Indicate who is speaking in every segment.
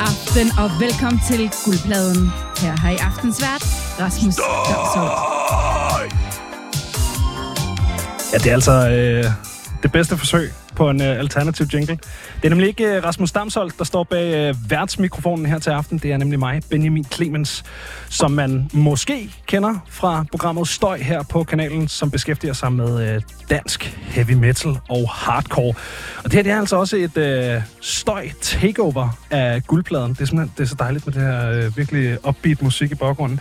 Speaker 1: aften og velkommen til Guldpladen. Her har i aftens vært Rasmus Damsholdt.
Speaker 2: Ja, det er altså øh, det bedste forsøg på en øh, alternativ jingle. Det er nemlig ikke øh, Rasmus Damsholdt, der står bag øh, værtsmikrofonen her til aften. Det er nemlig mig, Benjamin Clemens, som man måske kender fra programmet Støj her på kanalen, som beskæftiger sig med øh, dansk heavy metal og hardcore. Og det her det er altså også et øh, støj-takeover af guldpladen. Det er simpelthen det er så dejligt med det her øh, virkelig upbeat musik i baggrunden.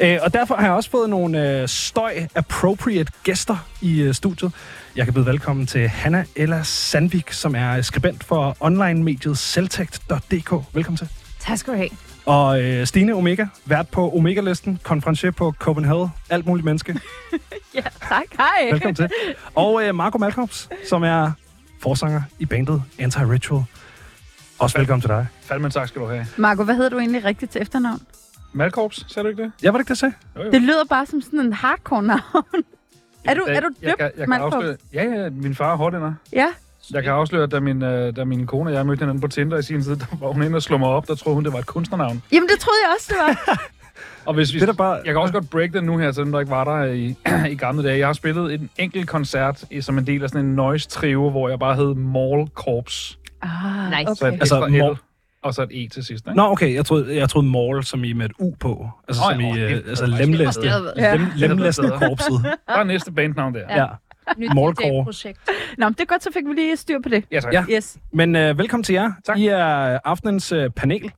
Speaker 2: Øh, og derfor har jeg også fået nogle øh, støj-appropriate gæster i øh, studiet. Jeg kan byde velkommen til Hanna Ella Sandvik, som er skribent for online-mediet selvtægt.dk. Velkommen til.
Speaker 3: Tak skal du have.
Speaker 2: Og øh, Stine Omega, vært på Omega-listen, konferencier på Copenhagen, alt muligt menneske.
Speaker 3: Ja, tak. Hej.
Speaker 2: Velkommen til. Og øh, Marco Malkops, som er forsanger i bandet Anti-Ritual. Også velkommen til dig.
Speaker 4: Fandme tak skal du have.
Speaker 3: Marco, hvad hedder du egentlig rigtigt til efternavn?
Speaker 4: Malkorps, sagde du ikke det?
Speaker 2: Ja, var det ikke det, jeg sagde?
Speaker 3: Det lyder bare som sådan en hardcore navn. Er du, er du
Speaker 4: jeg,
Speaker 3: døbt,
Speaker 4: kan, jeg kan
Speaker 3: Malkorps?
Speaker 4: afsløre, Ja, ja, min far er hårdhænder.
Speaker 3: Ja.
Speaker 4: Jeg kan afsløre, at da min, øh, da min kone og jeg mødte hinanden på Tinder i sin tid, der var hun inde og slog mig op, der troede hun, det var et kunstnernavn.
Speaker 3: Jamen, det troede jeg også, det var.
Speaker 4: Og hvis vi,
Speaker 2: Det er da bare-
Speaker 4: Jeg kan også godt break den nu her, selvom der ikke var der i, i gamle dage. Jeg har spillet en enkelt koncert i, som en del af sådan en noise-trio, hvor jeg bare hed Mall Corps.
Speaker 3: Ah,
Speaker 1: Nice.
Speaker 4: Så et
Speaker 3: okay.
Speaker 2: Altså,
Speaker 4: altså, fra
Speaker 2: Mall-
Speaker 4: L, og så et E til sidst. Ikke?
Speaker 2: Nå, okay, jeg troede, jeg troede mall, som I med et U på. Altså,
Speaker 4: Nå,
Speaker 2: som
Speaker 4: ja,
Speaker 2: I,
Speaker 4: åh, det
Speaker 2: øh,
Speaker 4: er
Speaker 2: altså
Speaker 4: faktisk
Speaker 2: lemlæste,
Speaker 1: bedre.
Speaker 3: Ja.
Speaker 2: lem, lemlæste
Speaker 4: bedre.
Speaker 2: korpset.
Speaker 4: Der er næste bandnavn der.
Speaker 1: Ja.
Speaker 4: Ja,
Speaker 2: Ja.
Speaker 5: nyt
Speaker 2: Målkår.
Speaker 5: projekt.
Speaker 3: Nå, men det er godt, så fik vi lige styr på det.
Speaker 4: ja tak.
Speaker 2: Ja.
Speaker 4: Ja.
Speaker 3: Yes.
Speaker 2: Men øh, velkommen til jer.
Speaker 4: Tak.
Speaker 2: I er aftenens øh, panel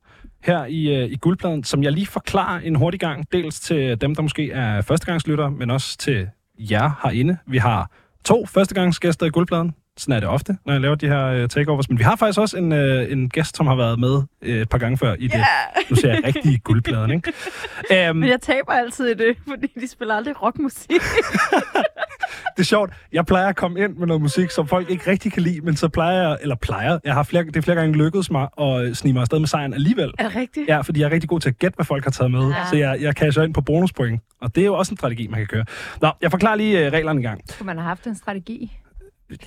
Speaker 2: her i, øh, i Guldpladen, som jeg lige forklarer en hurtig gang. Dels til dem, der måske er førstegangslyttere, men også til jer herinde. Vi har to førstegangsgæster i Guldpladen. Sådan er det ofte, når jeg laver de her øh, takeovers. Men vi har faktisk også en, øh, en gæst, som har været med øh, et par gange før i det. Nu ser jeg rigtig i Guldpladen, ikke? Um,
Speaker 3: Men jeg taber altid i det, fordi de spiller aldrig rockmusik.
Speaker 2: det er sjovt. Jeg plejer at komme ind med noget musik, som folk ikke rigtig kan lide, men så plejer jeg, eller plejer, jeg har flere, det er flere gange lykkedes mig at øh, snige mig afsted med sejren alligevel.
Speaker 3: Er det rigtigt?
Speaker 2: Ja, fordi jeg er rigtig god til at gætte, hvad folk har taget med. Ja.
Speaker 5: Ja.
Speaker 2: Så jeg, jeg casher ind på bonuspoint. Og det er jo også en strategi, man kan køre. Nå, jeg forklarer lige øh, reglerne en gang.
Speaker 5: Skulle man have haft en strategi?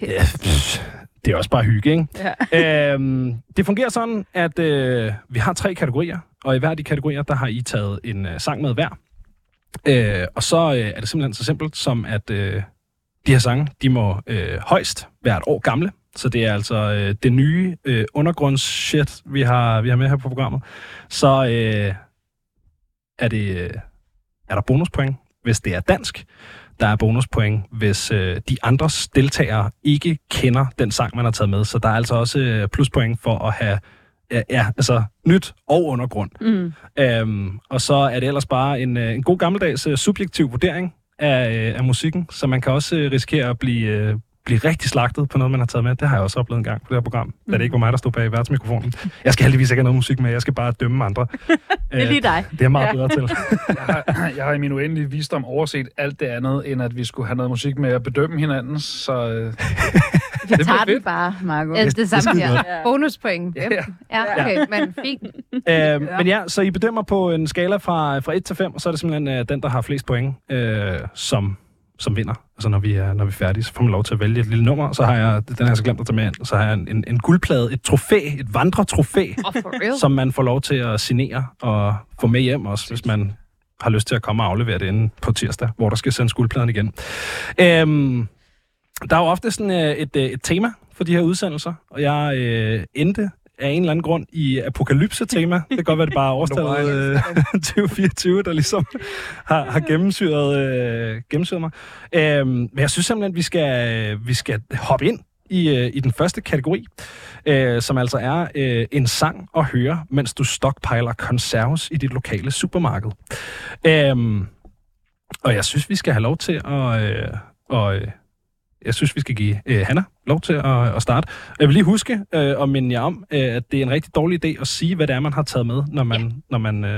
Speaker 2: Ja, pff, det er også bare hygge, ikke? Ja. Øhm, det fungerer sådan, at øh, vi har tre kategorier, og i hver af de kategorier, der har I taget en øh, sang med hver. Øh, og så øh, er det simpelthen så simpelt som, at øh, de her sange, de må øh, højst være et år gamle. Så det er altså øh, det nye øh, undergrundsshit, vi har, vi har med her på programmet. Så øh, er, det, øh, er der bonuspoint, hvis det er dansk. Der er bonuspoint, hvis øh, de andres deltagere ikke kender den sang, man har taget med. Så der er altså også øh, pluspoint for at have ja, ja, altså, nyt og undergrund.
Speaker 3: Mm.
Speaker 2: Øhm, og så er det ellers bare en, øh, en god gammeldags øh, subjektiv vurdering af, øh, af musikken, så man kan også øh, risikere at blive, øh, blive rigtig slagtet på noget, man har taget med. Det har jeg også oplevet en gang på det her program, da
Speaker 3: Mm.
Speaker 2: det ikke var mig, der stod bag værtsmikrofonen. Jeg skal heldigvis ikke have noget musik med, jeg skal bare dømme andre. Øh,
Speaker 3: Det er lige dig.
Speaker 2: det er jeg meget bedre til.
Speaker 4: Jeg har, jeg har i min uendelige visdom overset alt det andet, end at vi skulle have noget musik med at bedømme hinanden, så øh, det
Speaker 3: Vi
Speaker 4: bliver
Speaker 3: tager den
Speaker 4: fedt.
Speaker 3: bare, Marco.
Speaker 5: Ja, det, Altså, det samme
Speaker 2: skide
Speaker 5: her.
Speaker 3: godt.
Speaker 5: Bonuspoint. Ja. ja, okay, men fint.
Speaker 2: Øh, men ja, så I bedømmer på en skala fra, fra 1 til 5, og så er det simpelthen øh, den, der har flest point, øh, som, som vinder. Altså når vi, er, når vi er færdige, så får man lov til at vælge et lille nummer, og så har jeg, den har jeg så glemt at tage med ind, så har jeg en, en, en guldplade, et trofæ, et vandretrofæ,
Speaker 5: Oh, for real.
Speaker 2: som man får lov til at signere og få med hjem også, hvis man har lyst til at komme og aflevere det inden på tirsdag, hvor der skal sendes guldpladen igen. Øhm, der er jo ofte sådan øh, et, øh, et tema for de her udsendelser, og jeg øh, endte af en eller anden grund i apokalypse-tema. Det kan godt være, det bare er årstallet øh, 2024, der ligesom har, har gennemsyret, øh, gennemsyret mig. Øhm, men jeg synes simpelthen, at vi skal, vi skal hoppe ind i, øh, i den første kategori, øh, som altså er øh, en sang at høre, mens du stockpiler konserves i dit lokale supermarked. Øhm, og jeg synes, vi skal have lov til at... Øh, og, øh, jeg synes, vi skal give øh, Hanna lov til at, at starte. Jeg vil lige huske øh, og minde jer om, øh, at det er en rigtig dårlig idé at sige, hvad det er, man har taget med, når man... Ja. Når man øh,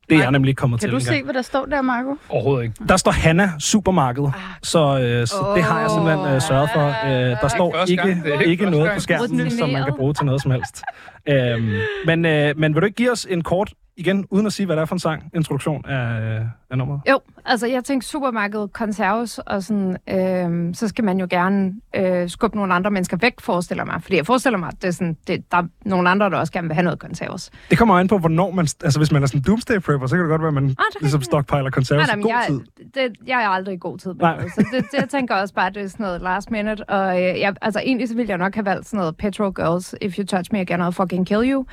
Speaker 2: det er
Speaker 3: Nej.
Speaker 2: jeg nemlig ikke kommet
Speaker 3: Kan
Speaker 2: til.
Speaker 3: du
Speaker 2: engang.
Speaker 3: se, hvad der står der, Marco?
Speaker 4: overhovedet ikke.
Speaker 2: Der står Hanna Supermarked,
Speaker 5: Ah.
Speaker 2: så, øh, så det har jeg simpelthen øh, sørget for. Øh, der står
Speaker 4: første gang.
Speaker 2: ikke,
Speaker 4: Det Ah. er ikke
Speaker 2: ikke
Speaker 4: første
Speaker 2: noget
Speaker 4: gang.
Speaker 2: på skærmen,
Speaker 5: Rutineret.
Speaker 2: som man kan bruge til noget som helst. Øhm, men, øh, men vil du ikke give os en kort, igen uden at sige, hvad det er for en sang, introduktion af, af nummeret?
Speaker 5: Jo, Altså, jeg tænkte supermarkedet konserves, og sådan, øhm, så skal man jo gerne øh, skubbe nogle andre mennesker væk, forestiller mig. Fordi jeg forestiller mig, at det er sådan, det, der er nogle andre, der også gerne vil have noget konserves.
Speaker 2: Det kommer an på, hvornår man... Altså, hvis man er sådan doomsday prepper, så kan det godt være, at man
Speaker 5: er
Speaker 2: ligesom stockpiler konserves i
Speaker 5: men
Speaker 2: god
Speaker 5: jeg,
Speaker 2: tid.
Speaker 5: Det, jeg er aldrig i god tid med
Speaker 2: Nej.
Speaker 5: noget, så det, det, jeg tænker også bare, at det er sådan noget last minute, og øh, jeg, altså egentlig så ville jeg nok have valgt sådan noget Petrol Girls, If You Touch Me Again, I'll Fucking Kill You,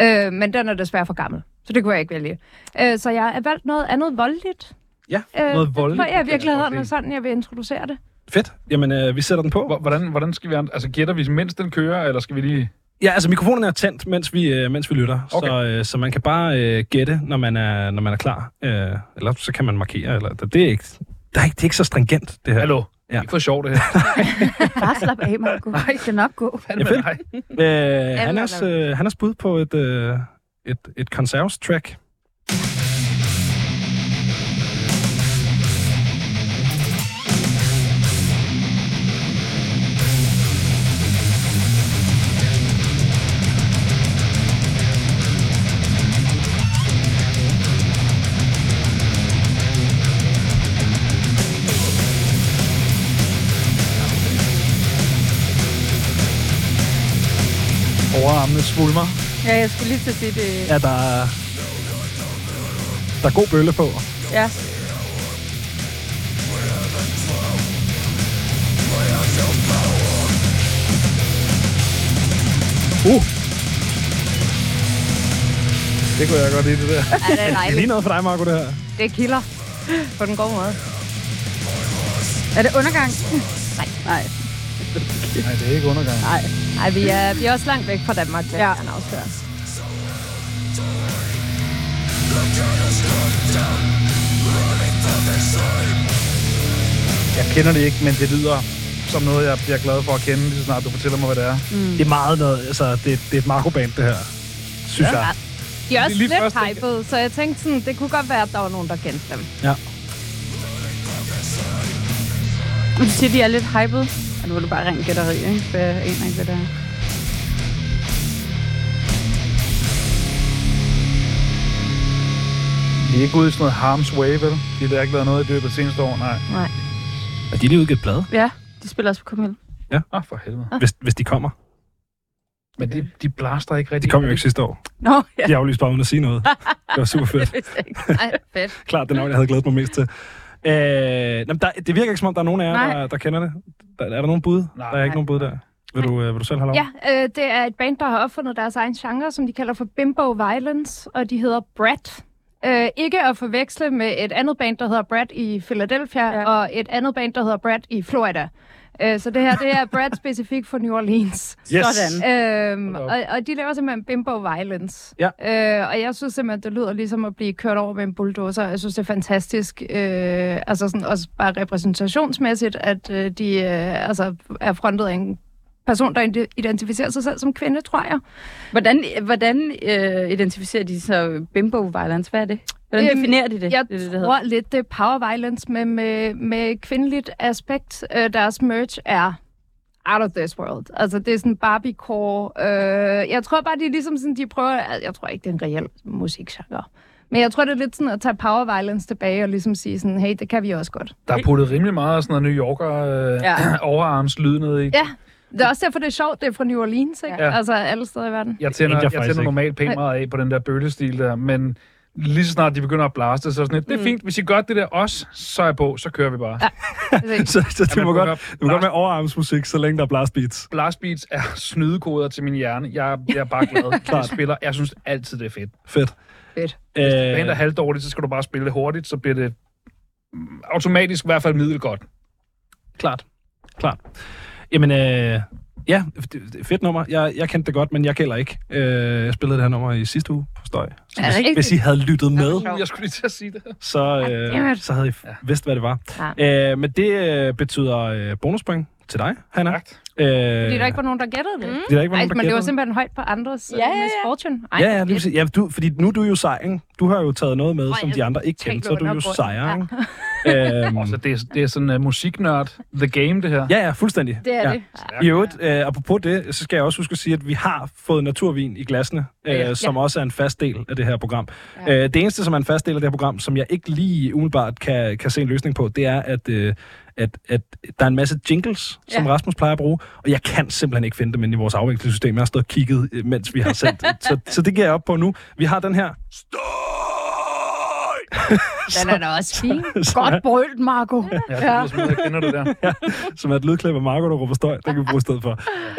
Speaker 5: øh, men den er desværre for gammel, så det kunne jeg ikke vælge. Øh, så jeg har valgt noget andet voldeligt.
Speaker 2: Ja,
Speaker 5: øh,
Speaker 4: noget voldeligt,
Speaker 5: For
Speaker 4: det kan
Speaker 5: jeg
Speaker 4: jeg godt
Speaker 5: virkeligheden er
Speaker 4: lide.
Speaker 5: sådan, jeg vil introducere det.
Speaker 2: Fedt. Jamen, øh, vi sætter den på.
Speaker 4: Hvor- Hvordan, hvordan skal vi... an- Altså, gætter vi, mens den kører, eller skal vi lige...
Speaker 2: Ja, altså mikrofonen er tændt, mens vi, øh, mens vi lytter, okay.
Speaker 4: Okay.
Speaker 2: så, øh, så man kan bare øh, gætte, når man er, når man er klar. Øh, eller så kan man markere. Eller, det, det, er ikke, der er ikke, det er ikke så stringent, det her.
Speaker 4: Hallo?
Speaker 2: Ja.
Speaker 4: Ja. Ikke for sjovt, det her.
Speaker 3: Bare slap af, Marco. Det skal nok gå.
Speaker 4: Fanden
Speaker 2: fedt.
Speaker 4: med dig.
Speaker 2: Øh,
Speaker 5: Alle
Speaker 2: Hannas,
Speaker 5: er
Speaker 2: øh, Hannas bud på et, øh, et, et konserves-track.
Speaker 4: Overarmene svulmer.
Speaker 3: Ja, jeg skulle lige til at sige det.
Speaker 2: Ja, der er, der er god bølle på.
Speaker 3: Ja.
Speaker 2: Uh,
Speaker 4: Det kunne jeg godt lide, det der.
Speaker 5: Ja, det er
Speaker 2: det er lige
Speaker 5: dejligt.
Speaker 2: noget for dig, Marco, det her.
Speaker 5: Det kilder på den gode måde.
Speaker 3: Er det undergang?
Speaker 5: Nej.
Speaker 3: Nej.
Speaker 4: Nej, det er ikke undergang.
Speaker 3: Nej.
Speaker 5: Ej, vi er, vi er også langt væk fra Danmark, vil
Speaker 3: Ja.
Speaker 5: jeg gerne afsløre.
Speaker 4: Jeg kender det ikke, men det lyder som noget, jeg bliver glad for at kende, lige så snart du fortæller mig, hvad det er.
Speaker 3: Mm.
Speaker 2: Det er meget noget, altså, det, det er et Marco-band, det her. Synes ja. jeg.
Speaker 5: De er også
Speaker 4: Lige
Speaker 5: lidt
Speaker 4: først, ikke?
Speaker 5: hypede, så jeg tænkte sådan, det kunne godt være, at der var nogen, der kendte dem.
Speaker 2: Ja.
Speaker 3: Du siger, de er lidt hyped. Og nu er det bare rent gætteri, ikke? For jeg aner ikke, hvad det er.
Speaker 4: De er ikke ude i sådan noget harm's way, vel? De har da ikke lavet noget i løbet af det seneste år, nej.
Speaker 5: Nej.
Speaker 2: Er de lige udgivet blade,
Speaker 3: Ja, de spiller også på Kumhel.
Speaker 4: Åh, for helvede.
Speaker 2: hvis, hvis de kommer?
Speaker 4: Men de, de blaster ikke
Speaker 2: De
Speaker 4: rigtig.
Speaker 2: kom jo ikke sidste år.
Speaker 3: Nå, ja.
Speaker 2: De aflyste bare uden at sige noget. Det var super fedt.
Speaker 3: vidste jeg ikke.
Speaker 5: Ej, fedt.
Speaker 2: Klart, det er nok, jeg havde glædet mig mest til. Øh, jamen, der, det virker ikke, som om der er nogen af jer,
Speaker 3: Nej.
Speaker 2: der, der kender det. Der, er der nogen bud?
Speaker 4: Nej.
Speaker 2: der er ikke nogen bud der. Vil du, øh, vil du selv have lov?
Speaker 5: Ja, øh, det er et band, der har opfundet deres egen genre, som de kalder for Bimbo Violence, og de hedder Brat. Øh, ikke at forveksle med et andet band, der hedder Brat i Philadelphia,
Speaker 3: Ja.
Speaker 5: ja. og et andet band, der hedder Brat i Florida. Øh, så det her, det er Brat specifikt for New Orleans.
Speaker 2: Yes.
Speaker 3: Sådan.
Speaker 5: Øhm,
Speaker 4: da
Speaker 5: og,
Speaker 4: op.
Speaker 5: og de laver simpelthen Bimbo Violence.
Speaker 2: Ja.
Speaker 5: Øh, og jeg synes simpelthen, det lyder ligesom at blive kørt over med en bulldozer. Jeg synes, det er fantastisk. Øh, altså sådan, også bare repræsentationsmæssigt, at øh, de øh, altså, er frontet af en person, der ide- identificerer sig selv som kvinde, tror jeg.
Speaker 3: Hvordan, hvordan øh, identificerer de så bimbo violence? Hvad er det? Hvordan
Speaker 5: Øhm,
Speaker 3: definerer de det?
Speaker 5: Jeg
Speaker 3: det, er det, der hedder.
Speaker 5: tror lidt, det er power violence med, med, med kvindeligt aspekt. Øh, deres merch er out of this world. Altså, det er sådan Barbie-core. Øh, jeg tror bare, det er ligesom sådan, de prøver... al- Jeg tror ikke, det er en reel musikgenre. Men jeg tror, det er lidt sådan at tage power violence tilbage og ligesom sige sådan, hey, det kan vi også godt.
Speaker 4: Der er puttet rimelig meget af sådan noget New Yorker øh,
Speaker 3: Ja.
Speaker 4: ja. overarmslyd ned i.
Speaker 5: Ja. Det er også derfor, det er sjovt, det er fra New Orleans, ikke?
Speaker 4: Ja.
Speaker 5: Ja. Altså, alle steder i verden.
Speaker 4: Jeg
Speaker 2: Det
Speaker 4: tænder,
Speaker 2: er
Speaker 4: jeg
Speaker 2: jeg faktisk
Speaker 4: tænder
Speaker 2: ikke.
Speaker 4: normalt pænt meget af på den der bølgestil der, men lige så snart de begynder at blaste, så er jeg sådan lidt, det er fint, hvis I gør det der også, så er jeg på, så kører vi bare. Ja,
Speaker 5: Altså,
Speaker 2: Så, så det, må godt, det må godt
Speaker 4: blast,
Speaker 2: være overarmsmusik, så længe der er blast beats.
Speaker 4: blast beats er snydekoder til min hjerne. Jeg, jeg er bare glad. jeg spiller. Jeg synes altid, det er fedt.
Speaker 2: Fedt.
Speaker 5: Fedt.
Speaker 2: Øh,
Speaker 4: Hvis det er halvdårligt, så skal du bare spille det hurtigt, så bliver det mm, automatisk i hvert fald middelgodt.
Speaker 2: klart. Klart. Jamen, øh, ja, det- det- fedt nummer. Jeg, jeg kendte det godt, men jeg gælder ikke. Øh, jeg spillede det her nummer i sidste uge på Støj. Så
Speaker 5: Er det
Speaker 2: hvis,
Speaker 5: rigtigt?
Speaker 2: hvis I havde lyttet med,
Speaker 4: Jeg skulle lige til at sige det.
Speaker 2: så,
Speaker 5: damn
Speaker 2: øh,
Speaker 5: it.
Speaker 2: så havde I f- vidst, hvad det var. Øh, men det øh, betyder øh, bonuspoint til dig, Hanna.
Speaker 4: Tak.
Speaker 2: Øh,
Speaker 5: Fordi der ikke var nogen, der gættede det.
Speaker 2: Det
Speaker 5: Mm.
Speaker 2: er der ikke,
Speaker 5: Ej,
Speaker 2: nogen, der
Speaker 5: men det var
Speaker 2: gættede.
Speaker 5: simpelthen højt på andres
Speaker 3: Ja,
Speaker 5: ja,
Speaker 3: ja,
Speaker 5: ja,
Speaker 3: ja.
Speaker 5: misfortune. Ej,
Speaker 2: Ja, ja, lige præcis. ja, du, fordi nu er du jo sej, ikke? Du har jo taget noget med,
Speaker 5: Åh,
Speaker 2: som
Speaker 5: jeg
Speaker 2: de andre ikke kendte,
Speaker 5: tænker
Speaker 2: så er du jo
Speaker 5: undergrunden.
Speaker 2: sejr,
Speaker 5: Ja.
Speaker 2: ikke? øhm,
Speaker 4: Og så det, er- det er sådan uh, musiknørd. The Game, det her.
Speaker 2: ja, ja, fuldstændig.
Speaker 5: Det er
Speaker 2: ja.
Speaker 5: det.
Speaker 2: I øvrigt, øh, apropos det, så skal jeg også huske at sige, at vi har fået naturvin i glassene, øh, som ja. også er en fast del af det her program. Ja. Øh, det eneste, som er en fast del af det her program, som jeg ikke lige umiddelbart kan, kan se en løsning på, det er, at, øh, at, at der er en masse jingles, som
Speaker 5: Ja.
Speaker 2: Rasmus plejer at bruge, og jeg kan simpelthen ikke finde dem inde i vores afviklingssystem. Jeg har stået og kigget, øh, mens vi har sendt. så, så det giver jeg op på nu. Vi har den her.
Speaker 1: Den er da også fin.
Speaker 3: Godt brølt, Marco.
Speaker 4: Ja, det lyder som, noget, jeg kender det der.
Speaker 2: som er et lydklip af Marco, der råber støj. Den kan vi bruge i stedet for.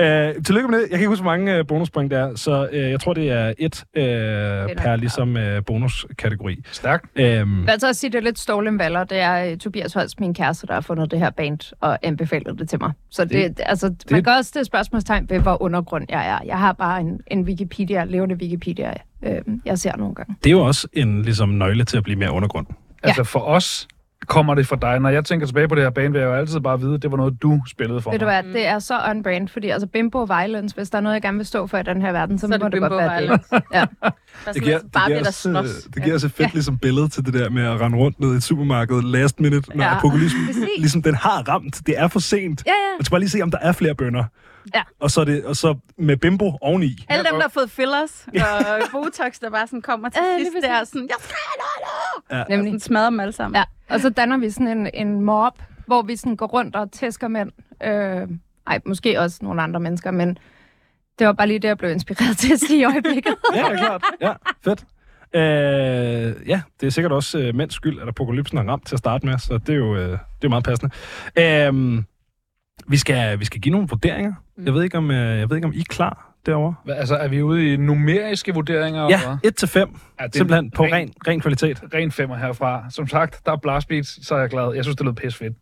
Speaker 2: Øh, tillykke med det. Jeg kan ikke huske, hvor mange øh, bonuspoint der er, så øh, jeg tror, det er et øh, per ligesom øh, bonuskategori.
Speaker 4: Stærkt.
Speaker 2: Øhm,
Speaker 5: Jeg vil altså også sige, det er lidt stolen valor. Det er øh, Tobias Holst, min kæreste, der har fundet det her band og anbefalet det til mig. Så det, det altså, det, man
Speaker 2: det-
Speaker 5: kan også stille spørgsmålstegn ved, hvor undergrund jeg er. Jeg har bare en, en Wikipedia, levende Wikipedia, øh, jeg ser nogle gange.
Speaker 2: det er jo også en ligesom, nøgle til at blive mere undergrund.
Speaker 4: Altså for os kommer det fra dig. Når jeg tænker tilbage på det her bane, vil jeg jo altid bare vide, at det var noget, du spillede for
Speaker 5: Ved du
Speaker 4: mig.
Speaker 5: hvad, det er så on-brand, fordi altså bimbo violence, hvis der er noget, jeg gerne vil stå for i den her verden, så,
Speaker 6: så er
Speaker 5: må
Speaker 6: det
Speaker 5: det godt
Speaker 6: Bimbo
Speaker 5: være det.
Speaker 6: Island.
Speaker 5: Ja.
Speaker 6: Der er sådan noget Barbie, der slås.
Speaker 2: øh, det giver også et fedt ja. ligesom, billede til det der med at rende rundt ned i et supermarked last minute, når ja.
Speaker 5: Ja.
Speaker 2: apokalypsen
Speaker 5: Præcis.
Speaker 2: ligesom, den har ramt. Det er for sent.
Speaker 5: Ja, ja.
Speaker 2: Man skal bare lige se, om der er flere bønder.
Speaker 5: Ja.
Speaker 2: Og, så er det, og så med bimbo oveni.
Speaker 6: Alle dem, der har fået fillers og Botox, der bare sådan kommer til
Speaker 5: Ja, lige
Speaker 6: sidst
Speaker 5: præcis.
Speaker 6: der, sådan, jeg skal have noget nu!
Speaker 5: Nemlig.
Speaker 6: Sådan smadrer dem alle sammen.
Speaker 5: Ja, og så danner vi sådan en, en mob, hvor vi sådan går rundt og tæsker mænd. Øh, ej, måske også nogle andre mennesker, men det var bare lige det, jeg blev inspireret til at sige i øjeblikket.
Speaker 2: Ja, det er klart. Ja, fedt. Øh, ja, det er sikkert også øh, mænds skyld, at apokalypsen har ramt til at starte med, så det er jo, øh, det er jo meget passende. Øh, vi, skal, vi skal give nogle vurderinger.
Speaker 4: Mm.
Speaker 2: Jeg ved ikke, om, øh, jeg ved ikke, om I er klar derovre.
Speaker 4: Hvad, altså, er vi ude i numeriske vurderinger? eller hvad?
Speaker 2: Ja, 1-5.
Speaker 4: Ja, det er
Speaker 2: Simpelthen på
Speaker 4: ren-
Speaker 2: ren, ren kvalitet.
Speaker 4: Ren femmer herfra. Som sagt, der er blastbeats, så er jeg glad. Jeg synes, det lød pisse fedt.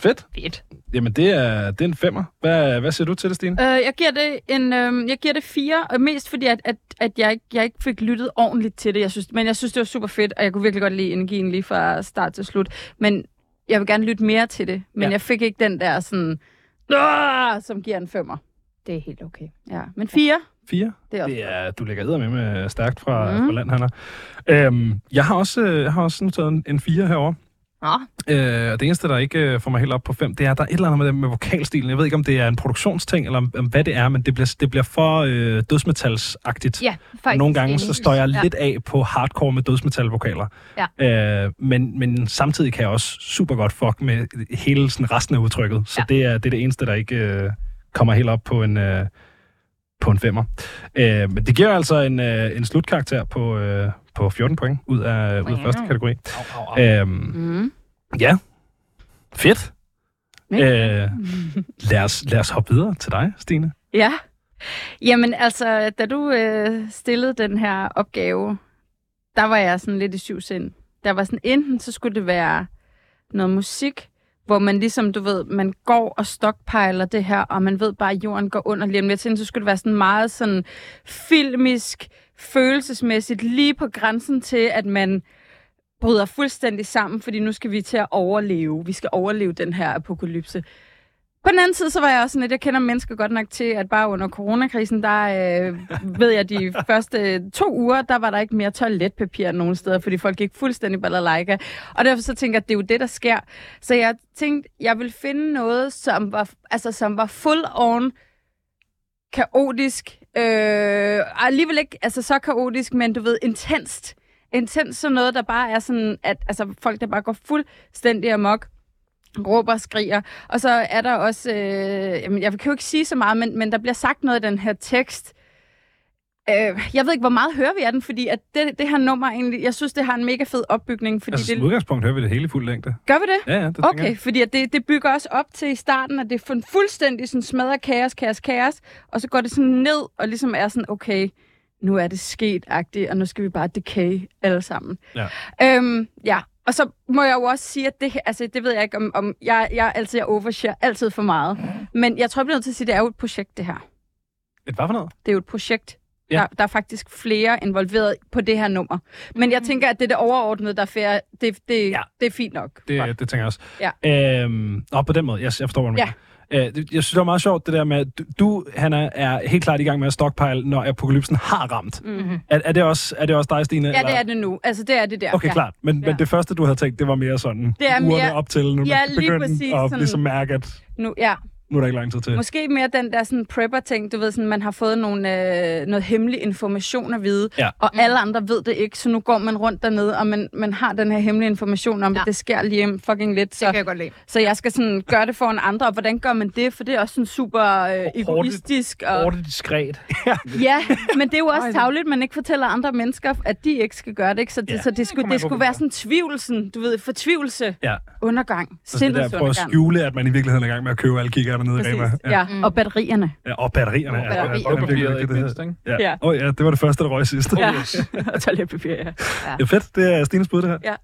Speaker 2: Fedt.
Speaker 6: Fedt.
Speaker 2: Jamen, det er, det er en femmer. Hvad, hvad siger du til det, Stine?
Speaker 6: Øh, jeg, giver det en, øh, jeg giver det fire, og mest fordi, at, at, at jeg, ikke, jeg ikke fik lyttet ordentligt til det. Jeg synes, men jeg synes, det var super fedt, og jeg kunne virkelig godt lide energien lige fra start til slut. Men jeg vil gerne lytte mere til det, men
Speaker 2: Ja.
Speaker 6: ja. jeg fik ikke den der sådan, "Åh!" som giver en femmer.
Speaker 5: Det er helt okay.
Speaker 6: Ja, men fire,
Speaker 2: Fire.
Speaker 6: det er også
Speaker 2: Det er, du lægger med med stærkt fra, mm.
Speaker 6: Mhm.
Speaker 2: fra land, Hanna. Øhm, jeg har også, øh, jeg har også noteret en, en fire herovre.
Speaker 5: Nå.
Speaker 2: Øh, og det eneste, der ikke øh, får mig helt op på 5, det er, at der er et eller andet med, det med vokalstilen. Jeg ved ikke, om det er en produktionsting, eller om, om hvad det er, men det bliver, det bliver for øh, dødsmetalsagtigt.
Speaker 5: Ja, faktisk.
Speaker 2: Nogle gange så
Speaker 5: enig.
Speaker 2: står jeg
Speaker 5: Ja.
Speaker 2: lidt af på hardcore med dødsmetalvokaler. Ja. Øh, men, men samtidig kan jeg også super godt fuck med hele sådan, resten af udtrykket. Så ja. det, er, det er det eneste, der ikke øh, kommer helt op på en, øh, på en femmer. Øh, men det giver altså en, øh, en slutkarakter på, øh, på 14 point ud af, ud af første kategori.
Speaker 4: Au, au, au.
Speaker 2: Øhm,
Speaker 6: Mm.
Speaker 2: Ja. Fedt.
Speaker 6: Ikke?
Speaker 2: Øh, lad, os, lad os hoppe videre til dig, Stine. Altså,
Speaker 6: Ja. Jamen altså, da du øh, stillede den her opgave, der var jeg sådan lidt i syv sind. Der var sådan, enten så skulle det være noget musik, hvor man ligesom, du ved, man går og stockpiler det her, og man ved bare, at jorden går under lige om lidt. Så enten så skulle det være sådan meget sådan filmisk, følelsesmæssigt, lige på grænsen til, at man bryder fuldstændig sammen, fordi nu skal vi til at overleve. Vi skal overleve den her apokalypse. På den anden side, så var jeg også sådan lidt, jeg kender mennesker godt nok til, at bare under coronakrisen, der øh, ved jeg, de første to uger, der var der ikke mere toiletpapir nogen steder, fordi folk gik fuldstændig balalaika. Og derfor så tænker jeg, at det er jo det, der sker. Så jeg tænkte, jeg ville finde noget, som var, altså, som var full on kaotisk. Øh, og alligevel ikke altså, så kaotisk, men du ved, intenst. Intens som noget, der bare er sådan, at altså, folk, der bare går fuldstændig amok råber og skriger. Og så er der også, øh, jamen, jeg kan jo ikke sige så meget, men, men der bliver sagt noget i den her tekst. Øh, jeg ved ikke, hvor meget hører vi af den, fordi at det, det her nummer egentlig, jeg synes, det har en mega fed opbygning. Fordi
Speaker 2: Altså,
Speaker 6: det,
Speaker 2: som udgangspunkt hører vi det hele i fuld længde.
Speaker 6: gør vi det?
Speaker 2: Ja, ja, det tænker
Speaker 6: Okay,
Speaker 2: jeg.
Speaker 6: fordi at det, det bygger også op til i starten, at det er fu- fuldstændig sådan smadret kaos, kaos, kaos, og så går det sådan ned, og ligesom er sådan, okay, nu er det sket-agtigt, og nu skal vi bare decay alle sammen.
Speaker 2: Ja.
Speaker 6: Øhm, ja. Og så må jeg jo også sige, at det, her- altså, det ved jeg ikke om, om jeg, jeg, altså, jeg overshare altid for meget, men jeg tror, jeg bliver nødt til at sige, at det er jo et projekt, det her.
Speaker 2: Et hvad for noget?
Speaker 6: Det er jo et projekt.
Speaker 2: Ja.
Speaker 6: Ja. Der, der er faktisk flere involveret på det her nummer. Men jeg tænker, at det der overordnede, der er fair, det, det,
Speaker 2: Ja.
Speaker 6: ja. det er fint nok.
Speaker 2: Det, det tænker jeg også.
Speaker 6: Ja.
Speaker 2: Øhm, og på den måde, yes, jeg forstår, hvad du
Speaker 6: Ja.
Speaker 2: mener. Øh, det- jeg synes, det var meget sjovt, det der med, at du- du, Hanna, er helt klart i gang med at stockpile, når apokalypsen har ramt.
Speaker 6: Mm.
Speaker 2: Er, er, det, også, er det også dig, Stine?
Speaker 6: Ja, det er det nu. Altså, det er det der.
Speaker 2: Okay,
Speaker 6: ja.
Speaker 2: klart. Men, ja.
Speaker 6: Ja.
Speaker 2: men det første, du havde tænkt, det var mere sådan,
Speaker 6: Det er
Speaker 2: ugerne
Speaker 6: mere-
Speaker 2: op til, nu
Speaker 6: Ja,
Speaker 2: ja,
Speaker 6: lige
Speaker 2: begyndte
Speaker 6: præcis
Speaker 2: at
Speaker 6: sådan-
Speaker 2: ligesom mærke, at
Speaker 6: Nu, ja.
Speaker 2: nu er der ikke lang tid til.
Speaker 6: Måske mere den der sådan prepper-ting, du ved, sådan, man har fået nogle, øh, noget hemmelig information at vide,
Speaker 2: Ja.
Speaker 6: og alle andre ved det ikke, så nu går man rundt dernede, og man, man har den her hemmelige information om, ja.
Speaker 5: Ja.
Speaker 6: at det sker lige om fucking lidt,
Speaker 5: Det kan
Speaker 6: så,
Speaker 5: jeg godt lide.
Speaker 6: så jeg skal sådan gøre det foran andre, og hvordan gør man det, for det er også sådan super øh, egoistisk. Og,
Speaker 4: Hårdt og diskret.
Speaker 6: ja, men det er jo også tavligt, man ikke fortæller andre mennesker, at de ikke skal gøre det, ikke? så det,
Speaker 2: Ja,
Speaker 6: ja, så det
Speaker 4: kan
Speaker 6: skulle,
Speaker 4: man
Speaker 6: det
Speaker 4: godt
Speaker 6: skulle være
Speaker 4: gøre.
Speaker 6: sådan tvivlsen, du ved, fortvivlelse,
Speaker 2: Ja.
Speaker 6: undergang,
Speaker 2: Så Altså det der,
Speaker 6: sindets
Speaker 2: prøve at
Speaker 6: undergang.
Speaker 2: skjule, at man i virkeligheden er i gang med at købe alle kikkerne nede i Rema.
Speaker 6: Præcis, ja. ja. Og batterierne.
Speaker 2: Ja, Og batterierne.
Speaker 4: Og
Speaker 2: ja,
Speaker 6: batterierne.
Speaker 2: den er
Speaker 4: Og
Speaker 2: virkelig
Speaker 4: papiret,
Speaker 2: vigtig,
Speaker 4: ikke
Speaker 2: det her.
Speaker 4: mindst, ikke?
Speaker 2: Ja.
Speaker 6: Ja.
Speaker 2: Åh oh, ja, det var det første, der røg sidst.
Speaker 6: Ja, og toiletpapir, ja.
Speaker 2: Det er fedt, det er Stines bud, det her.
Speaker 6: Ja.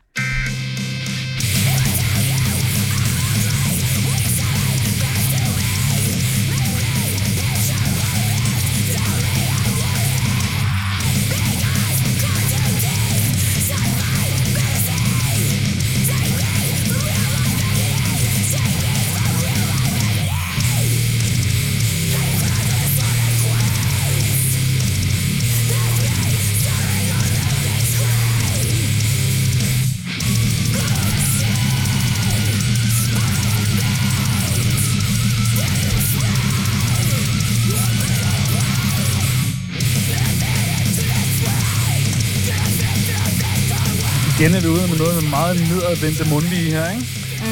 Speaker 4: Igen er vi ude med noget med meget nedadvendte mundvige her, ikke?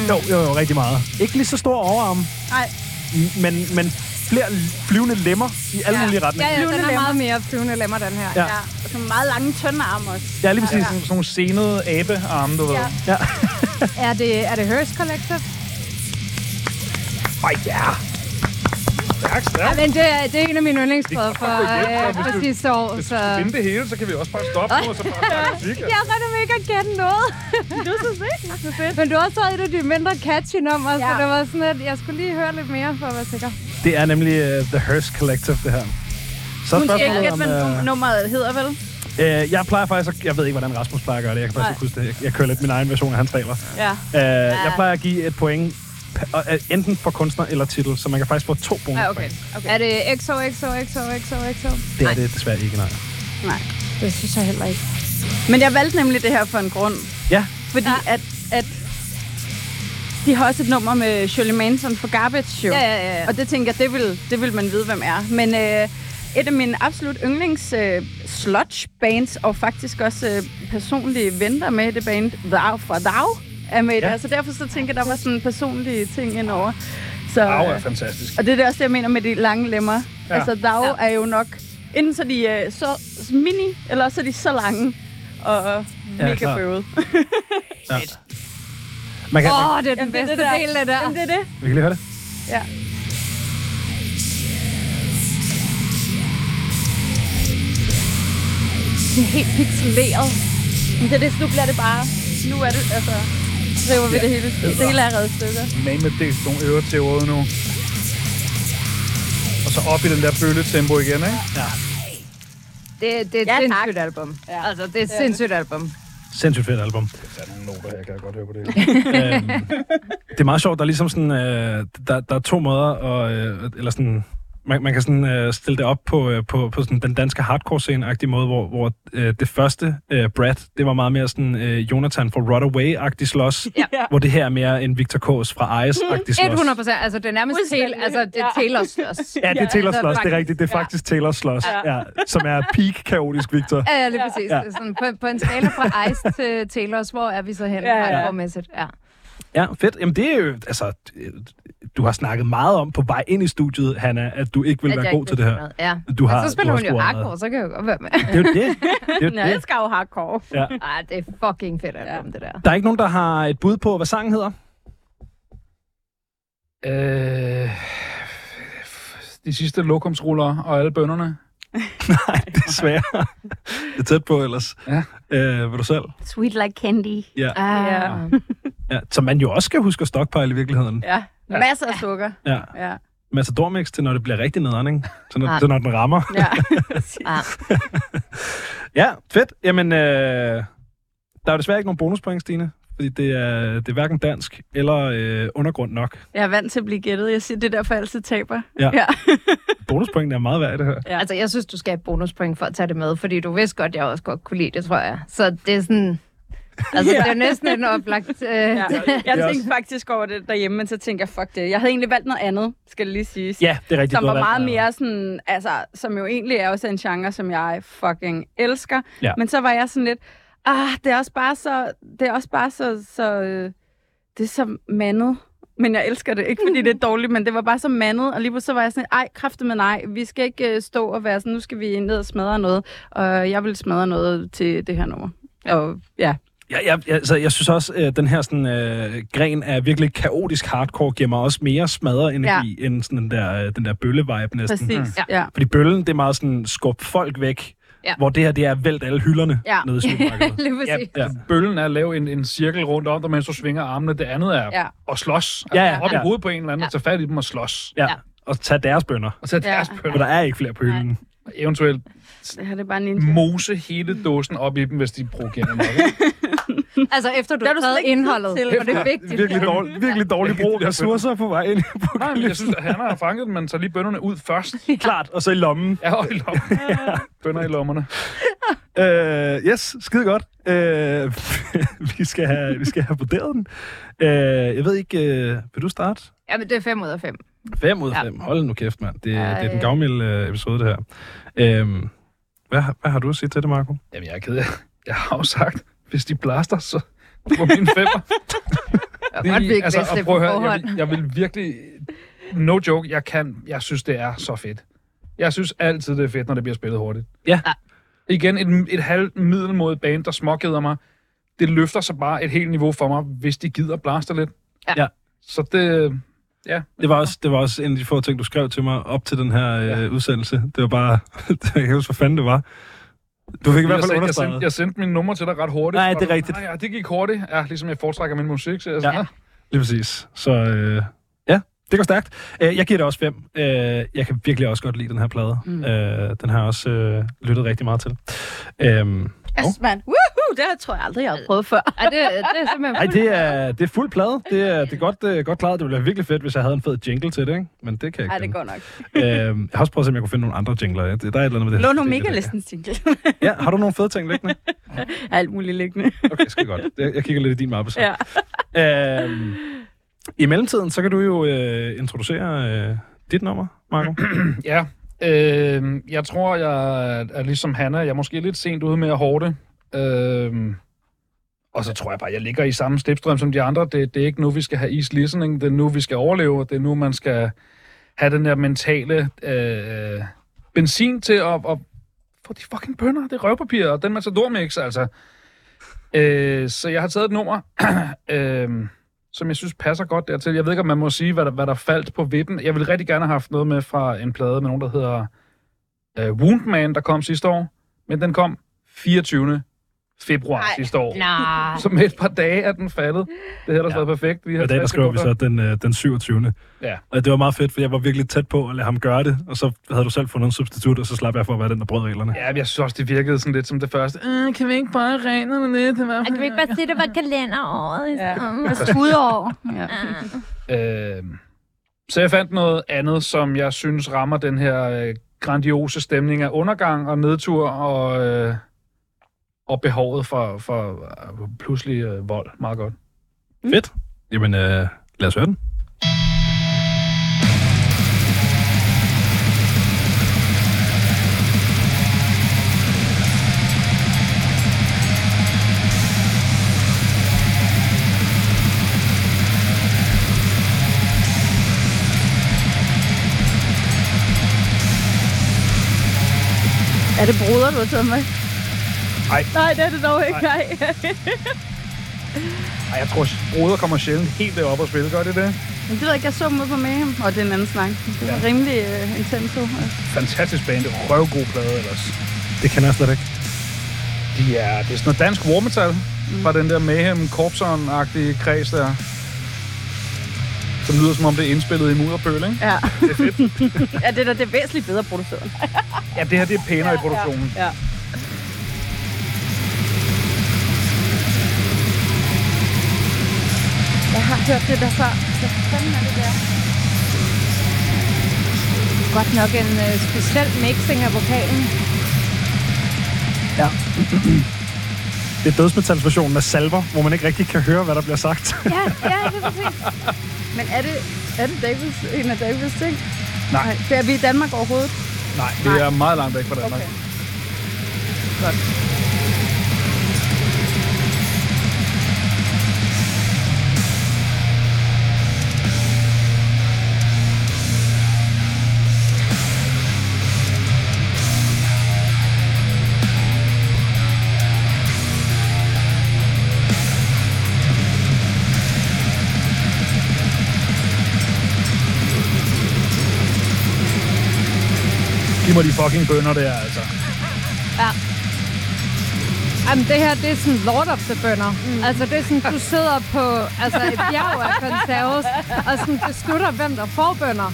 Speaker 2: Jo, jo, jo, rigtig meget. Ikke lige så stor overarm,
Speaker 6: Nej,
Speaker 2: men, men flere flyvende lemmer i alle ja. mulige
Speaker 5: Ja,
Speaker 2: retninger.
Speaker 5: ja, den er
Speaker 6: lemmer.
Speaker 5: meget mere flyvende lemmer, den her.
Speaker 2: Ja.
Speaker 6: ja. Og så meget lange, tynde arme også.
Speaker 2: Ja, lige præcis.
Speaker 4: Sådan nogle senede abearme, du ved.
Speaker 5: Ja. Er det, er det Hearst Collective?
Speaker 2: Ej, ja.
Speaker 4: Stærk,
Speaker 5: Ja,
Speaker 4: stærk.
Speaker 5: men det er, det er en af mine yndlingsbrød fra,
Speaker 4: hjælpe dig,
Speaker 5: øh,
Speaker 4: hvis
Speaker 5: fra
Speaker 4: du-
Speaker 5: sidste år.
Speaker 4: Hvis
Speaker 5: Så.
Speaker 4: du skal finde det hele, så kan vi også bare stoppe nu, og så bare snakke musik.
Speaker 5: Jeg regner med ikke at gætte noget. du synes ikke? Men du har også et af de mindre catchy numre, ja. så
Speaker 6: Ja.
Speaker 5: det var sådan, at jeg skulle lige høre lidt mere for at være sikker.
Speaker 2: Det er nemlig uh, The Hearst Collective, det her. Så er
Speaker 6: Hun skal ikke
Speaker 2: spørgsmålet
Speaker 6: gætte,
Speaker 2: om... øh,
Speaker 6: hvad num- nummeret hedder, vel?
Speaker 2: Øh, jeg plejer faktisk at, Jeg ved ikke, hvordan Rasmus plejer at gøre det. Jeg kan faktisk
Speaker 6: Nej.
Speaker 2: ikke huske det. Jeg, jeg kører lidt min egen version af hans regler.
Speaker 6: Ja.
Speaker 2: Øh, Jeg plejer at give et point, p- og, øh, enten for kunstner eller titel, så man kan faktisk få to point.
Speaker 5: Ja, okay. okay. Er det XO, XO, XO, XO, XO?
Speaker 2: Det er det desværre ikke, nej.
Speaker 6: Nej.
Speaker 5: Det synes jeg heller ikke.
Speaker 6: Men jeg valgte nemlig det her for en grund.
Speaker 2: Ja,
Speaker 6: Fordi ja. at, at de har også et nummer med Shirley Manson for Garbage Show.
Speaker 5: Ja, ja, ja. ja.
Speaker 6: Og det tænker jeg, det vil, det vil man vide, hvem er. Men øh, et af mine absolut yndlings øh, sludge bands, og faktisk også øh, personlige venner med i det band, Thou fra Thou, er med i det.
Speaker 2: Ja.
Speaker 6: Ja. Så derfor så tænker jeg, der var sådan personlige ting indover. Så,
Speaker 4: Au,
Speaker 6: øh,
Speaker 4: er fantastisk.
Speaker 6: Og det er det også det, jeg mener med de lange lemmer.
Speaker 4: Ja.
Speaker 6: Ja. Altså, dag ja. er jo nok... Enten så er de øh, så så mini, eller også er de så lange og øh, mega
Speaker 2: klar.
Speaker 6: ja, bøvet.
Speaker 2: man kan,
Speaker 5: Åh,
Speaker 2: man,
Speaker 5: oh, det er den
Speaker 6: Jamen, det er
Speaker 5: bedste
Speaker 6: det der.
Speaker 5: del af det der.
Speaker 6: Jamen, det er det.
Speaker 2: vi kan lige høre det.
Speaker 6: Ja.
Speaker 5: Det er helt pixeleret.
Speaker 6: Men det er det, så nu bliver det bare... Nu er det, altså... så River vi det hele. Det hele er reddet stykker.
Speaker 4: Man med det, nogle ører til rådet nu. Og så op i den der bølletempo igen, ikke?
Speaker 5: Det, det er et
Speaker 6: Ja, tak.
Speaker 5: sindssygt album. Ja. Altså, det er et sindssygt album.
Speaker 2: Sindssygt fedt album.
Speaker 4: Der er nogle noter her, kan jeg godt høre på det.
Speaker 2: øhm, det er meget sjovt. Der er ligesom sådan, øh, der, der er to måder, og, øh, eller sådan, man, man kan sådan, øh, stille det op på, øh, på, på sådan den danske hardcore scene måde, hvor, hvor øh, det første, øh, Brad, det var meget mere sådan øh, Jonathan fra Runaway-agtig slås,
Speaker 6: Ja.
Speaker 2: hvor det her er mere en Victor K's fra Ice-agtig slås.
Speaker 5: 100 procent. Altså, det er nærmest Taylor, altså, det er Taylor Sloss.
Speaker 2: Ja, det er Taylor
Speaker 5: altså,
Speaker 2: Sloss, det er
Speaker 5: faktisk.
Speaker 2: rigtigt. Det er faktisk Taylor Sloss, ja. som er peak kaotisk Victor.
Speaker 5: Ja, ja, lige præcis. Ja. Sådan, på, på en skala fra Ice til Taylors, hvor er vi så hen?
Speaker 6: Ja,
Speaker 5: Ja,
Speaker 6: ja.
Speaker 5: ja. ja.
Speaker 2: Ja, fedt. Jamen det er jo, altså, du har snakket meget om på vej ind i studiet, Hanna, at du ikke vil
Speaker 5: At
Speaker 2: være
Speaker 5: jeg
Speaker 2: god
Speaker 5: ikke
Speaker 2: til det
Speaker 5: ved
Speaker 2: her.
Speaker 5: noget. Ja.
Speaker 2: Du har,
Speaker 5: Men så spiller
Speaker 2: du
Speaker 5: hun
Speaker 2: har
Speaker 5: jo
Speaker 2: scoret meget.
Speaker 5: hardcore, så kan jeg jo godt være med.
Speaker 2: Det er jo det. det,
Speaker 6: Jeg
Speaker 2: er jo det.
Speaker 6: elsker jo hardcore.
Speaker 5: Ej, det er fucking fedt album, det der.
Speaker 2: Der er ikke nogen, der har et bud på, hvad sangen hedder.
Speaker 4: Øh, de sidste lokumsruller og alle bønderne.
Speaker 2: Nej, desværre. det er tæt på ellers.
Speaker 4: Ja.
Speaker 2: Øh, ved du selv?
Speaker 6: Sweet like candy.
Speaker 5: Ah.
Speaker 6: Ja.
Speaker 2: Ja, som man jo også skal huske at stockpile i virkeligheden.
Speaker 6: Ja. Masser af sukker.
Speaker 2: Ja.
Speaker 6: Ja.
Speaker 2: Matadormix til, når det bliver rigtig nederen, ikke? Så når,
Speaker 5: Ah.
Speaker 2: så når den rammer.
Speaker 6: ja.
Speaker 5: Ah.
Speaker 2: Ja, fedt. Jamen, øh, der er jo desværre ikke nogen bonuspoint, Stine. Fordi det er, det er hverken dansk eller øh, undergrund nok.
Speaker 6: Jeg er vant til at blive gættet. Jeg siger, det er derfor, jeg altid taber.
Speaker 2: Ja.
Speaker 6: ja.
Speaker 2: Bonuspointen er meget værd i det her.
Speaker 6: Ja.
Speaker 5: Altså, jeg synes, du skal have bonuspoint for at tage det med, fordi du vidste godt, jeg også godt kunne lide det, tror jeg. Så det er sådan... Altså, yeah. det er næsten en oplagt... Øh, ja.
Speaker 6: Jeg
Speaker 2: Det er
Speaker 6: tænkte faktisk over det derhjemme, men så tænkte jeg, fuck det. Jeg havde egentlig valgt noget andet, skal det lige siges.
Speaker 2: Ja, det er rigtigt.
Speaker 6: som
Speaker 2: du har
Speaker 6: var
Speaker 2: valgt
Speaker 6: meget
Speaker 2: den her.
Speaker 6: mere sådan, altså, som jo egentlig er også en genre, som jeg fucking elsker.
Speaker 2: Ja.
Speaker 6: Men så var jeg sådan lidt, ah, det er også bare så, det er også bare så, så øh, det er så mandet. Men jeg elsker det, ikke fordi det er dårligt, men det var bare så mandet, og lige pludselig så var jeg sådan, ej, kræfte med nej, vi skal ikke øh, stå og være sådan, nu skal vi ned og smadre noget, og jeg vil smadre noget til det her nummer. Og ja,
Speaker 2: Ja, jeg, jeg, altså, jeg synes også, at den her sådan, øh, gren af virkelig kaotisk hardcore giver mig også mere smadret energi, ja. end sådan den der, øh, den der bølle-vibe næsten.
Speaker 6: præcis.
Speaker 2: Mm.
Speaker 6: Ja. ja.
Speaker 2: Fordi bøllen, det er meget sådan, skub folk væk, ja.
Speaker 5: Ja.
Speaker 2: hvor det her, det er vælt alle hylderne ja.
Speaker 6: Ja.
Speaker 2: nede i supermarkedet.
Speaker 5: Lige præcis.
Speaker 2: ja.
Speaker 4: Altså, Bøllen er at lave en, en cirkel rundt om dig, mens du svinger armene. Det andet er
Speaker 6: Ja.
Speaker 4: at slås. Altså,
Speaker 2: Ja, ja,
Speaker 4: op
Speaker 2: ja.
Speaker 4: i hovedet på en eller anden, ja. tage fat i dem og slås.
Speaker 2: Ja. Og tage deres bønder,
Speaker 4: Og tage
Speaker 6: Ja.
Speaker 4: deres
Speaker 2: for
Speaker 4: bøller.
Speaker 2: der er ikke flere på hylden.
Speaker 4: Eventuelt
Speaker 6: Det her det er bare ninja.
Speaker 4: mose hele dåsen op i dem, hvis de provokerer nok. ikke?
Speaker 5: Altså, efter du
Speaker 6: Der er
Speaker 5: har
Speaker 6: du
Speaker 5: taget
Speaker 6: slet ikke
Speaker 5: indholdet,
Speaker 6: tid til.
Speaker 5: for det er vigtigt.
Speaker 2: dårlig, virkelig dårlig brug af ressourcer på vej ind på
Speaker 4: Nej, men jeg synes, at han har fanget dem, men tager lige bønderne ud først.
Speaker 2: Klart, og så i lommen.
Speaker 4: Ja, og i lommen. Bønder i lommerne.
Speaker 2: Uh, yes, skide godt. Uh, vi, skal have, vi skal have vurderet den. Uh, jeg ved ikke, uh, vil du starte?
Speaker 5: Jamen, det er 5 ud af 5.
Speaker 2: 5 ud af
Speaker 5: Ja.
Speaker 2: 5. Hold nu kæft, mand. Det,
Speaker 5: Ej.
Speaker 2: det er den gavmilde øh, episode, det her. Øhm, hvad, hvad har du at sige til det, Marco?
Speaker 4: Jamen, jeg er ked af. Jeg har jo sagt, hvis de blaster, så på min femmer.
Speaker 5: Det, godt, vi ikke altså,
Speaker 4: og prøv
Speaker 5: det på
Speaker 4: at høre, jeg,
Speaker 5: forhånd.
Speaker 4: vil- jeg vil virkelig... No joke, jeg kan. Jeg synes, det er så fedt. Jeg synes altid, det er fedt, når det bliver spillet hurtigt.
Speaker 2: Ja.
Speaker 5: Ja.
Speaker 4: Igen, et, et halvt middelmodigt band, der småkeder mig. Det løfter sig bare et helt niveau for mig, hvis de gider blaster lidt.
Speaker 5: Ja.
Speaker 2: Ja.
Speaker 4: Så det... Ja.
Speaker 2: Det var, også, det var også en af de få ting, du skrev til mig op til den her øh,
Speaker 4: Ja.
Speaker 2: udsendelse. Det var bare... jeg kan ikke huske, hvad fanden det var. Du fik i hvert fald
Speaker 4: jeg, sendte, jeg, sendte,
Speaker 2: understreget.
Speaker 4: jeg sendte mine numre til dig ret hurtigt.
Speaker 2: Nej,
Speaker 4: og
Speaker 2: det er
Speaker 4: du-
Speaker 2: rigtigt.
Speaker 4: "Nej, Ja, det gik hurtigt. Ja, ligesom jeg foretrækker min musik. Så jeg, ja.
Speaker 2: Ja. Lige præcis. Så øh, ja, det går stærkt. Øh, jeg giver det også 5. Øh, jeg kan virkelig også godt lide den her plade. Mm.
Speaker 6: Mm.
Speaker 2: Øh, den har jeg også øh, lyttet rigtig meget til. Øhm,
Speaker 6: Yes, man. Woohoo, det tror jeg aldrig, jeg har prøvet før.
Speaker 5: Ej, det, det er simpelthen...
Speaker 2: Ej, det er, det er fuld plade. Det er, det er godt, øh, godt klaret. Det ville være virkelig fedt, hvis jeg havde en fed jingle til det, ikke? Men det kan jeg ikke.
Speaker 6: Ej, det
Speaker 2: finde.
Speaker 6: går nok.
Speaker 2: øhm, jeg har også prøvet at se, om jeg kunne finde nogle andre jingler. Ja, Det- Der er et eller andet med det. her
Speaker 6: Lån
Speaker 2: system, jeg
Speaker 6: omega
Speaker 2: tænker.
Speaker 6: listen single.
Speaker 2: Ja, har du nogle fede ting liggende?
Speaker 6: Alt muligt liggende.
Speaker 2: Okay, skal godt. Jeg, jeg kigger lidt i din mappe så.
Speaker 6: Ja.
Speaker 2: Øhm, I mellemtiden, så kan du jo øh, introducere øh, dit nummer, Marco.
Speaker 4: "Ah, Ja, øh, jeg tror, jeg er ligesom Hanna. Jeg er måske lidt sent ude med at hårde. Øh, og så tror jeg bare, jeg ligger i samme slipstrøm som de andre. Det, det er ikke nu, vi skal have easy listening. Det er nu, vi skal overleve. Det er nu, man skal have den der mentale øh, benzin til at, at få de fucking bønder. Det er røvpapir, og den matadormix, altså. Øh, så jeg har taget et nummer, øh, som jeg synes passer godt dertil. Jeg ved ikke, om man må sige, hvad der, hvad der faldt på vippen. Jeg ville rigtig gerne have haft noget med fra en plade med nogen, der hedder øh, Woundman, der kom sidste år. Men den kom 24. februar Ej, sidste år.
Speaker 5: Nej.
Speaker 4: Så med et par dage er den faldet. Det havde ellers
Speaker 2: Ja.
Speaker 4: ja. været perfekt. Vi
Speaker 2: I dag, der skriver vi så den, øh, den 27.
Speaker 4: Ja.
Speaker 2: Og det var meget fedt, for jeg var virkelig tæt på at lade ham gøre det, og så havde du selv fundet en substitut, og så slap jeg for at være den, der brød reglerne.
Speaker 4: Ja, men jeg synes også, det virkede sådan lidt som det første. Øh, kan vi ikke bare regne lidt? Det var...
Speaker 5: Kan vi ikke bare sige, det var kalenderåret?
Speaker 6: Ja. Altså,
Speaker 3: Udover.
Speaker 6: ja.
Speaker 4: Øh, så jeg fandt noget andet, som jeg synes rammer den her øh, grandiose stemning af undergang og nedtur og, øh, og behovet for, for øh, pludselig øh, vold. Meget godt.
Speaker 2: Fedt. Jamen, øh, lad os høre den.
Speaker 6: Er det bruder, du har taget med?
Speaker 4: Ej.
Speaker 6: Nej, det er det dog ikke. Nej.
Speaker 4: Ej, jeg tror, Broder kommer sjældent helt derop og spille. Gør det det?
Speaker 6: Men det ved jeg ikke, jeg så dem ude på Mayhem. Og det er en anden snak. Det var
Speaker 4: Ja.
Speaker 6: rimelig øh, intenso.
Speaker 4: Fantastisk band. Det er røvgod plade ellers.
Speaker 2: Det kender jeg slet ikke.
Speaker 4: De er, det er sådan noget dansk war metal
Speaker 6: Mm.
Speaker 4: fra den der Mayhem Corpson-agtige kreds der. Som lyder som om det er indspillet i mudderpøl, ikke?
Speaker 6: Ja. ja, det er da det er væsentligt bedre produceret.
Speaker 4: Ja, det her det er pænere i produktionen.
Speaker 6: Ja.
Speaker 4: Ja.
Speaker 6: Jeg har hørt det der før. Hvad fanden er det der?
Speaker 5: Godt nok en øh, speciel mixing af vokalen.
Speaker 2: Det er dødsmetalsversionen af salver, hvor man ikke rigtig kan høre, hvad der bliver sagt.
Speaker 5: Ja, ja, det er præcis.
Speaker 6: Men er det, er det Davids, en af Davids ting?
Speaker 4: Nej.
Speaker 6: Det er vi i Danmark overhovedet.
Speaker 4: Nej, det er meget langt væk fra Danmark.
Speaker 6: Okay.
Speaker 4: Okay. Giv mig de fucking bønder der, altså.
Speaker 5: Jamen, det her, det er sådan Lord of the Bønder. Mm. Altså, det er sådan, du sidder på altså, et bjerg af konserves, og sådan beslutter, hvem der får bønder.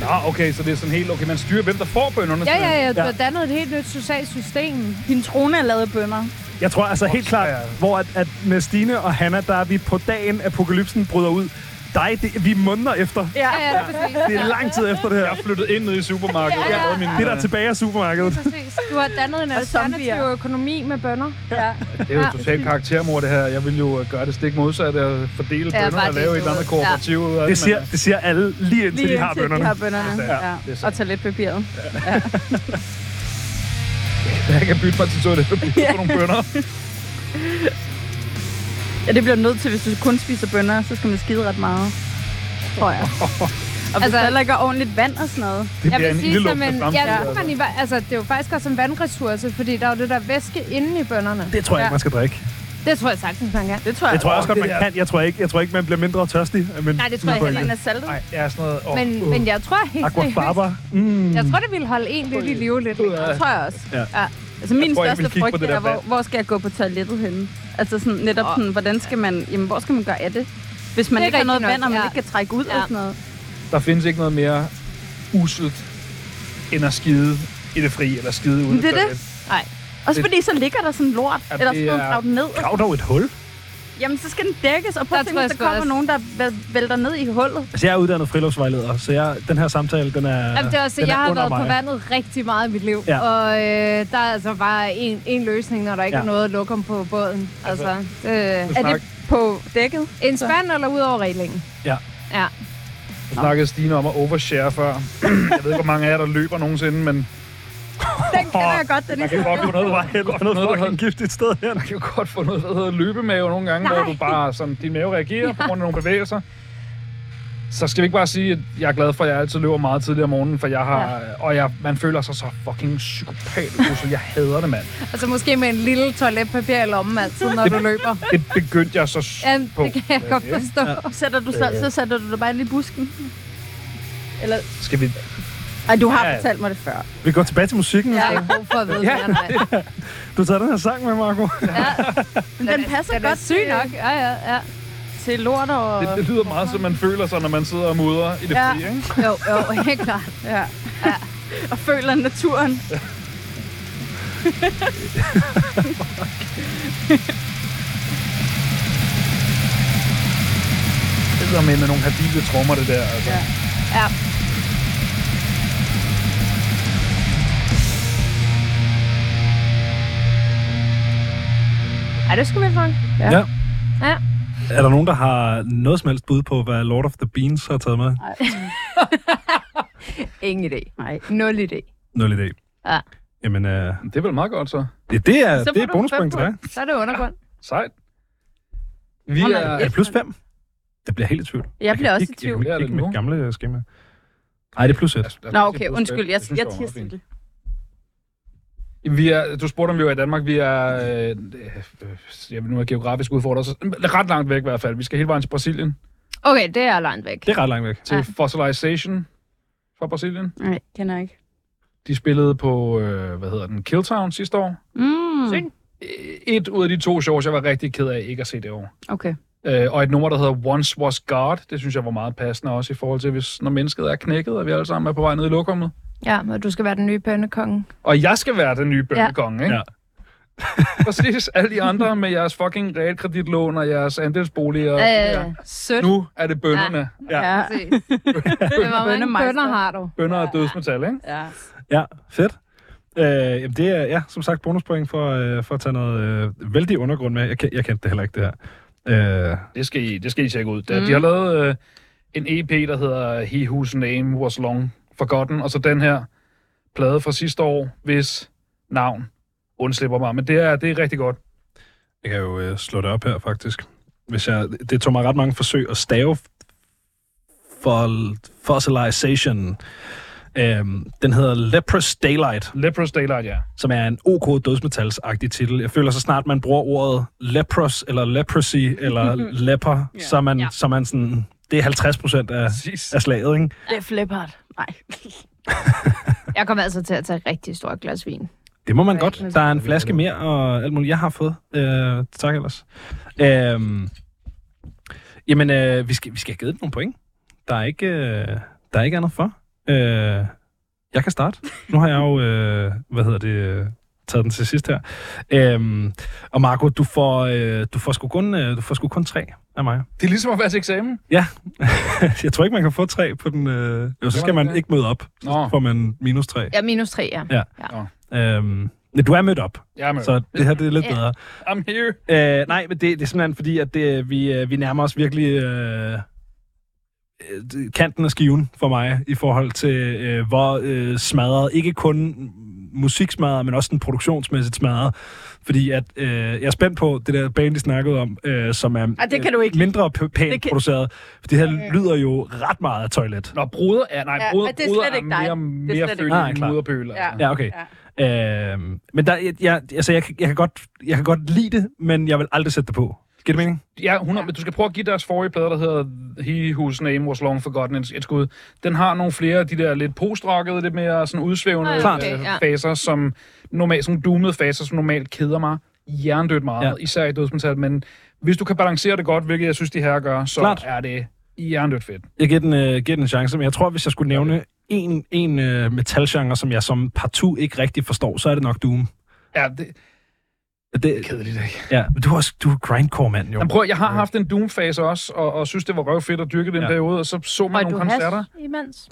Speaker 4: Nå, okay, så det er sådan helt... Okay, man styrer, hvem der får bønderne.
Speaker 5: Ja, ja,
Speaker 4: simpelthen.
Speaker 5: ja. Du har dannet et helt nyt socialt system.
Speaker 6: Min trone er lavet bønder.
Speaker 7: Jeg tror altså helt klart, hvor at, at med Stine og Hanna, der er vi på dagen, apokalypsen bryder ud. Dig, det, vi er måneder efter.
Speaker 5: Ja, ja, det er præcis.
Speaker 7: Det er lang tid efter det her.
Speaker 4: Jeg er flyttet ind nede i supermarkedet.
Speaker 5: Ja, ja.
Speaker 4: Jeg har min,
Speaker 7: Det, der er tilbage af supermarkedet.
Speaker 5: Præcis. Du har dannet en
Speaker 6: Og zombier.
Speaker 5: alternativ økonomi med bønder.
Speaker 6: Ja.
Speaker 4: Det er jo totalt karaktermor, det her. Jeg vil jo øh, gøre det stik modsatte og fordele
Speaker 5: Ja,
Speaker 4: ja, bønder
Speaker 5: bare
Speaker 4: og lave et
Speaker 5: det
Speaker 4: eller andet
Speaker 5: ud.
Speaker 4: kooperativ. ud af
Speaker 7: Det
Speaker 4: men,
Speaker 7: siger, det siger alle lige indtil
Speaker 6: Lige
Speaker 7: de har
Speaker 6: indtil
Speaker 7: bønderne.
Speaker 6: de har bønderne.
Speaker 4: Ja,
Speaker 6: Ja.
Speaker 4: det er
Speaker 6: ja.
Speaker 4: sandt.
Speaker 6: Og toiletpapiret.
Speaker 4: øh, Jeg kan bytte mig til toilet og bytte på nogle bønder.
Speaker 6: Ja, det bliver du nødt til, hvis du kun spiser bønder, så skal man skide ret meget. Tror jeg. Og hvis
Speaker 5: Altså-
Speaker 6: altså, der heller ikke er ordentligt vand og sådan noget.
Speaker 4: Det
Speaker 5: Jeg
Speaker 4: bliver en
Speaker 5: vil sige, som
Speaker 4: ildelugtende
Speaker 5: en,
Speaker 4: fremtid.
Speaker 5: ja, det, kunne man i, hver- altså, det er jo faktisk også en vandressource, fordi der er jo det der væske inde i bønderne.
Speaker 7: Det tror jeg ikke, man skal drikke.
Speaker 5: Det tror jeg sagtens, man kan.
Speaker 6: Det tror jeg.
Speaker 7: Det tror jeg også
Speaker 4: Åh,
Speaker 7: godt,
Speaker 4: det
Speaker 7: man
Speaker 4: er-
Speaker 7: kan. Jeg tror ikke, jeg tror ikke man bliver mindre tørstig. Men
Speaker 5: Nej, det tror jeg heller
Speaker 6: Den
Speaker 5: ikke.
Speaker 6: er saltet.
Speaker 4: Nej, jeg er sådan noget... Åh,
Speaker 5: Men,
Speaker 4: øh,
Speaker 5: men jeg tror helt seriøst,
Speaker 7: Aquafaba. Mm.
Speaker 5: jeg tror, det ville holde en lidt i live lidt. længere.
Speaker 6: Det tror jeg også.
Speaker 7: Ja.
Speaker 6: ja. Altså min
Speaker 4: Jeg tror, jeg
Speaker 6: største
Speaker 4: ville kigge på
Speaker 6: frygt
Speaker 4: det der
Speaker 6: er, hvor,
Speaker 4: vand.
Speaker 6: hvor skal jeg gå på toilettet henne? Altså sådan, netop sådan, hvordan skal man, jamen, hvor skal man gøre af det? Hvis man
Speaker 5: Det er
Speaker 6: ikke har noget
Speaker 5: rigtigt nok,
Speaker 6: vand, og man
Speaker 5: ja.
Speaker 6: ikke kan trække ud
Speaker 5: Ja.
Speaker 6: og sådan noget.
Speaker 4: Der findes ikke noget mere uselt end at skide i det fri, eller skide uden
Speaker 6: Men det er
Speaker 4: et
Speaker 6: det.
Speaker 4: toilet.
Speaker 5: Nej.
Speaker 6: Også
Speaker 4: Det-
Speaker 6: fordi så ligger der sådan lort,
Speaker 4: Ja,
Speaker 6: eller
Speaker 4: det
Speaker 6: sådan noget,
Speaker 4: er-
Speaker 6: grav den ned. og-
Speaker 7: Grav dog et hul.
Speaker 6: Jamen, så skal den dækkes, og prøv
Speaker 5: Der
Speaker 6: at tænke,
Speaker 5: tror
Speaker 6: hvis
Speaker 5: jeg
Speaker 6: der
Speaker 5: sgu
Speaker 6: kommer
Speaker 5: også.
Speaker 6: nogen, der væl- vælter ned i hullet.
Speaker 7: Altså, jeg er uddannet friluftsvejleder, så jeg, den her samtale, den er
Speaker 5: Jamen, det er også,
Speaker 7: den
Speaker 5: jeg
Speaker 7: er
Speaker 5: har
Speaker 7: under
Speaker 5: været
Speaker 7: mig.
Speaker 5: på vandet rigtig meget i mit liv,
Speaker 7: Ja.
Speaker 5: og øh, der er altså bare en, en løsning, når der ikke
Speaker 7: Ja.
Speaker 5: er noget at lukke om på båden. Altså, øh,
Speaker 4: Er
Speaker 6: Er
Speaker 4: det
Speaker 6: det på dækket?
Speaker 5: en spand eller ud over reglingen?
Speaker 7: Ja.
Speaker 5: Ja.
Speaker 4: Nu snakkede Stine om at overshare før. jeg ved ikke, hvor mange af jer, der løber nogensinde, men
Speaker 6: Den kender jeg godt, den
Speaker 4: man kan godt få noget, man kan godt få
Speaker 7: Noget
Speaker 4: noget, der hedder-
Speaker 7: fucking giftigt sted her.
Speaker 4: man kan godt få noget, der hedder løbemave nogle gange, hvor du bare, som din mave reagerer på grund af nogle bevægelser. Så skal vi ikke bare sige, at jeg er glad for, at jeg altid løber meget tidligere om morgenen, for jeg har... Ja. Og jeg, man føler sig så fucking psykopat, så jeg hader det, mand.
Speaker 5: Altså måske med en lille toiletpapir i lommen altid, når du løber.
Speaker 4: Det begyndte jeg så s-
Speaker 5: Ja,
Speaker 4: på.
Speaker 5: det kan jeg godt forstå.
Speaker 6: Sætter du, så, så sætter du dig bare ind i busken. Eller,
Speaker 4: Skal vi
Speaker 6: ej, du har
Speaker 4: Ja.
Speaker 6: fortalt mig det før.
Speaker 7: Vi går tilbage til musikken.
Speaker 5: Jeg har ikke brug for at vide mere, nej.
Speaker 7: Du tager den her sang med, Marco.
Speaker 6: Men den, passer
Speaker 5: Den er
Speaker 6: godt
Speaker 5: syg
Speaker 6: til,
Speaker 5: nok. Ja, ja, ja.
Speaker 6: til lort og...
Speaker 4: Det, det lyder meget, som man føler sig, når man sidder og mudrer i det ja.
Speaker 6: Ja.
Speaker 4: fri, ikke?
Speaker 5: Jo, jo, helt klart.
Speaker 6: Ja. og føler naturen.
Speaker 4: Det lyder med med nogle habile trommer, det der. Altså. Ja.
Speaker 5: Ja. Ej, det skulle vi fange.
Speaker 7: Ja.
Speaker 5: Ja.
Speaker 7: Er der nogen, der har noget som helst bud på, hvad Lord of the Beans har taget med?
Speaker 5: Ingen idé.
Speaker 6: Nej.
Speaker 5: Nul idé.
Speaker 7: Nul idé.
Speaker 5: Ja.
Speaker 7: Jamen, øh,
Speaker 4: Det er vel meget godt, så.
Speaker 7: det, det er,
Speaker 5: Så
Speaker 7: det
Speaker 5: får
Speaker 7: er
Speaker 5: du
Speaker 7: bonuspoint
Speaker 5: fem
Speaker 7: til dig.
Speaker 5: Så er det undergrund.
Speaker 4: Sejt. Vi
Speaker 6: Nå, nej,
Speaker 4: er...
Speaker 7: Er det plus 5? Det bliver helt i tvivl.
Speaker 6: Jeg bliver også i
Speaker 7: kigge-
Speaker 6: tvivl.
Speaker 7: Jeg kan
Speaker 4: Det er
Speaker 7: ikke
Speaker 4: det
Speaker 7: kigge
Speaker 4: nu.
Speaker 7: mit gamle schema. Nej, det er plus 1.
Speaker 6: Nå, okay, undskyld. Jeg, jeg tirsdede det.
Speaker 4: Vi er, du spurgte, om vi var i Danmark. Vi er, øh, øh, jeg vil nu er geografisk udfordret, så ret langt væk i hvert fald. Vi skal hele vejen til Brasilien,
Speaker 5: Okay, det er langt væk.
Speaker 7: Det er ret langt væk.
Speaker 4: til
Speaker 5: Ja.
Speaker 4: Fossilization fra Brasilien.
Speaker 6: Nej, kender jeg ikke.
Speaker 4: De spillede på, øh, hvad hedder den, Killtown sidste år. Øh,
Speaker 6: Mm.
Speaker 5: Sygt.
Speaker 4: Et ud af de to shows, jeg var rigtig ked af ikke at se det år.
Speaker 6: Mm, Okay.
Speaker 4: Øh, og et nummer, der hedder Once Was God. Det synes jeg var meget passende også i forhold til, hvis, når mennesket er knækket, og vi alle sammen er på vej ned i lokummet.
Speaker 5: Ja, og du skal være den nye bønnekonge.
Speaker 4: Og jeg skal være den nye bøndekonge, ja. ikke?
Speaker 7: Ja.
Speaker 4: Præcis alle de andre med jeres fucking realkreditlån og jeres andelsboliger.
Speaker 5: Øh,
Speaker 4: Ja.
Speaker 5: sødt.
Speaker 4: Nu er det bønderne. Ja. ja.
Speaker 5: Præcis. Hvor mange
Speaker 6: Bønnemeister.
Speaker 5: bønder har du?
Speaker 4: Bønder og dødsmetal, ikke?
Speaker 6: ja.
Speaker 2: Ja, fedt. Øh, jamen det er, ja, som sagt, bonuspoint for, øh, for at tage noget øh, vældig undergrund med. Jeg, ke- jeg kendte det heller ikke, det her. Øh,
Speaker 4: Det skal I, det skal I tjekke ud. Mm. De har lavet øh, en EP, der hedder He Whose Name Was Long Forgotten, og så den her plade fra sidste år, hvis navn undslipper mig. Men det er, det er rigtig godt.
Speaker 2: jeg kan jo øh, slå det op her, faktisk. Hvis jeg, det tog mig ret mange forsøg at stave for fossilization. Øhm, den hedder Leprous Daylight,
Speaker 4: Leprous Daylight, ja.
Speaker 2: som er en OK dødsmetalsagtig titel. Jeg føler så snart, man bruger ordet leprous, eller leprosy, eller leper, yeah. så, er man, så er man sådan, det er 50 procent af,
Speaker 4: Præcis.
Speaker 2: af slaget, ikke?
Speaker 6: Def Leppard. Nej.
Speaker 5: Jeg kommer altså til at tage et rigtig stort glas vin.
Speaker 2: Det må man godt. Der er en flaske mere og alt muligt. Jeg har fået. Øh, tak ellers. Øhm, jamen, øh, vi, skal, vi skal have givet den nogle point. Der er ikke, øh, der er ikke andet for. Øh, jeg kan starte. Nu har jeg jo, øh, hvad hedder det, øh, taget den til sidst her. Øhm, og Marco, du får, øh, du, får sgu kun, øh, du får sgu kun tre af mig.
Speaker 4: Det er ligesom at være til eksamen.
Speaker 2: jeg tror ikke, man kan få tre på den. Øh, jo, så skal man ikke møde op. Så
Speaker 4: Nå,
Speaker 2: får man minus tre.
Speaker 5: Ja, minus tre, ja.
Speaker 2: Øhm, men du er mødt op,
Speaker 4: jeg er med.
Speaker 2: så det her det er lidt
Speaker 5: Ja.
Speaker 2: bedre.
Speaker 4: I'm here.
Speaker 2: Øh, nej, men det, det er simpelthen fordi, at det, vi, øh, vi nærmer os virkelig øh, øh, kanten af skiven for mig i forhold til, øh, hvor øh, smadret, ikke kun musiksmadret, men også den produktionsmæssigt smadret. Fordi at, øh, jeg er spændt på det der band, de snakkede om, øh, som er øh,
Speaker 6: Ej, det kan du ikke.
Speaker 2: mindre p- pænt
Speaker 6: Det
Speaker 2: det
Speaker 6: kan-
Speaker 2: kan... produceret. For det her lyder jo ret meget af toilet.
Speaker 4: Nå, bruder er, nej,
Speaker 6: Ja,
Speaker 4: bruder,
Speaker 6: og det er
Speaker 4: bruder
Speaker 6: slet ikke dig.
Speaker 4: mere,
Speaker 6: Det er
Speaker 4: mere
Speaker 6: slet ikke
Speaker 4: følt
Speaker 2: dig. Nej,
Speaker 4: end
Speaker 2: klart.
Speaker 4: moderpøl. Altså.
Speaker 2: Ja, okay.
Speaker 6: Ja.
Speaker 2: Øh, men der, jeg, jeg, altså, jeg, kan- jeg, kan godt, jeg kan godt lide det, men jeg vil aldrig sætte det på. Giver det mening?
Speaker 4: Ja, 100, men du skal prøve at give deres forrige plade, der hedder He Whose Name Was Long Forgotten, et, et skud. Den har nogle flere af de der lidt postrockede, lidt mere sådan udsvævende
Speaker 5: Ah,
Speaker 4: okay,
Speaker 5: okay,
Speaker 4: øh,
Speaker 5: ja.
Speaker 4: faser, som normalt, sådan doomede faser, som normalt keder mig jerndødt meget, ja.
Speaker 2: Ja.
Speaker 4: især i dødsmetal, men hvis du kan balancere det godt, hvilket jeg synes, de her gør, så Klart.
Speaker 2: Klart.
Speaker 4: er det jerndødt fedt.
Speaker 2: Jeg giver den, øh, giver den en chance, men jeg tror, hvis jeg skulle nævne en, en øh, metalgenre, som jeg som partout ikke rigtig forstår, så er det nok Doom.
Speaker 4: Ja, det er
Speaker 2: Det,
Speaker 4: kedeligt, ikke?
Speaker 2: ja, men du er også du er grindcore-mand, jo.
Speaker 4: Jamen, prøv, at- jeg har haft en doom-fase også, og, og synes, det var røvfedt at dyrke den ja.
Speaker 2: Ja.
Speaker 4: periode, og så så man
Speaker 5: Røg
Speaker 4: nogle
Speaker 5: du has
Speaker 4: koncerter.
Speaker 5: imens?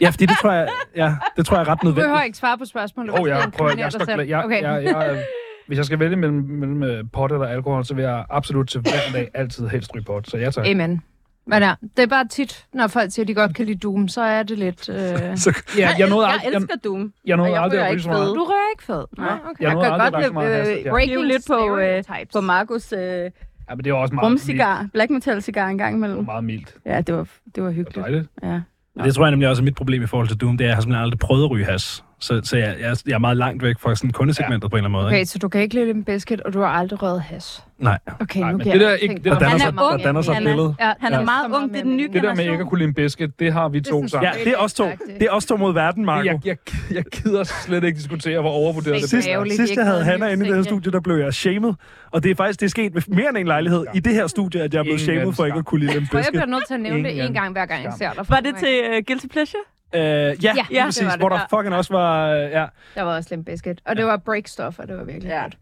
Speaker 2: Ja, fordi det tror jeg, ja, det tror jeg er ret
Speaker 5: Du behøver
Speaker 2: nødvendigt.
Speaker 5: ikke svare på spørgsmålet.
Speaker 4: Åh, oh, jeg,
Speaker 5: Du
Speaker 4: prøv, at-
Speaker 5: inkriminerer
Speaker 4: jeg,
Speaker 5: dig
Speaker 4: står
Speaker 5: selv.
Speaker 4: klar. Jeg,
Speaker 5: Okay.
Speaker 4: okay. jeg, jeg, øh, hvis jeg skal vælge mellem, mellem øh, pot eller alkohol, så vil jeg absolut til hver dag altid helst ryge pot. Så ja, tak.
Speaker 5: Amen. Men ja, det er bare tit, når folk siger, at de godt kan lide Doom, så er det lidt... Øh...
Speaker 2: Så,
Speaker 4: Ja, jeg, nåede
Speaker 6: jeg
Speaker 4: aldrig, jeg,
Speaker 6: elsker Doom.
Speaker 4: jeg nåede
Speaker 6: og jeg
Speaker 4: aldrig
Speaker 6: rører
Speaker 4: at ryge
Speaker 6: ikke
Speaker 4: så meget.
Speaker 6: fede.
Speaker 5: Du rører ikke fed.
Speaker 6: Nej.
Speaker 5: Nå, okay.
Speaker 4: Jeg
Speaker 6: Jeg
Speaker 4: nåede
Speaker 6: kan
Speaker 4: aldrig
Speaker 6: godt
Speaker 4: at ryge så meget
Speaker 6: øh,
Speaker 4: has. Ja.
Speaker 6: blive lidt på, øh,
Speaker 5: stereotypes.
Speaker 6: på Marcos øh,
Speaker 4: Ja, men det er også meget mildt.
Speaker 6: rumcigar, black metal cigar en gang
Speaker 4: Det
Speaker 6: imellem.
Speaker 4: var meget mildt.
Speaker 6: Ja, det var, det var
Speaker 4: Det var
Speaker 6: hyggeligt.
Speaker 4: dejligt.
Speaker 6: Ja.
Speaker 2: det tror jeg nemlig også er mit problem i forhold til Doom, det er, at jeg har simpelthen aldrig prøvet at ryge has. Så, så jeg, jeg, jeg er meget langt væk fra sådan kundesegmentet ja. på en eller anden måde.
Speaker 5: Okay,
Speaker 2: Ikke?
Speaker 5: så du kan ikke lide en biscuit, og du har aldrig røget has.
Speaker 2: Nej.
Speaker 5: Okay,
Speaker 4: Nej,
Speaker 5: nu
Speaker 4: men
Speaker 5: kan
Speaker 4: det
Speaker 5: jeg
Speaker 4: der er ikke-
Speaker 5: tænke
Speaker 4: det
Speaker 5: på
Speaker 4: der
Speaker 2: danner
Speaker 5: det.
Speaker 2: sig-
Speaker 5: Han er
Speaker 2: der
Speaker 5: ung.
Speaker 2: danner sig et
Speaker 5: Han er-
Speaker 2: billede.
Speaker 5: Ja,
Speaker 6: Han er
Speaker 5: ja.
Speaker 6: meget
Speaker 5: Så
Speaker 6: ung, det er den
Speaker 5: mere
Speaker 6: nye
Speaker 5: mening.
Speaker 4: Det der med ikke at kunne lide en biscuit, det har vi
Speaker 5: Det
Speaker 4: to
Speaker 5: synes jeg
Speaker 4: sammen.
Speaker 2: Ja, det er os to. Det er os to mod verden, Marco.
Speaker 4: Jeg, jeg, jeg gider slet ikke diskutere, hvor overvurderet det
Speaker 5: Fedt.
Speaker 4: er.
Speaker 5: er ærgerligt,
Speaker 2: Sidst,
Speaker 5: de
Speaker 2: sidst
Speaker 5: ikke
Speaker 2: jeg havde
Speaker 5: havde
Speaker 2: Hanna
Speaker 5: en
Speaker 2: inde i det her
Speaker 5: seng, ja.
Speaker 2: studie, der blev jeg shamed. Og det er faktisk det er sket ved mere end en lejlighed i det her studie, at jeg er blevet
Speaker 4: Ingen
Speaker 2: shamed for ikke
Speaker 4: skam.
Speaker 2: at kunne lide en
Speaker 5: Og jeg
Speaker 2: biscuit.
Speaker 5: bliver nødt til at nævne det
Speaker 4: Ingen
Speaker 5: en gang, hver gang jeg ser dig.
Speaker 6: Var det til uh, Guilty Pleasure?
Speaker 2: Øh, ja, ja,
Speaker 5: det
Speaker 2: præcis.
Speaker 5: var det.
Speaker 2: hvor der
Speaker 6: Ja.
Speaker 2: fucking også var... øh, Ja.
Speaker 5: Der var også Limp Bizkit. Og det var breakstof, og det var virkelig
Speaker 6: Ja.
Speaker 5: godt.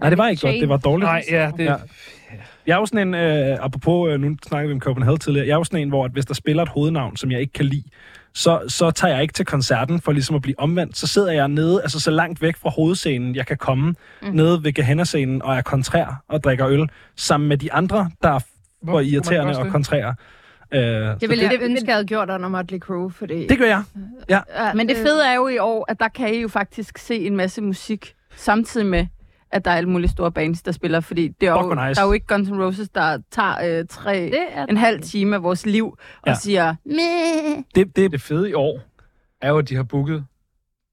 Speaker 2: Nej, det var ikke godt. Det var dårligt.
Speaker 4: Nej, ja, det,
Speaker 2: Ja. Jeg er jo sådan en, øh, apropos, øh, nu snakkede vi om Copenhagen tidligere, jeg er jo sådan en, hvor at hvis der spiller et hovednavn, som jeg ikke kan lide, så, så tager jeg ikke til koncerten for ligesom at blive omvendt. Så sidder jeg nede, altså så langt væk fra hovedscenen, jeg kan komme, mm. nede ved Gehenna-scenen, og er kontrær og drikker øl, sammen med de andre, der er for
Speaker 4: kunne man
Speaker 2: irriterende
Speaker 4: også
Speaker 2: og
Speaker 4: det?
Speaker 2: kontrære. Øh, så
Speaker 5: Det ville jeg
Speaker 6: det-
Speaker 5: ønske, jeg havde gjort under Motley Crue, fordi...
Speaker 2: det gør jeg.
Speaker 5: Ja,
Speaker 6: Men det fede er jo i år, at der kan I jo faktisk se en masse musik, samtidig med, at der er alle mulige store bands, der spiller, fordi det er jo,
Speaker 2: Fuck, hvor nice.
Speaker 6: der er jo ikke Guns N' Roses, der tager øh, tre,
Speaker 5: Det er
Speaker 6: en halv time af vores liv og
Speaker 2: Ja.
Speaker 6: siger,
Speaker 2: Det, det,
Speaker 4: det fede i år er jo, at de har booket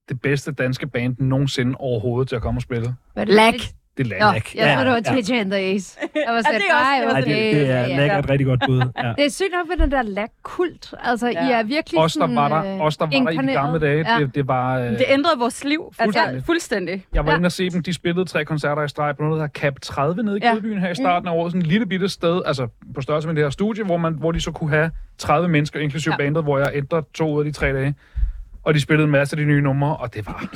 Speaker 4: det bedste danske band nogensinde overhovedet til at komme og spille.
Speaker 5: Var det
Speaker 6: lag.
Speaker 4: Det er
Speaker 5: Nå,
Speaker 4: Lag.
Speaker 5: jeg troede, det var
Speaker 2: Ja, ja.
Speaker 5: TJ and the Ace. Jeg var
Speaker 6: Ja,
Speaker 5: sådan,
Speaker 6: det er også-
Speaker 5: nej,
Speaker 6: det er også
Speaker 2: ej,
Speaker 5: okay.
Speaker 2: det, det er
Speaker 5: ja,
Speaker 2: lækkert
Speaker 5: ja.
Speaker 2: et rigtig godt bud. Ja.
Speaker 5: Det er sygt nok ved den der lag-kult. Altså,
Speaker 6: Ja.
Speaker 5: ja. I er virkelig
Speaker 4: Os, der
Speaker 5: sådan, øh,
Speaker 4: var der, os, der, var der i de
Speaker 5: inkarneret.
Speaker 4: gamle dage,
Speaker 5: Ja.
Speaker 4: det, det var... øh,
Speaker 6: Det ændrede vores liv. Altså,
Speaker 4: Fuldstændig.
Speaker 6: fuldstændig.
Speaker 4: Jeg var
Speaker 5: Ja.
Speaker 4: inde og se dem. De spillede tre koncerter i streg på noget, der hedder Cap 30 nede i
Speaker 6: Ja.
Speaker 4: ja. Kødbyen
Speaker 5: Mm.
Speaker 4: her i starten af året. Sådan et lille bitte sted, altså på størrelse med det her studie, hvor, man, hvor de så kunne have 30 mennesker, inklusive
Speaker 6: Ja.
Speaker 4: ja. bandet, hvor jeg ændrede to ud af de tre dage. Og de spillede en masse af de nye numre, og det var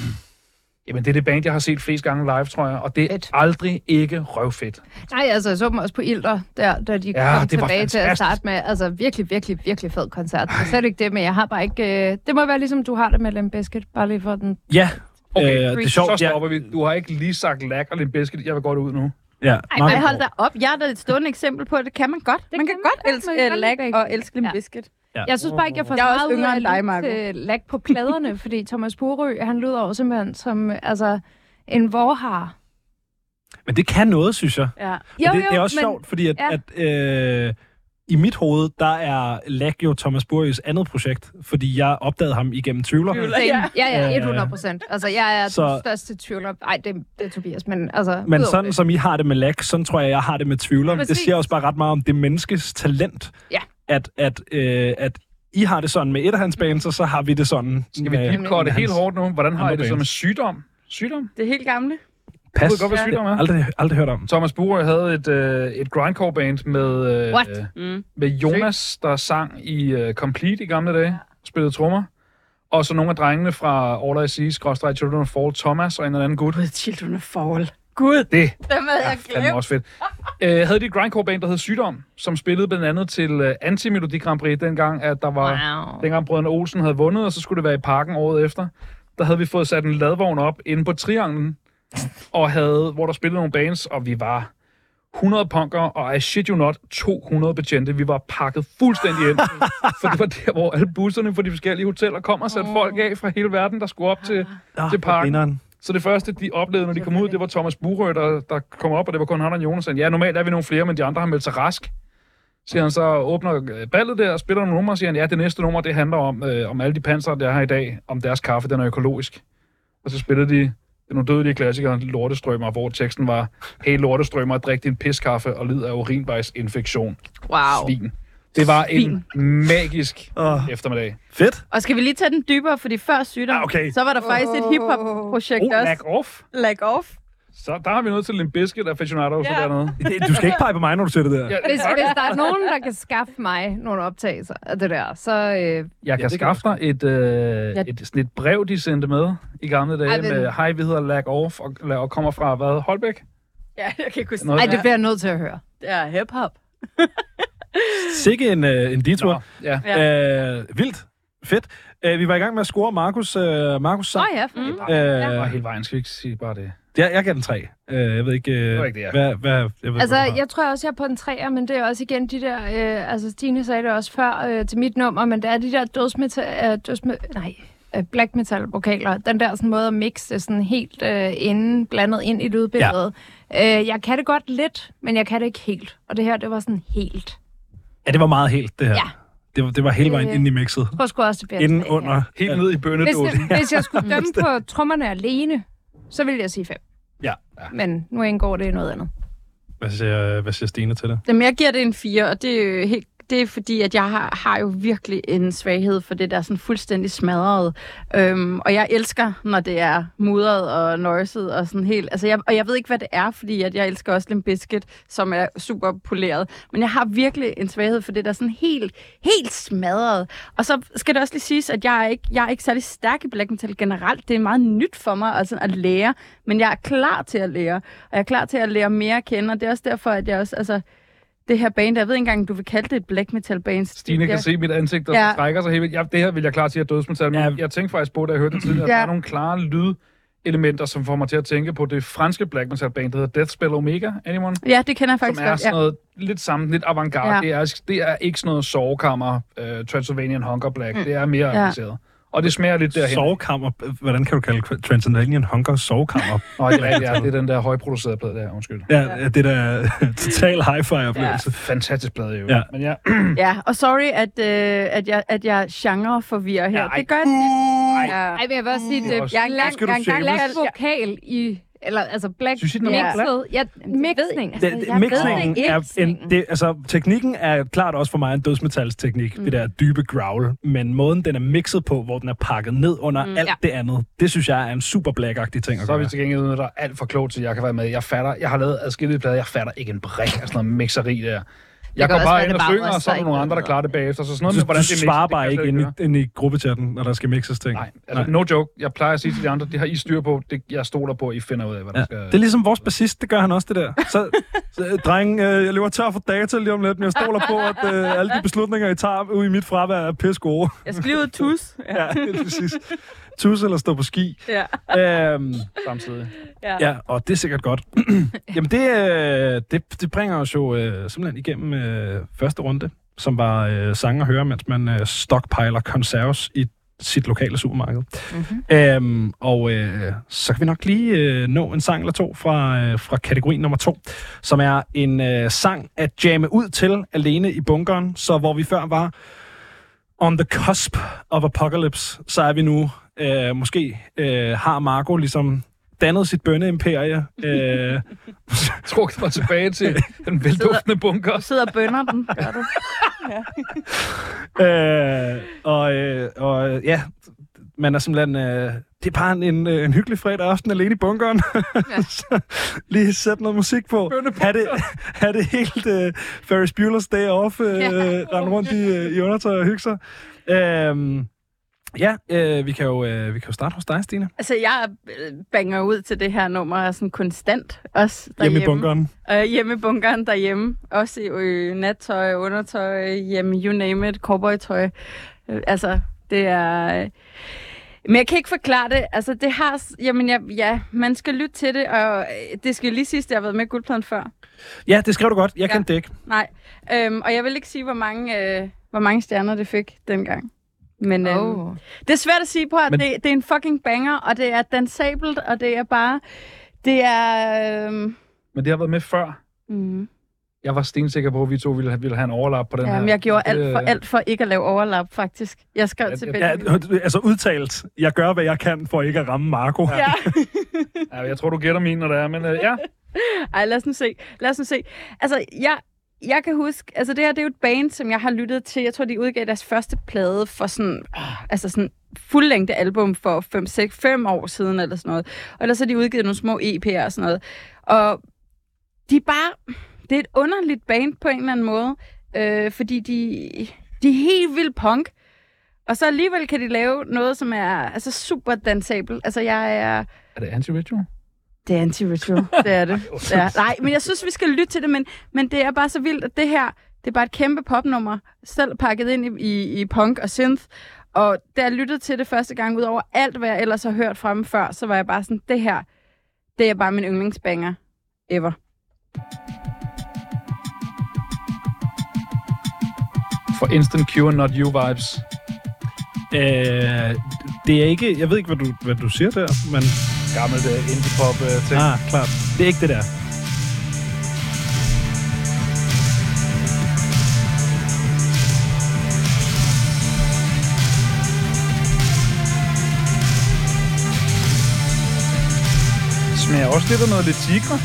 Speaker 4: Jamen, det er det band, jeg har set flest gange live, tror jeg, og det er
Speaker 5: Fedt.
Speaker 4: aldrig ikke røvfedt.
Speaker 5: Nej, altså, jeg så dem også på Ilder, der, da de
Speaker 4: Ja,
Speaker 5: ja, kom
Speaker 4: det var
Speaker 5: tilbage til at
Speaker 4: fantastisk.
Speaker 5: starte med. Altså, virkelig, virkelig, virkelig fed koncert. Det er slet ikke det, men jeg har bare ikke... Øh, det må være ligesom, du har det med Limp Bizkit, bare lige for den...
Speaker 2: Ja,
Speaker 4: Okay,
Speaker 2: øh, det er
Speaker 4: Så
Speaker 2: sjovt. Jeg,
Speaker 4: stopper vi. Du har ikke lige sagt lag og Limp Bizkit. Jeg vil godt ud nu.
Speaker 2: ja,
Speaker 6: Ej,
Speaker 2: Marco.
Speaker 6: men hold da op. Jeg er da et stående eksempel på, at det kan man godt. Det man kan,
Speaker 5: kan man
Speaker 6: godt
Speaker 5: godt, man
Speaker 6: elske
Speaker 5: kan
Speaker 6: øh,
Speaker 5: godt
Speaker 6: lag
Speaker 5: lide begge.
Speaker 6: og elske Limp
Speaker 5: Ja.
Speaker 6: Bizkit.
Speaker 2: Ja.
Speaker 5: Jeg synes bare ikke, jeg får
Speaker 6: Jeg er
Speaker 5: så
Speaker 6: også
Speaker 5: meget ud
Speaker 6: yngre
Speaker 5: af
Speaker 6: end dig,
Speaker 5: at lytte
Speaker 6: Marco.
Speaker 5: til lag på pladerne, fordi Thomas Borø, han lyder også simpelthen som altså, en vorhar.
Speaker 2: Men det kan noget, synes jeg.
Speaker 6: Ja.
Speaker 2: Jo, det, det er også men... sjovt, fordi at, ja.
Speaker 5: ja.
Speaker 2: at øh, i mit hoved, der er Lack jo Thomas Burgers andet projekt, fordi jeg opdagede ham igennem Tvivler.
Speaker 6: Tvivler.
Speaker 5: Same. Ja,
Speaker 2: Ja, ja.
Speaker 5: ja, 100 procent. Altså, jeg er så...
Speaker 2: Så-
Speaker 5: den største tvivler. Nej, det, det er Tobias, men altså...
Speaker 2: Men
Speaker 5: udover
Speaker 2: sådan
Speaker 5: det.
Speaker 2: som I har det med Lack, sådan tror jeg, jeg har det med Tvivler. Det
Speaker 5: Præcis.
Speaker 2: siger også bare ret meget om det menneskes talent,
Speaker 5: Ja.
Speaker 2: at, at, øh, at I har det sådan med et af hans bands, og så har vi det sådan
Speaker 4: Skal vi
Speaker 2: med
Speaker 4: deep det helt hårdt nu? Hvordan har I
Speaker 2: Andre
Speaker 4: det så
Speaker 2: bands.
Speaker 4: med sygdom? Sygdom?
Speaker 6: Det er helt gamle.
Speaker 2: pas.
Speaker 4: Du ved godt, hvad sygdom er.
Speaker 2: Aldrig, aldrig hørt om.
Speaker 4: Thomas Bure havde et, øh, et grindcore-band med, øh,
Speaker 5: What?
Speaker 6: Mm.
Speaker 4: med Jonas, der sang i øh, Complete i gamle dage, spillede trommer. Og så nogle af drengene fra All I See, Skråstrej Children of Fall, Thomas og en eller anden gut.
Speaker 6: Gud, Children of Fall. Gud,
Speaker 4: Det
Speaker 6: dem havde
Speaker 4: er
Speaker 6: jeg
Speaker 4: fandme
Speaker 6: glemt.
Speaker 4: også fedt. Øh, havde de et grindcore-band, der hed Sygdom, som spillede blandt andet til øh, Anti-Melodi Grand Prix, dengang, at der var...
Speaker 5: Wow.
Speaker 4: Dengang brødrene Olsen havde vundet, og så skulle det være i parken året efter, der havde vi fået sat en ladvogn op inde på Trianglen, og havde, hvor der spillede nogle bands, og vi var 100 punker, og I shit you not, 200 betjente. Vi var pakket fuldstændig ind. For det var der, hvor alle busserne fra de forskellige hoteller kom og satte folk af fra hele verden, der skulle op til...
Speaker 2: Åh,
Speaker 4: til parken.
Speaker 2: grineren.
Speaker 4: Så det første, de oplevede, når de kom ud, det var Thomas Burø, der, der kom op, og det var kun han og Jonas. Ja, normalt er vi nogle flere, men de andre har meldt sig rask. Siger han så, åbner øh, ballet der, og spiller nogle numre, og siger han, ja, det næste nummer, det handler om, øh, om alle de panser, der er her i dag, om deres kaffe, den er økologisk. Og så spiller de nogle dødelige klassikere, Lortestrømmer, hvor teksten var, hey Lortestrømmer, drik din piskaffe og lid af urinvejsinfektion.
Speaker 5: wow.
Speaker 4: Svin. Det var en magisk eftermiddag.
Speaker 2: Fedt.
Speaker 6: Og skal vi lige tage den dybere, fordi før sygdom,
Speaker 7: Ah, okay.
Speaker 6: så var der faktisk et hip-hop-projekt
Speaker 4: Oh,
Speaker 6: også.
Speaker 4: lack off.
Speaker 6: Lag off.
Speaker 4: Så der har vi noget til Limp Bizkit aficionados yeah.
Speaker 6: Ja.
Speaker 4: og dernede.
Speaker 2: Det- Du skal ikke pege på mig, når du siger det der.
Speaker 4: Ja,
Speaker 5: Hvis, hvis der er nogen, der kan skaffe mig nogle optagelser af det der, så... Øh,
Speaker 4: Jeg kan
Speaker 2: Ja,
Speaker 4: ja,
Speaker 2: det kan
Speaker 4: skaffe dig et, øh,
Speaker 6: Ja.
Speaker 4: ja. et, sådan et brev, de sendte med i gamle dage
Speaker 5: Ej,
Speaker 4: Ej,
Speaker 5: men-
Speaker 4: med, hej, vi hedder Lag Off og, og kommer fra, hvad, Holbæk?
Speaker 6: Ja, jeg kan ikke huske
Speaker 4: Noget
Speaker 5: ej,
Speaker 4: af
Speaker 5: det bliver jeg nødt til at høre.
Speaker 6: Det er hip-hop.
Speaker 2: Sikke en, øh, en detur.
Speaker 4: Nå, ja.
Speaker 6: Ja.
Speaker 2: Øh, vildt. Fedt. Øh, vi var i gang med at score Markus øh, Markus
Speaker 5: Åh
Speaker 2: sang.
Speaker 5: ja, for mm.
Speaker 2: Øh,
Speaker 4: Og
Speaker 2: ja.
Speaker 4: hele vejen, skal vi ikke sige bare det.
Speaker 2: Jeg gav den tre. Øh, jeg ved ikke, øh,
Speaker 4: var ikke det, jeg-
Speaker 2: hvad, hvad, jeg ved,
Speaker 5: Altså,
Speaker 2: hvad du har.
Speaker 5: jeg tror også, jeg er på en træer, men det er også igen de der... Øh, altså, Stine sagde det også før øh, til mit nummer, men det er de der dødsmetal... Øh, dødsme- nej, øh, black metal vokaler. Den der sådan måde at mixe det sådan helt øh, inden, blandet ind i lydbilledet. Ja. Øh, jeg kan det godt lidt, men jeg kan det ikke helt. Og det her, det var sådan helt.
Speaker 2: Ja, det var meget helt, det her.
Speaker 5: Ja.
Speaker 2: Det, var- det var hele vejen
Speaker 5: Øh,
Speaker 2: ind i mixet.
Speaker 5: Jeg tror sgu også, det bliver et
Speaker 2: Inden
Speaker 5: tre her.
Speaker 2: under.
Speaker 4: Helt ned i bønnedåsen.
Speaker 5: Hvis, hvis jeg skulle dømme på trommerne alene, så ville jeg sige fem.
Speaker 2: Ja.
Speaker 5: Men nu indgår det i noget andet.
Speaker 2: Hvad siger, hvad siger Stine til det?
Speaker 6: Jamen, jeg giver det en 4, og det er, jo helt, det er fordi, at jeg har, har jo virkelig en svaghed for det der sådan fuldstændig smadret. Øhm, og jeg elsker, når det er mudret og noiset og sådan helt. Altså, jeg, og jeg ved ikke, hvad det er, fordi at jeg elsker også Limp Bizkit, som er super poleret. Men jeg har virkelig en svaghed for det der sådan helt, helt smadret. Og så skal det også lige siges, at jeg er ikke, jeg er ikke særlig stærk i black metal generelt. Det er meget nyt for mig altså, at lære, men jeg er klar til at lære. Og jeg er klar til at lære mere at kende, og det er også derfor, at jeg også... Altså, det her band, jeg ved ikke engang, om du vil kalde det et black metal band.
Speaker 4: Stine kan
Speaker 6: jeg,
Speaker 4: se mit ansigt, der
Speaker 6: Ja.
Speaker 4: ja. trækker sig helt vildt. Ja, det her vil jeg klart sige er dødsmetal, men
Speaker 2: Ja.
Speaker 4: ja. jeg tænkte faktisk på, da jeg hørte det tidligere, at
Speaker 6: Ja.
Speaker 4: der er nogle klare lydelementer, som får mig til at tænke på det franske black metal band, der hedder Death Spell Omega, anyone?
Speaker 6: Ja, det kender jeg faktisk
Speaker 4: som er
Speaker 6: godt. Ja.
Speaker 4: sådan noget lidt sammen, lidt avantgarde.
Speaker 6: Ja.
Speaker 4: Ja. Det, er, det er ikke sådan noget sovekammer, uh, Transylvanian Hunger Black. Mm. Det er mere
Speaker 6: Ja.
Speaker 4: ja. avanceret. Og det smager lidt derhen.
Speaker 2: Sovekammer. Hvordan kan du kalde Transylvanian Hunger sovekammer?
Speaker 4: Nå, ja, ja, det er den der højproducerede plade der, undskyld.
Speaker 2: ja, det der total hi-fi oplevelse.
Speaker 4: Fantastisk plade, jo.
Speaker 2: Ja.
Speaker 4: Men ja,
Speaker 6: ja, og sorry, at, øh, at, jeg, at jeg genre forvirrer her.
Speaker 4: Ja, ej.
Speaker 6: det gør jeg tit. Ja.
Speaker 5: Ej, men jeg vil også sige, det er
Speaker 4: også-
Speaker 6: Jeg er
Speaker 5: blank,
Speaker 2: skal du
Speaker 5: blank,
Speaker 2: shames.
Speaker 5: blank vokal i... Eller, altså, black
Speaker 4: Synes I, den er meget
Speaker 5: mixet. Ja, mixning.
Speaker 2: Det, det, mixningen er en, det, altså, teknikken er klart også for mig en dødsmetalsteknik, mm. det der dybe growl, men måden den er mixet på, hvor den er pakket ned under mm. alt
Speaker 5: Ja.
Speaker 2: det andet, det synes jeg er en super blackagtig ting at
Speaker 4: så er vi
Speaker 2: gøre.
Speaker 4: til gengæld noget, der er alt for klogt til, at jeg kan være med. Jeg fatter, jeg har lavet adskillige plader, jeg fatter ikke en brik af sådan noget mixeri der. Jeg går
Speaker 5: kan også
Speaker 4: bare
Speaker 5: være,
Speaker 4: ind og
Speaker 5: det bare
Speaker 4: synger,
Speaker 5: var
Speaker 4: og så er der
Speaker 5: os,
Speaker 4: nogle
Speaker 5: der
Speaker 4: andre,
Speaker 5: ikke
Speaker 4: der klarer det bagefter. Så sådan noget
Speaker 2: Du,
Speaker 4: med, hvordan
Speaker 2: du
Speaker 4: det er mixet,
Speaker 2: svarer
Speaker 4: det kan
Speaker 2: bare
Speaker 4: jeg
Speaker 2: ikke
Speaker 4: slet
Speaker 2: inde
Speaker 4: høre.
Speaker 2: i, inde i gruppechatten, når der skal mixes ting.
Speaker 4: Nej, altså, no joke. Jeg plejer at sige til de andre, det har I styr på. Det, jeg stoler på, at I finder ud af, hvad der
Speaker 2: Ja.
Speaker 4: skal...
Speaker 2: Det er ligesom vores bassist, det gør han også, det der.
Speaker 7: Så, så dreng, øh, jeg løber tør for data lige om lidt, men jeg stoler på, at øh, alle de beslutninger, I tager ude i mit fravær, er pisse gode.
Speaker 6: Jeg skal lige ud og tus. Ja.
Speaker 7: Ja, helt præcis. Tus eller stå på ski.
Speaker 6: ja.
Speaker 2: øhm,
Speaker 4: samtidig.
Speaker 2: ja, og det er sikkert godt. Jamen, det, øh, det, det bringer os jo øh, simpelthen igennem øh, første runde, som var øh, sange at høre, mens man øh, stockpiler konserves i sit lokale supermarked. Mm-hmm. Øhm, og øh, så kan vi nok lige øh, nå en sang eller to fra, øh, fra kategori nummer to, som er en øh, sang at jamme ud til alene i bunkeren, så hvor vi før var on the cusp of apocalypse, så er vi nu, øh, måske øh, har Marco ligesom dannet sit bønneimperie. Øh,
Speaker 4: Trukket mig tilbage til den velduftende bunker.
Speaker 6: Du sidder og bønder den, gør du?
Speaker 2: øh, og, øh, og øh, ja, man er simpelthen... Øh, det er bare en, en, øh, en hyggelig fredag aften alene i bunkeren. Ja. så lige sætte noget musik på. Er det, er det helt øh, Ferris Bueller's Day Off? Øh, ja. Rende rundt i, øh, i undertøj og hygge sig. Øh, ja, øh, vi, kan jo, øh, vi kan jo starte hos dig, Stine.
Speaker 6: Altså, jeg øh, banger ud til det her nummer sådan konstant også derhjemme.
Speaker 2: Hjemme i bunkeren.
Speaker 6: Øh, hjemme i bunkeren derhjemme. Også i øh, nattøj, undertøj, hjemme, you name it, cowboytøj. Øh, altså, det er... Øh... Men jeg kan ikke forklare det. Altså, det har... s- Jamen, ja, ja man skal lytte til det, og øh, det skal lige sidst, jeg har været med i guldpladen før.
Speaker 2: Ja, det skrev du godt. Jeg ja.
Speaker 6: Ja.
Speaker 2: kan det ikke.
Speaker 6: Nej. Øhm, og jeg vil ikke sige, hvor mange, øh, hvor mange stjerner det fik dengang. Men øhm, oh.
Speaker 5: Oh.
Speaker 6: det er svært at sige på, at
Speaker 4: Men-
Speaker 6: Men... det, det er en fucking banger, og det er dansabelt, og det er bare... Det er... Øhm,
Speaker 4: Men det har været med før.
Speaker 6: mm.
Speaker 4: Jeg var stensikker på, at vi to ville have, ville have en overlap på den
Speaker 6: Ja,
Speaker 4: her.
Speaker 6: men jeg gjorde
Speaker 4: Det,
Speaker 6: alt for,
Speaker 4: øh,
Speaker 6: alt for ikke at lave overlap, faktisk. Jeg skrev
Speaker 4: Ja,
Speaker 6: til
Speaker 4: ja,
Speaker 6: Benny.
Speaker 7: Ja, altså udtalt. Jeg gør, hvad jeg kan for ikke at ramme Marco. Ja.
Speaker 6: Ja.
Speaker 4: Ja, jeg tror, du gætter min, når det er, men øh, ja.
Speaker 6: Ej, lad os nu se. Lad os nu se. Altså, jeg, jeg kan huske... Altså, det her, det er jo et band, som jeg har lyttet til. Jeg tror, de udgav deres første plade for sådan... Øh, altså sådan fuldlængde album for 5 6, 5 år siden, eller sådan noget. Og ellers har de udgivet nogle små EP'er og sådan noget. Og de er bare... Det er et underligt band på en eller anden måde, øh, fordi de, de er helt vildt punk. Og så alligevel kan de lave noget, som er altså, super dansabel. Altså, jeg er...
Speaker 4: Er det anti-ritual?
Speaker 6: Det er anti-ritual, det er det. ja. Nej, men jeg synes, vi skal lytte til det, men, men det er bare så vildt, at det her, det er bare et kæmpe popnummer, selv pakket ind i, i, i punk og synth. Og da jeg lyttede til det første gang, ud over alt, hvad jeg ellers har hørt fra dem før, så var jeg bare sådan, det her, det er bare min yndlingsbanger ever.
Speaker 4: For instant cure, not you vibes.
Speaker 2: Øh, det er ikke... Jeg ved ikke, hvad du, hvad du siger der, men...
Speaker 4: Gammelt uh, indie-pop uh, ting.
Speaker 2: Ah, klart. Det er ikke det der.
Speaker 4: Smager også lidt af noget lidt tigre.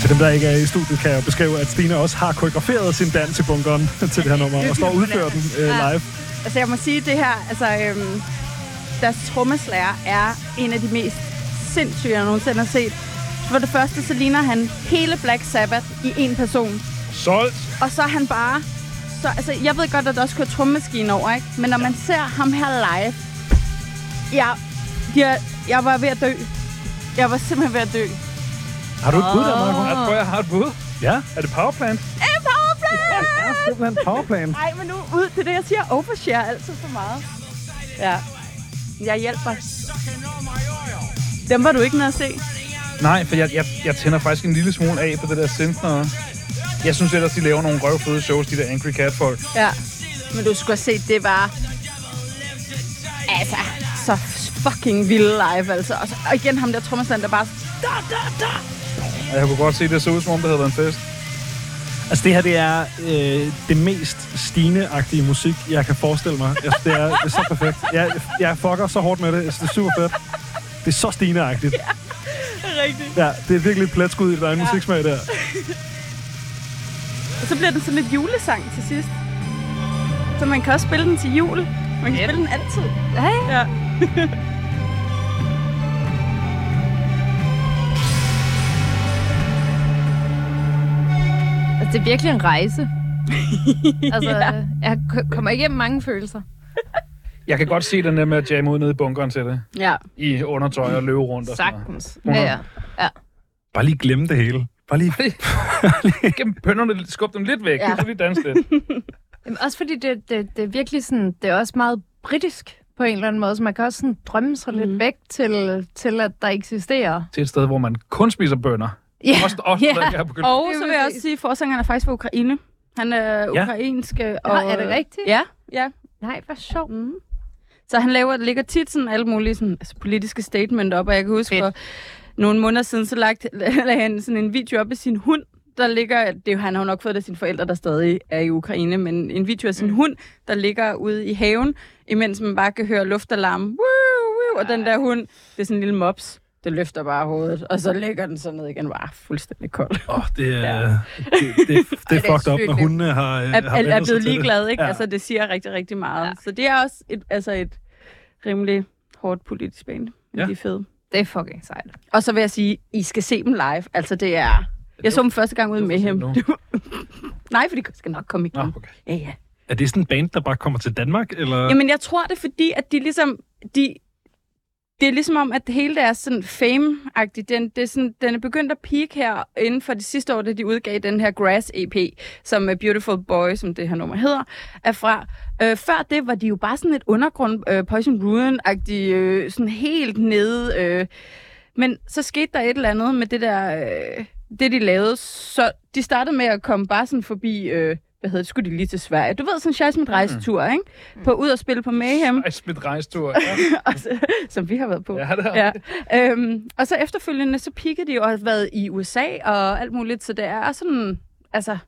Speaker 7: Til dem, der ikke er i studiet, kan jeg beskrive, at Stine også har koreograferet sin dans i bunkeren til det her nummer, og står og udfører den øh, live.
Speaker 6: Altså, jeg må sige, det her, altså, øhm, deres trommeslager er en af de mest sindssyge, jeg nogensinde har set. For det første, så ligner han hele Black Sabbath i en person.
Speaker 4: Solgt!
Speaker 6: Og så er han bare... Så, altså, jeg ved godt, at der også kører trommemaskine over, ikke? Men når man ser ham her live... Jeg, jeg, jeg var ved at dø. Jeg var simpelthen ved at dø.
Speaker 7: Har du et bud der, Marco?
Speaker 4: Jeg tror, jeg har et bud.
Speaker 7: Ja.
Speaker 4: Er det powerplant?
Speaker 6: Eh, powerplay!
Speaker 7: Simpelthen powerplan.
Speaker 6: Ej, men nu ud til det, jeg siger. Overshare altid for meget. Ja. Jeg hjælper. Dem var du ikke nede at se.
Speaker 4: Nej, for jeg, jeg, jeg tænder faktisk en lille smule af på det der synth noget. Jeg synes ellers, de laver nogle røvfede shows, de der Angry Cat folk.
Speaker 6: Ja. Men du skulle have set, det var... Altså, så fucking vild live, altså. Og, så, og igen ham der trommeslager, der bare...
Speaker 4: Og jeg kunne godt se, det så ud, som om det havde været en fest.
Speaker 7: Altså det her, det er øh, det mest stineagtige musik, jeg kan forestille mig. Jeg, det, er, det er så perfekt. Jeg, jeg fucker så hårdt med det. Jeg synes, det er super fedt. Det er så stineagtigt. Ja, rigtigt. Ja, det er virkelig et pletskud i din egen ja. musiksmag der.
Speaker 6: Og så bliver den sådan lidt julesang til sidst. Så man kan også spille den til jul. Man kan spille den altid. Ja.
Speaker 5: Altså, det er virkelig en rejse. altså, ja. jeg k- kommer igennem mange følelser.
Speaker 4: Jeg kan godt se den der med at jamme ud nede i bunkeren til det.
Speaker 6: Ja.
Speaker 4: I undertøj og løbe rundt og sådan noget.
Speaker 5: Sagtens. Ja, ja.
Speaker 2: Bare lige glemme det hele. Bare lige...
Speaker 4: Gennem pønderne, lidt- skub dem lidt væk.
Speaker 5: Ja.
Speaker 4: Ja. Så lige danse lidt.
Speaker 5: Jamen, også fordi det, det, det er virkelig sådan, det er også meget britisk på en eller anden måde, så man kan også sådan drømme sig mm. lidt væk til, til, at der eksisterer.
Speaker 4: til et sted, hvor man kun spiser bønner.
Speaker 5: Ja,
Speaker 4: Også, også
Speaker 5: ja.
Speaker 4: yeah. jeg er begyndt.
Speaker 6: Og
Speaker 5: Det er
Speaker 6: så vil jeg
Speaker 5: præcis.
Speaker 6: også sige, at forsangeren er faktisk fra Ukraine. Han er ukrainsk. øh, Og,
Speaker 5: Nå, er det rigtigt?
Speaker 6: Ja, ja.
Speaker 5: Nej, hvor sjovt.
Speaker 6: Mm. Så han laver, ligger tit sådan alle mulige sådan, altså politiske statement op, og jeg kan huske,
Speaker 5: Fedt.
Speaker 6: for nogle måneder siden, så lagt, lagde han sådan en video op af sin hund, der ligger, det er jo, han har jo nok fået det af sine forældre, der stadig er i Ukraine, men en video af sin mm. hund, der ligger ude i haven, imens man bare kan høre luftalarm, woo, woo, og den der hund, det er sådan en lille mops, det løfter bare hovedet, og så ligger den så ned igen, bare fuldstændig kold.
Speaker 2: Åh, oh, det, er, ja. det, det, det, det er fucked up,
Speaker 5: sygt
Speaker 2: når
Speaker 5: vildt.
Speaker 2: hundene har, øh,
Speaker 6: er,
Speaker 2: har
Speaker 6: er, er
Speaker 2: vænnet sig
Speaker 6: blevet
Speaker 2: til det.
Speaker 6: ligeglad, ikke?
Speaker 2: Ja.
Speaker 6: Ja. Altså, det siger rigtig, rigtig meget. Ja. Så det er også et, altså et rimelig hårdt politisk band.
Speaker 2: Ja.
Speaker 6: Ja. De er fede.
Speaker 5: Det er fucking sejt.
Speaker 6: Og så vil jeg sige, I skal se dem live. Altså, det er... Jeg så dem første gang ude
Speaker 4: det var
Speaker 6: med
Speaker 4: for
Speaker 6: ham.
Speaker 4: sent nu.
Speaker 6: Det var- Nej, for de skal nok komme igen.
Speaker 4: Nå, okay.
Speaker 6: Ja, ja.
Speaker 2: Er det sådan en band, der bare kommer til Danmark? Eller?
Speaker 6: Jamen, jeg tror det, er fordi at de ligesom... De, det er ligesom om, at hele deres sådan fame-agtige, den, det er sådan, den er begyndt at peak her inden for det sidste år, da de udgav den her Grass-EP, som er Beautiful Boy, som det her nummer hedder, er fra. Øh, før det var de jo bare sådan et undergrund, øh, Poison Ruin-agtige, øh, sådan helt nede. Øh. Men så skete der et eller andet med det der, øh, det de lavede. Så de startede med at komme bare sådan forbi, øh, hvad hedder det, skulle de lige til Sverige. Du ved, sådan en Scheisse rejsetur, ikke? På ud og spille på Mayhem,
Speaker 4: Ej, split rejstur. Ja,
Speaker 6: og så, som vi har været på.
Speaker 4: ja, der. ja.
Speaker 6: Ja. Øhm, og så efterfølgende, så pikkede de jo og har været i USA og alt muligt, så det er sådan, altså,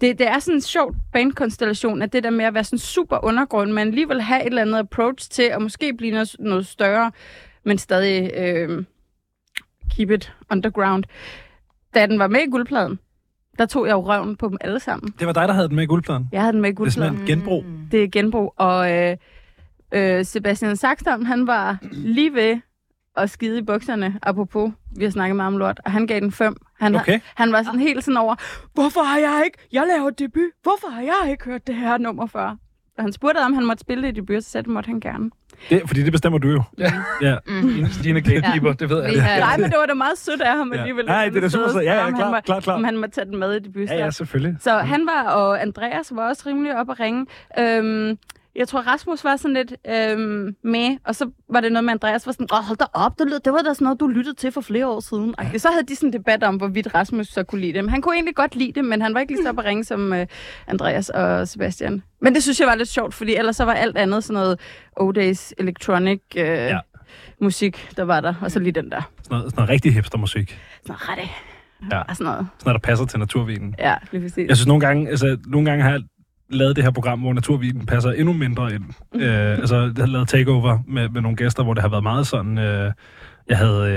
Speaker 6: det, det er sådan en sjov bandkonstellation, at det der med at være sådan super undergrund, men alligevel have et eller andet approach til, og måske blive noget, noget større, men stadig øhm, keep it underground. Da den var med i guldpladen, der tog jeg jo røven på dem alle sammen.
Speaker 2: Det var dig, der havde den med i guldpladen.
Speaker 6: Jeg havde den med i
Speaker 2: Det er
Speaker 6: guldpladen. Mm.
Speaker 2: simpelthen genbrug.
Speaker 6: Det er genbrug, og øh, øh, Sebastian Saxton, han var lige ved at skide i bukserne, apropos, vi har snakket meget om lort, og han gav den 5. Han,
Speaker 2: Okay.
Speaker 6: han var sådan helt sådan over, hvorfor har jeg ikke, jeg laver debut, hvorfor har jeg ikke hørt det her nummer før? Og han spurgte, om han måtte spille det i debut, og så sagde, det måtte han gerne.
Speaker 2: Det, fordi det bestemmer du jo.
Speaker 4: Ja.
Speaker 2: ja.
Speaker 4: Dine, dine gatekeeper, det ved jeg.
Speaker 5: Vi har-
Speaker 6: Nej, men det var da meget sødt af ham
Speaker 2: Ja.
Speaker 6: alligevel.
Speaker 7: Nej,
Speaker 6: at
Speaker 7: det er da
Speaker 6: han
Speaker 7: super
Speaker 6: stod og
Speaker 7: sødt. Ja,
Speaker 6: spurgte,
Speaker 7: ja,
Speaker 6: om
Speaker 7: klar,
Speaker 6: han må-
Speaker 7: klar, klar.
Speaker 6: Om han måtte tage den med i debut.
Speaker 2: Ja, ja, selvfølgelig.
Speaker 6: Så han var, og Andreas var også rimelig op at ringe. Øhm, jeg tror, Rasmus var sådan lidt øhm, med, og så var det noget med, Andreas var sådan, Åh, hold da op, det, lød, det var da sådan noget, du lyttede til for flere år siden. Ej, så havde de sådan en debat om, hvorvidt Rasmus så kunne lide dem. Han kunne egentlig godt lide det, men han var ikke lige så op at ringe som øh, Andreas og Sebastian. Men det synes jeg var lidt sjovt, fordi ellers så var alt andet sådan noget O-Days electronic øh, ja. musik, der var der, og så lige den der.
Speaker 2: Sådan noget, sådan noget rigtig hipstermusik.
Speaker 6: Sådan noget rette.
Speaker 2: Ja.
Speaker 6: Og sådan noget.
Speaker 2: Sådan noget, der passer til naturvinen.
Speaker 6: Ja, lige præcis.
Speaker 2: Jeg synes nogle gange, altså, nogle gange har jeg lavet det her program, hvor naturvinen passer endnu mindre ind. øh, altså, jeg har lavet takeover med, med nogle gæster, hvor det har været meget sådan... Øh, jeg havde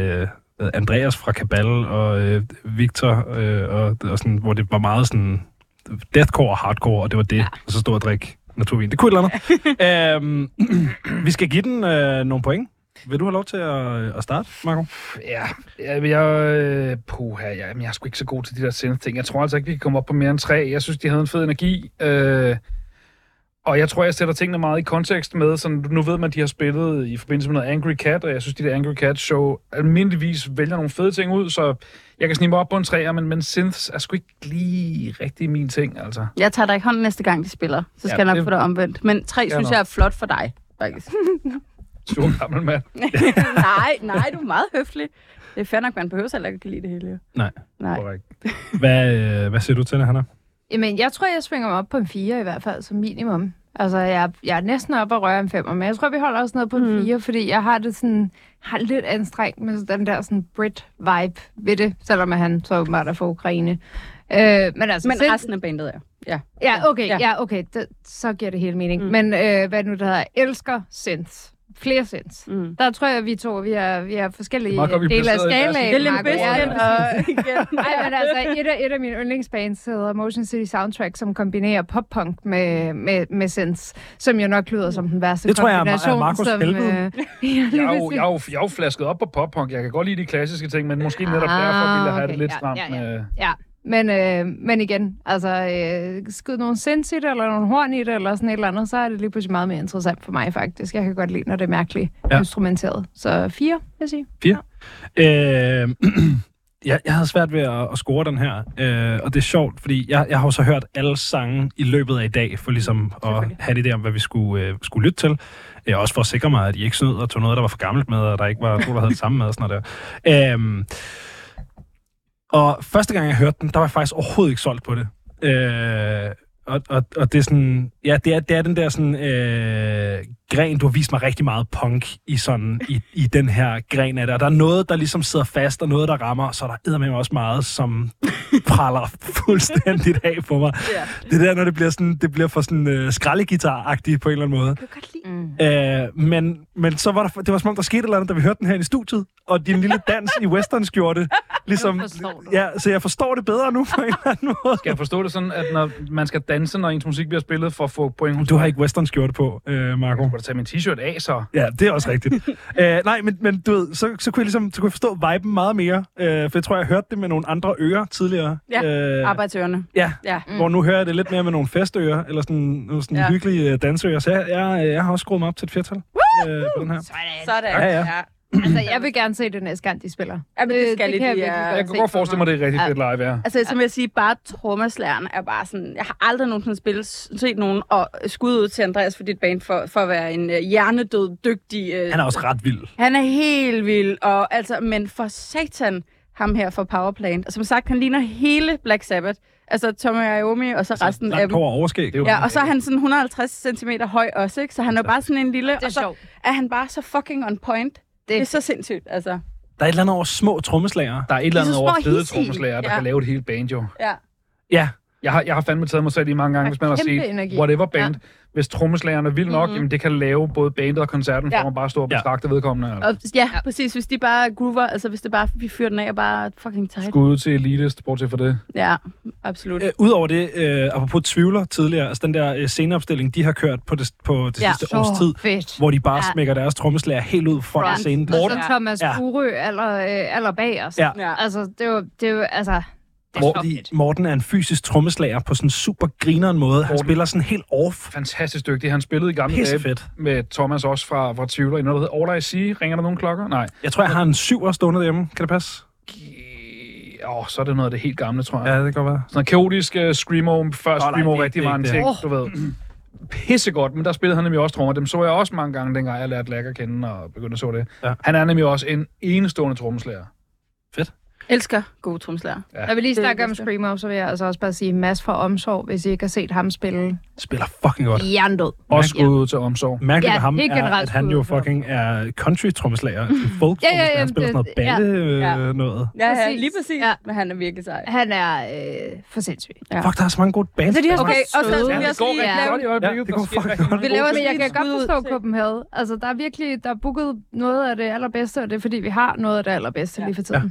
Speaker 2: øh, Andreas fra Kabal og øh, Victor, øh, og, og sådan, hvor det var meget sådan deathcore og hardcore, og det var det. Ja. Og så stod jeg og drik naturvin. Det kunne et eller andet. øhm, vi skal give den øh, nogle point. Vil du have lov til at, at starte, Marco?
Speaker 4: Ja, jeg, jeg, øh, puha, jeg, jamen, jeg er sgu ikke så god til de der sendte ting. Jeg tror altså ikke, vi kan komme op på mere end tre. Jeg synes, de havde en fed energi. Øh, og jeg tror, jeg sætter tingene meget i kontekst med, sådan, nu ved man, de har spillet i forbindelse med noget Angry Cat, og jeg synes, de der Angry Cat show almindeligvis vælger nogle fede ting ud, så jeg kan snige mig op på en træer, men, men synths er sgu ikke lige rigtig min ting, altså.
Speaker 6: Jeg tager dig i hånden næste gang, de spiller. Så skal
Speaker 4: Ja,
Speaker 6: ja, jeg nok
Speaker 4: det-
Speaker 6: få dig omvendt. Men tre
Speaker 4: Ja,
Speaker 6: synes
Speaker 4: nå.
Speaker 6: jeg er flot for dig, faktisk.
Speaker 4: Stor gammel mand.
Speaker 6: nej, nej, du er meget høflig. Det er fair nok, man behøver heller ikke at kan lide det hele. jo.
Speaker 2: Nej.
Speaker 6: Nej.
Speaker 4: Korrekt.
Speaker 2: Hvad, øh, hvad siger du til det, Hanna?
Speaker 5: Jamen, jeg tror, jeg svinger mig op på en 4 i hvert fald, som minimum. Altså, jeg, jeg er næsten oppe at røre en femmer, men jeg tror, vi holder også noget på en
Speaker 6: Mm.
Speaker 5: fire, fordi jeg har det sådan, har det lidt anstrengt med den der sådan Brit-vibe ved det, selvom at han så åbenbart er fra Ukraine. Øh, men altså,
Speaker 6: Men
Speaker 5: selv-
Speaker 6: resten af bandet er.
Speaker 5: Ja, okay,
Speaker 6: Ja.
Speaker 5: ja, ja okay. Det, så giver det hele mening.
Speaker 6: Mm.
Speaker 5: Mm. Men øh, hvad nu, der hedder? Elsker synths. Flere synths.
Speaker 6: Mm.
Speaker 5: Der tror jeg, vi to vi er, vi er forskellige
Speaker 4: Det er meget godt, vi er
Speaker 5: dele af
Speaker 4: placeret i hver sin
Speaker 5: skalaen.
Speaker 6: Det er Limp
Speaker 5: Marco, ja,
Speaker 6: Bizkit
Speaker 5: og-
Speaker 6: og igen.
Speaker 5: Ej, men altså, et af, et af mine yndlingsbands hedder Motion City Soundtrack, som kombinerer pop-punk med, med, med synths, som jo nok lyder som den værste
Speaker 7: Det tror jeg er Ma- er
Speaker 5: kombination.
Speaker 7: Marcos
Speaker 5: som, øh,
Speaker 7: helvede.
Speaker 5: ja,
Speaker 4: Jeg
Speaker 5: lige
Speaker 4: er, jo,
Speaker 5: præcis.
Speaker 4: jeg, er jo, jeg er jo flasket op på pop-punk. Jeg kan godt lide de klassiske ting, men måske netop
Speaker 5: Ah,
Speaker 4: derfor ville jeg have
Speaker 5: okay.
Speaker 4: det lidt
Speaker 5: Ja,
Speaker 4: stramt.
Speaker 5: ja, ja.
Speaker 4: med-
Speaker 5: Men, øh, men igen, altså, øh, skyd nogle synths i det, eller nogle horn i det, eller sådan et eller andet, så er det lige pludselig meget mere interessant for mig, faktisk. Jeg kan godt lide, når det er mærkeligt
Speaker 2: Ja.
Speaker 5: ja. instrumenteret. Så fire, vil jeg
Speaker 7: Mm.
Speaker 5: sige.
Speaker 2: Øh, jeg, jeg havde svært ved at, at score den her, øh, og det er sjovt, fordi jeg, jeg har jo så hørt alle sange i løbet af i dag, for ligesom at have det der, hvad vi skulle, øh, skulle lytte til. Øh, også for at sikre mig, at I ikke snød og tog noget, der var for gammelt med, og der ikke var to, der havde det samme med og sådan noget der. Øh, og første gang, jeg hørte den, der var jeg faktisk overhovedet ikke solgt på det. Øh, og, og, og det er sådan, ja, det er, det er den der sådan, øh, gren, du har vist mig rigtig meget punk i, sådan, i, i den her gren af det. Og der er noget, der ligesom sidder fast, og noget, der rammer, og så er der med også meget, som praller fuldstændigt af på mig. Yeah. Det er der, når det bliver, sådan, det bliver for sådan øh, skraldegitar-agtigt på en eller anden måde.
Speaker 6: Jeg kan godt lide.
Speaker 2: Øh, men, men så var der, det var som om, der skete et eller andet, da vi hørte den her i studiet, og din lille dans i westernskjorte, ligesom, ja, så jeg forstår det bedre nu på en eller anden måde.
Speaker 4: Skal jeg forstå det sådan, at når man skal danse, når ens musik bliver spillet, for at få point hos
Speaker 2: Du har ikke westernskjorte på, øh, Marco.
Speaker 4: Jeg skulle da tage min t-shirt af, så.
Speaker 2: Ja, det er også rigtigt. Æ, nej, men, men du ved, så, så kunne jeg ligesom så kunne jeg forstå viben meget mere. Øh, for jeg tror, jeg hørte det med nogle andre ører tidligere.
Speaker 6: Ja,
Speaker 2: øh,
Speaker 6: Arbejdsørene.
Speaker 2: ja
Speaker 6: Ja.
Speaker 2: mm. hvor nu hører jeg det lidt mere med nogle festører, eller sådan nogle sådan
Speaker 6: Ja.
Speaker 2: ja. hyggelige øh, danseører. Så jeg, jeg, jeg har også skruet mig op til et flertal øh, på den her.
Speaker 6: Sådan.
Speaker 2: Ja, ja.
Speaker 5: Altså, jeg vil gerne se det næste gang, de spiller.
Speaker 6: Jamen, Øh, det skal
Speaker 5: det kan
Speaker 6: lige, de
Speaker 5: jeg virkelig
Speaker 6: er-
Speaker 5: godt.
Speaker 4: Jeg kan godt forestille mig, det er rigtig
Speaker 5: Ja.
Speaker 4: fedt live er.
Speaker 6: Altså, som jeg siger, bare trommeslæren er bare sådan... Jeg har aldrig nogensinde spillet, set nogen og skud ud til Andreas for dit band for, for at være en øh, hjernedød, dygtig... Øh,
Speaker 2: Han er også ret vild.
Speaker 6: han er helt vild, og, altså, men for satan, ham her fra Powerplant. Og som sagt, han ligner hele Black Sabbath. Altså Tommy Iommi, og så resten af
Speaker 2: Langt
Speaker 6: dem.
Speaker 2: hår og overskæg.
Speaker 4: Det er jo-
Speaker 6: Ja, og så er han Altså, sådan 150 cm høj også, ikke? Så han er bare sådan en lille...
Speaker 5: Det er
Speaker 6: og så
Speaker 5: sjovt.
Speaker 6: er han bare så fucking on point. Det, det er så sindssygt, altså.
Speaker 2: Der er et eller andet over små trommeslager.
Speaker 4: Der er et eller
Speaker 6: De er
Speaker 4: andet
Speaker 6: så
Speaker 4: over
Speaker 6: små og
Speaker 4: fede
Speaker 6: hidsige.
Speaker 4: trommeslager, der
Speaker 6: Ja.
Speaker 4: kan lave et helt band, jo.
Speaker 6: Ja.
Speaker 2: Ja,
Speaker 4: Jeg har, jeg har fandme taget mig selv i mange gange,
Speaker 5: Ja,
Speaker 4: hvis man har
Speaker 5: kæmpe
Speaker 4: set
Speaker 5: energi.
Speaker 4: whatever band. Hvis trommeslageren er vild nok,
Speaker 6: Mhm.
Speaker 4: jamen det kan lave både bandet og koncerten,
Speaker 6: Ja.
Speaker 4: for man bare står og
Speaker 2: Ja.
Speaker 4: betragter vedkommende. altså. eller
Speaker 6: Og, ja, ja, præcis. Hvis de bare groover, altså hvis det bare, vi fyrer den af og bare er fucking tight.
Speaker 4: Skud ud til elitist, bortset for det.
Speaker 6: Ja, absolut.
Speaker 2: Øh, Udover det, øh, apropos tvivler tidligere, altså den der øh, sceneopstilling, de har kørt på det, på det
Speaker 6: Ja.
Speaker 2: sidste
Speaker 5: Så
Speaker 2: års tid,
Speaker 5: fedt.
Speaker 2: hvor de bare
Speaker 6: Ja.
Speaker 2: smækker deres trommeslager helt ud foran
Speaker 5: Ja.
Speaker 2: scenen.
Speaker 5: Og så
Speaker 6: Ja.
Speaker 5: Thomas
Speaker 2: Ja.
Speaker 5: Furø aller, øh, aller bag os.
Speaker 2: Ja.
Speaker 6: Ja.
Speaker 5: Altså, det er jo, det er jo altså... Det
Speaker 2: Hvor
Speaker 5: er
Speaker 2: de, Morten er en fysisk trommeslager på sådan en super grineren måde. Han
Speaker 4: Morten.
Speaker 2: spiller sådan helt off.
Speaker 4: Fantastisk dygtig. Han spillede i gamle
Speaker 2: Pisse
Speaker 4: dage
Speaker 2: fedt.
Speaker 4: med Thomas også fra, fra Tvivler i noget, der hedder All I See. Ringer der nogen klokker? Nej.
Speaker 2: Jeg tror, jeg har en syver stående derhjemme. Kan det passe?
Speaker 4: Åh, oh, så er det noget af det helt gamle, tror jeg.
Speaker 2: Ja, det kan godt være.
Speaker 4: Sådan noget kaotisk uh, screamo, før
Speaker 2: nej,
Speaker 4: screamo
Speaker 2: det er
Speaker 4: rigtig
Speaker 2: ikke
Speaker 4: var en
Speaker 2: det.
Speaker 4: ting, du ved. Pissegodt, men der spillede han nemlig også trommer. Dem så jeg også mange gange, dengang jeg lærte Lack at kende og begyndte at så det.
Speaker 2: Ja.
Speaker 4: Han er nemlig også en enestående trommeslager.
Speaker 6: Elsker gode tromslærer.
Speaker 4: Ja.
Speaker 5: Når vi lige
Speaker 6: Det er
Speaker 5: snakker om
Speaker 6: det bedste.
Speaker 5: Screamo, så vil jeg altså også bare sige Mads fra Omsorg, hvis I ikke har set ham spille
Speaker 2: Spiller fucking godt.
Speaker 5: jerndød.
Speaker 4: Også skud ud til omsorg.
Speaker 2: Mærkeligt
Speaker 5: Ja,
Speaker 2: ja, ham
Speaker 5: helt
Speaker 2: er,
Speaker 5: generelt
Speaker 2: at han jo
Speaker 5: skud for ham.
Speaker 2: fucking er country-trommeslager. folk
Speaker 5: Ja, ja, ja,
Speaker 2: Han spiller sådan noget
Speaker 5: det- ja.
Speaker 2: balle
Speaker 6: Ja.
Speaker 2: øh, noget.
Speaker 6: Ja, ja,
Speaker 5: Præcis.
Speaker 6: lige præcis. Ja.
Speaker 5: Ja.
Speaker 6: Men han er virkelig sej.
Speaker 5: Han er øh, for sindssyg.
Speaker 6: Ja.
Speaker 2: Fuck, der er så mange gode bands.
Speaker 5: Så Altså, de har
Speaker 2: der-
Speaker 6: Okay, og så
Speaker 5: søde.
Speaker 6: vil
Speaker 5: Ja,
Speaker 6: jeg
Speaker 5: det
Speaker 6: også
Speaker 5: går
Speaker 6: lige
Speaker 5: rigtig
Speaker 6: lave...
Speaker 5: godt
Speaker 4: i øjeblikket.
Speaker 2: Ja, det
Speaker 4: Der
Speaker 2: går
Speaker 4: sker
Speaker 2: fucking
Speaker 4: rigtig
Speaker 2: godt.
Speaker 6: Vi
Speaker 4: mange
Speaker 6: laver
Speaker 4: gode
Speaker 5: Men
Speaker 4: ting.
Speaker 5: jeg kan
Speaker 6: Skud
Speaker 5: godt
Speaker 6: ud
Speaker 5: forstå
Speaker 6: til-
Speaker 5: Copenhagen. Altså, der er virkelig, der er booket noget af det allerbedste, og det er fordi, vi har noget af det allerbedste
Speaker 6: Ja.
Speaker 5: ja. lige for tiden.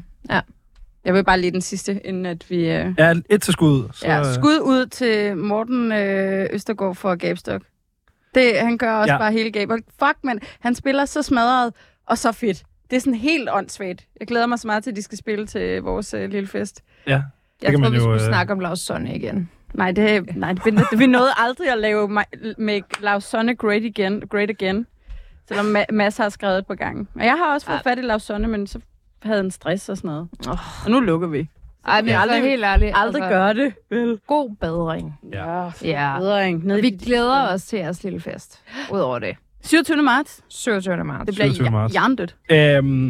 Speaker 6: Jeg vil bare lige den sidste, inden at vi... Øh...
Speaker 2: Ja, et til skud. Så,
Speaker 6: Ja, skud ud til Morten øh, Østergaard for Gabstok. Det, han gør også ja.
Speaker 2: Ja.
Speaker 6: bare hele Gabstok. Fuck, mand. Han spiller så smadret og så fedt. Det er sådan helt åndssvagt. Jeg glæder mig så meget til, at de skal spille til vores øh, lille fest.
Speaker 2: Ja.
Speaker 5: Jeg
Speaker 2: kan
Speaker 5: tror,
Speaker 2: man
Speaker 5: vi
Speaker 2: jo,
Speaker 5: skulle
Speaker 2: øh,
Speaker 5: snakke om Lars Sonne igen.
Speaker 6: Nej, det, nej, det, vi, vi nåede aldrig at lave Ma- make Lars Sonne great again, great again. Selvom ma- masser har skrevet på gangen. Og jeg har også fået fat i Lars Sonne, men så havde han stress og sådan noget. Oh. Og nu lukker vi.
Speaker 5: Ej, men
Speaker 6: Ja.
Speaker 5: ja.
Speaker 6: Aldrig-
Speaker 5: aldrig, helt ærligt.
Speaker 6: Aldrig altså, gør det. Vel.
Speaker 5: God bedring.
Speaker 2: Ja.
Speaker 5: Ja.
Speaker 6: Bedring. Ned i
Speaker 5: Vi
Speaker 6: dit-
Speaker 5: glæder os til jeres lille fest. Udover det.
Speaker 6: 27. marts.
Speaker 5: 27. marts.
Speaker 6: Det
Speaker 2: 27.
Speaker 6: bliver
Speaker 2: marts.
Speaker 6: jerndødt.
Speaker 2: Øhm,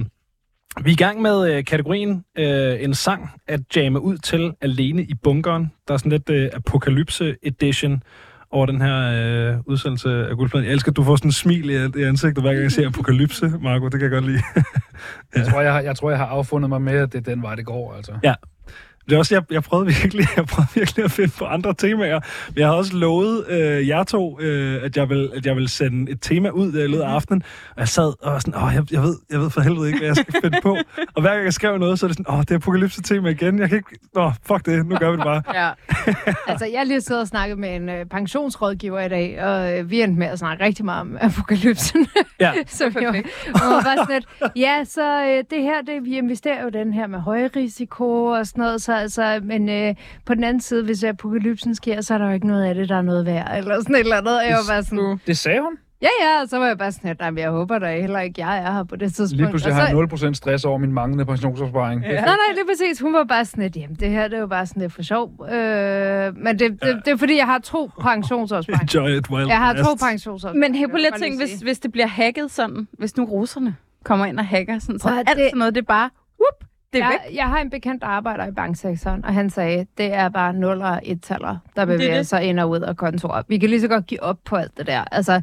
Speaker 2: vi er i gang med øh, kategorien øh, en sang at jamme ud til alene i bunkeren. Der er sådan lidt øh, apokalypse edition. over den her øh, udsendelse af Guldpladen. Jeg elsker, at du får sådan en smil i, i ansigtet, hver gang jeg ser apokalypse, Marco. Det kan jeg godt lide.
Speaker 4: Jeg tror, jeg, har, jeg tror, jeg har affundet mig med, at det er den vej, det går, altså.
Speaker 2: Det er også, jeg, jeg, prøvede virkelig, jeg prøvede virkelig at finde på andre temaer. Men jeg havde også lovet øh, jer to, øh, at, jeg ville, at jeg ville sende et tema ud der i løbet af aftenen. Og jeg sad og var sådan, åh, jeg, jeg, ved, jeg ved for helvede ikke, hvad jeg skal finde på. og hver gang jeg skrev noget, så er det sådan, åh, det er apokalypse-tema igen. Jeg kan ikke... Nå, fuck det, nu gør vi det bare.
Speaker 6: Ja.
Speaker 5: Altså, jeg har lige siddet og snakket med en øh, pensionsrådgiver i dag, og øh, vi endte med at snakke rigtig meget om apokalypsen.
Speaker 2: Ja.
Speaker 5: så vi var, og var bare sådan lidt, ja, så øh, det her, det, vi investerer jo den her med høj risiko og sådan noget, så altså, men øh, på den anden side, hvis apokalypsen sker, så er der jo ikke noget af det, der er noget værd, eller sådan et eller andet. Og jeg var bare sådan,
Speaker 4: Det sagde hun.
Speaker 5: ja, ja, og så var jeg bare sådan lidt, nej, men jeg håber da heller ikke, jeg er her på det tidspunkt.
Speaker 4: Lige pludselig
Speaker 5: Og
Speaker 4: har
Speaker 5: så-
Speaker 4: jeg 0% stress over min manglende pensionsopsparing. Ja.
Speaker 5: Nej, nej, det er præcis. Hun var bare sådan lidt, jamen det her, det er jo bare sådan lidt for sjov. Øh, men det, det, det, er fordi, jeg har to pensionsopsparinger.
Speaker 2: Enjoy it while
Speaker 5: Jeg har
Speaker 2: it
Speaker 5: to
Speaker 2: lasts.
Speaker 5: pensionsopsparinger.
Speaker 6: Men hey, prøv lige at
Speaker 5: Bare lige
Speaker 6: tænke, hvis,
Speaker 5: sige.
Speaker 6: hvis det bliver hacket sådan, hvis nu russerne kommer ind og hacker sådan, så
Speaker 5: Prøv at
Speaker 6: alt
Speaker 5: det-
Speaker 6: sådan noget, det er bare, whoop, det er væk.
Speaker 5: Jeg, jeg har en bekendt, der arbejder i banksektoren, og han sagde, det er bare nuller og ettaller, der bevæger
Speaker 6: det.
Speaker 5: sig ind og ud af kontoret. Vi kan lige så godt give op på alt det der. Altså, øh,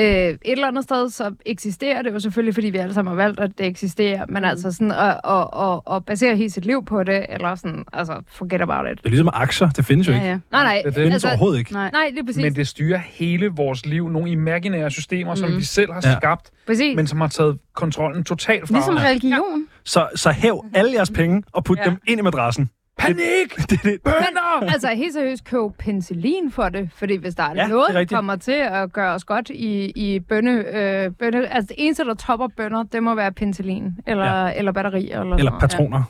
Speaker 5: et eller andet sted, så eksisterer det jo selvfølgelig, fordi vi alle sammen har valgt, at det eksisterer, men
Speaker 6: Mm.
Speaker 5: altså sådan at, at, at, at basere hele sit liv på det, eller sådan, altså forget about it.
Speaker 2: Det er ligesom aktier. Det findes jo
Speaker 6: Ja,
Speaker 2: ikke.
Speaker 6: ja.
Speaker 5: Nej, nej.
Speaker 4: Det er det.
Speaker 2: Det findes altså, overhovedet ikke.
Speaker 6: Nej.
Speaker 5: Nej, lige præcis.
Speaker 4: Men det styrer hele vores liv. Nogle imaginære systemer,
Speaker 5: Mm.
Speaker 4: som vi selv har
Speaker 2: Ja.
Speaker 4: skabt,
Speaker 5: præcis.
Speaker 4: men som har taget kontrollen totalt fra
Speaker 6: Ligesom
Speaker 4: os.
Speaker 6: religion.
Speaker 2: Så, så hæv alle jeres penge og put ja.
Speaker 6: Ja.
Speaker 2: dem ind i madrassen.
Speaker 4: Panik!
Speaker 2: Det, er det,
Speaker 4: Bønder!
Speaker 5: Altså helt seriøst, køb penicillin for det, fordi hvis der er
Speaker 2: Ja,
Speaker 5: ja,
Speaker 2: det
Speaker 5: noget,
Speaker 2: er
Speaker 5: der
Speaker 2: rigtigt.
Speaker 5: kommer til at gøre os godt i, i bønne, øh, bønne, altså det eneste, der topper bønner, det må være penicillin, eller, ja. eller batterier, eller,
Speaker 2: eller
Speaker 5: sådan
Speaker 2: patroner.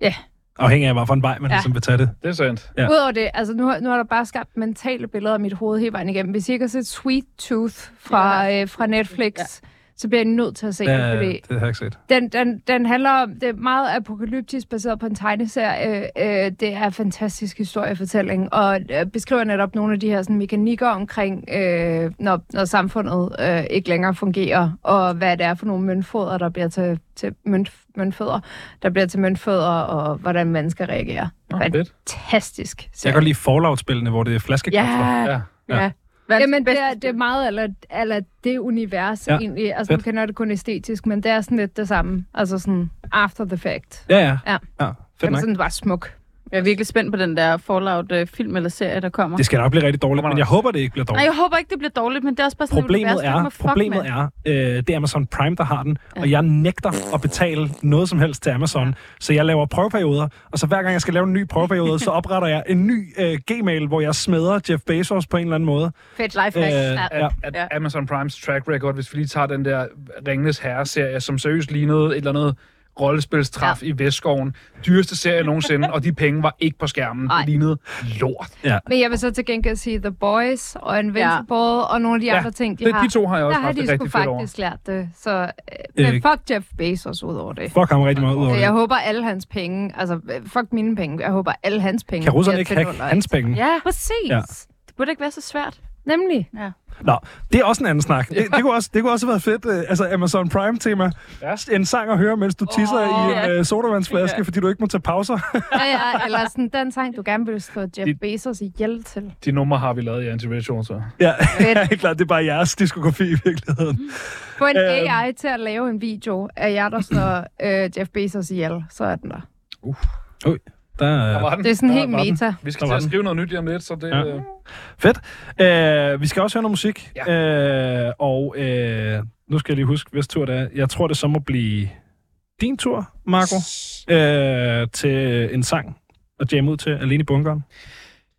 Speaker 5: Ja.
Speaker 2: Afhængig af, hvad for en vej man ja.
Speaker 5: Ja.
Speaker 2: ligesom vil tage det.
Speaker 4: Det er sandt.
Speaker 2: ja.
Speaker 5: noget. Udover det, altså nu, har- nu har der bare skabt mentale billeder af mit hoved hele vejen igennem. Hvis I ikke har set Sweet Tooth fra, øh, fra Netflix, ja. så bliver I nødt til at se
Speaker 2: Ja,
Speaker 5: det, fordi
Speaker 2: det har jeg ikke set.
Speaker 5: Den, den, den handler om, det er meget apokalyptisk baseret på en tegneserie. Øh, øh, det er en fantastisk historiefortælling, og øh, beskriver netop nogle af de her sådan, mekanikker omkring, øh, når, når samfundet øh, ikke længere fungerer, og hvad det er for nogle møntfoder, der bliver til, til mønt, møntfødder, der bliver til møntfødder, og hvordan mennesker reagerer.
Speaker 4: Nå,
Speaker 5: Hvad-
Speaker 4: fedt.
Speaker 5: Fantastisk.
Speaker 2: Jeg kan godt lide Fallout-spillene, hvor det er flaskekopter.
Speaker 4: Ja.
Speaker 6: Verdens
Speaker 5: Jamen, det
Speaker 6: bedste
Speaker 5: er, det er meget eller, eller det univers
Speaker 2: Ja,
Speaker 5: ja. egentlig. Altså, nu
Speaker 2: fedt.
Speaker 5: kender jeg det kun æstetisk, men det er sådan lidt det samme. Altså sådan after the fact.
Speaker 2: Ja, ja.
Speaker 5: Ja.
Speaker 2: ja fedt
Speaker 5: Jamen,
Speaker 2: nok.
Speaker 5: sådan var smuk.
Speaker 6: Jeg er virkelig spændt på den der Fallout-film eller serie, der kommer.
Speaker 2: Det skal nok blive rigtig dårligt, men jeg håber, det ikke bliver
Speaker 6: Nej,
Speaker 2: dårligt.
Speaker 6: jeg håber ikke, det bliver dårligt, men det er også bare sådan,
Speaker 2: Problemet
Speaker 6: et univers,
Speaker 2: er, problemet er øh, det er Amazon Prime, der har den, ja. og jeg nægter at betale noget som helst til Amazon, ja. så jeg laver prøveperioder, og så hver gang jeg skal lave en ny prøveperiode, så opretter jeg en ny øh, Gmail, hvor jeg smadrer Jeff Bezos på en eller anden måde.
Speaker 5: Fedt
Speaker 2: Øh,
Speaker 5: lifehack. Øh,
Speaker 2: ja.
Speaker 4: At, at
Speaker 6: Ja.
Speaker 4: Amazon Primes track record, hvis vi lige tager den der Ringnes Herre-serie, som seriøst lignede et eller andet rollespilstraf ja. i Vestskoven. Dyreste serie nogensinde, og de penge var ikke på skærmen.
Speaker 5: Ej.
Speaker 4: Det lignede lort.
Speaker 5: Men jeg vil så til gengæld sige The Boys og Invincible ja. og nogle af de
Speaker 4: Ja,
Speaker 5: andre ting, de
Speaker 4: Det,
Speaker 5: har.
Speaker 4: de to har jeg
Speaker 5: der
Speaker 4: også
Speaker 5: har
Speaker 4: haft det
Speaker 5: de sgu
Speaker 4: rigtig fedt over.
Speaker 5: faktisk lært det. Så, øh,
Speaker 2: Øh,
Speaker 5: men fuck Jeff Bezos ud over det.
Speaker 2: Fuck ham rigtig meget ud over
Speaker 5: Så
Speaker 2: det.
Speaker 5: jeg håber alle hans penge, altså øh, fuck mine penge, jeg håber alle hans penge.
Speaker 2: Kan russerne
Speaker 5: bliver
Speaker 2: ikke
Speaker 5: til
Speaker 2: hacke
Speaker 5: nuller.
Speaker 2: hans penge?
Speaker 6: Ja,
Speaker 5: Præcis.
Speaker 2: Ja.
Speaker 5: Ja.
Speaker 6: det burde ikke være så svært.
Speaker 5: Nemlig.
Speaker 2: Nå, det er også en anden snak. Det, det, kunne, også, det kunne også have været fedt. Øh, altså Amazon Prime-tema.
Speaker 4: Ja.
Speaker 2: En sang at høre, mens du tisser oh, i en
Speaker 6: ja.
Speaker 2: øh, sodavandsflaske, fordi du ikke må tage pauser.
Speaker 5: Ja, ja, eller sådan den sang, du gerne vil slå Jeff
Speaker 4: Det-
Speaker 5: Bezos ihjel til.
Speaker 4: De numre har vi lavet i Anti-Ritual, så.
Speaker 2: ja,
Speaker 5: Fedt.
Speaker 2: helt klart. Det er bare jeres diskografi i
Speaker 4: Mm.
Speaker 2: virkeligheden.
Speaker 5: Få en
Speaker 2: Øhm.
Speaker 5: AI til at lave en video af jer, der slår øh, Jeff Bezos ihjel, så er den der.
Speaker 2: Der,
Speaker 4: Der
Speaker 2: øh,
Speaker 4: var den.
Speaker 5: Det er sådan
Speaker 4: Der
Speaker 5: helt
Speaker 4: var den.
Speaker 5: meta.
Speaker 4: Vi
Speaker 2: Der
Speaker 4: skal til
Speaker 2: var
Speaker 4: at
Speaker 2: den.
Speaker 4: skrive noget nyt lige om lidt, så det...
Speaker 2: Ja.
Speaker 4: Ja.
Speaker 2: fedt. Øh, vi skal også høre noget musik. Ja. Øh, og øh, nu skal jeg lige huske, hvis tur det er. Jeg tror, det så må blive din tur, Marco, øh, til en sang at jamme ud til alene i bunkeren.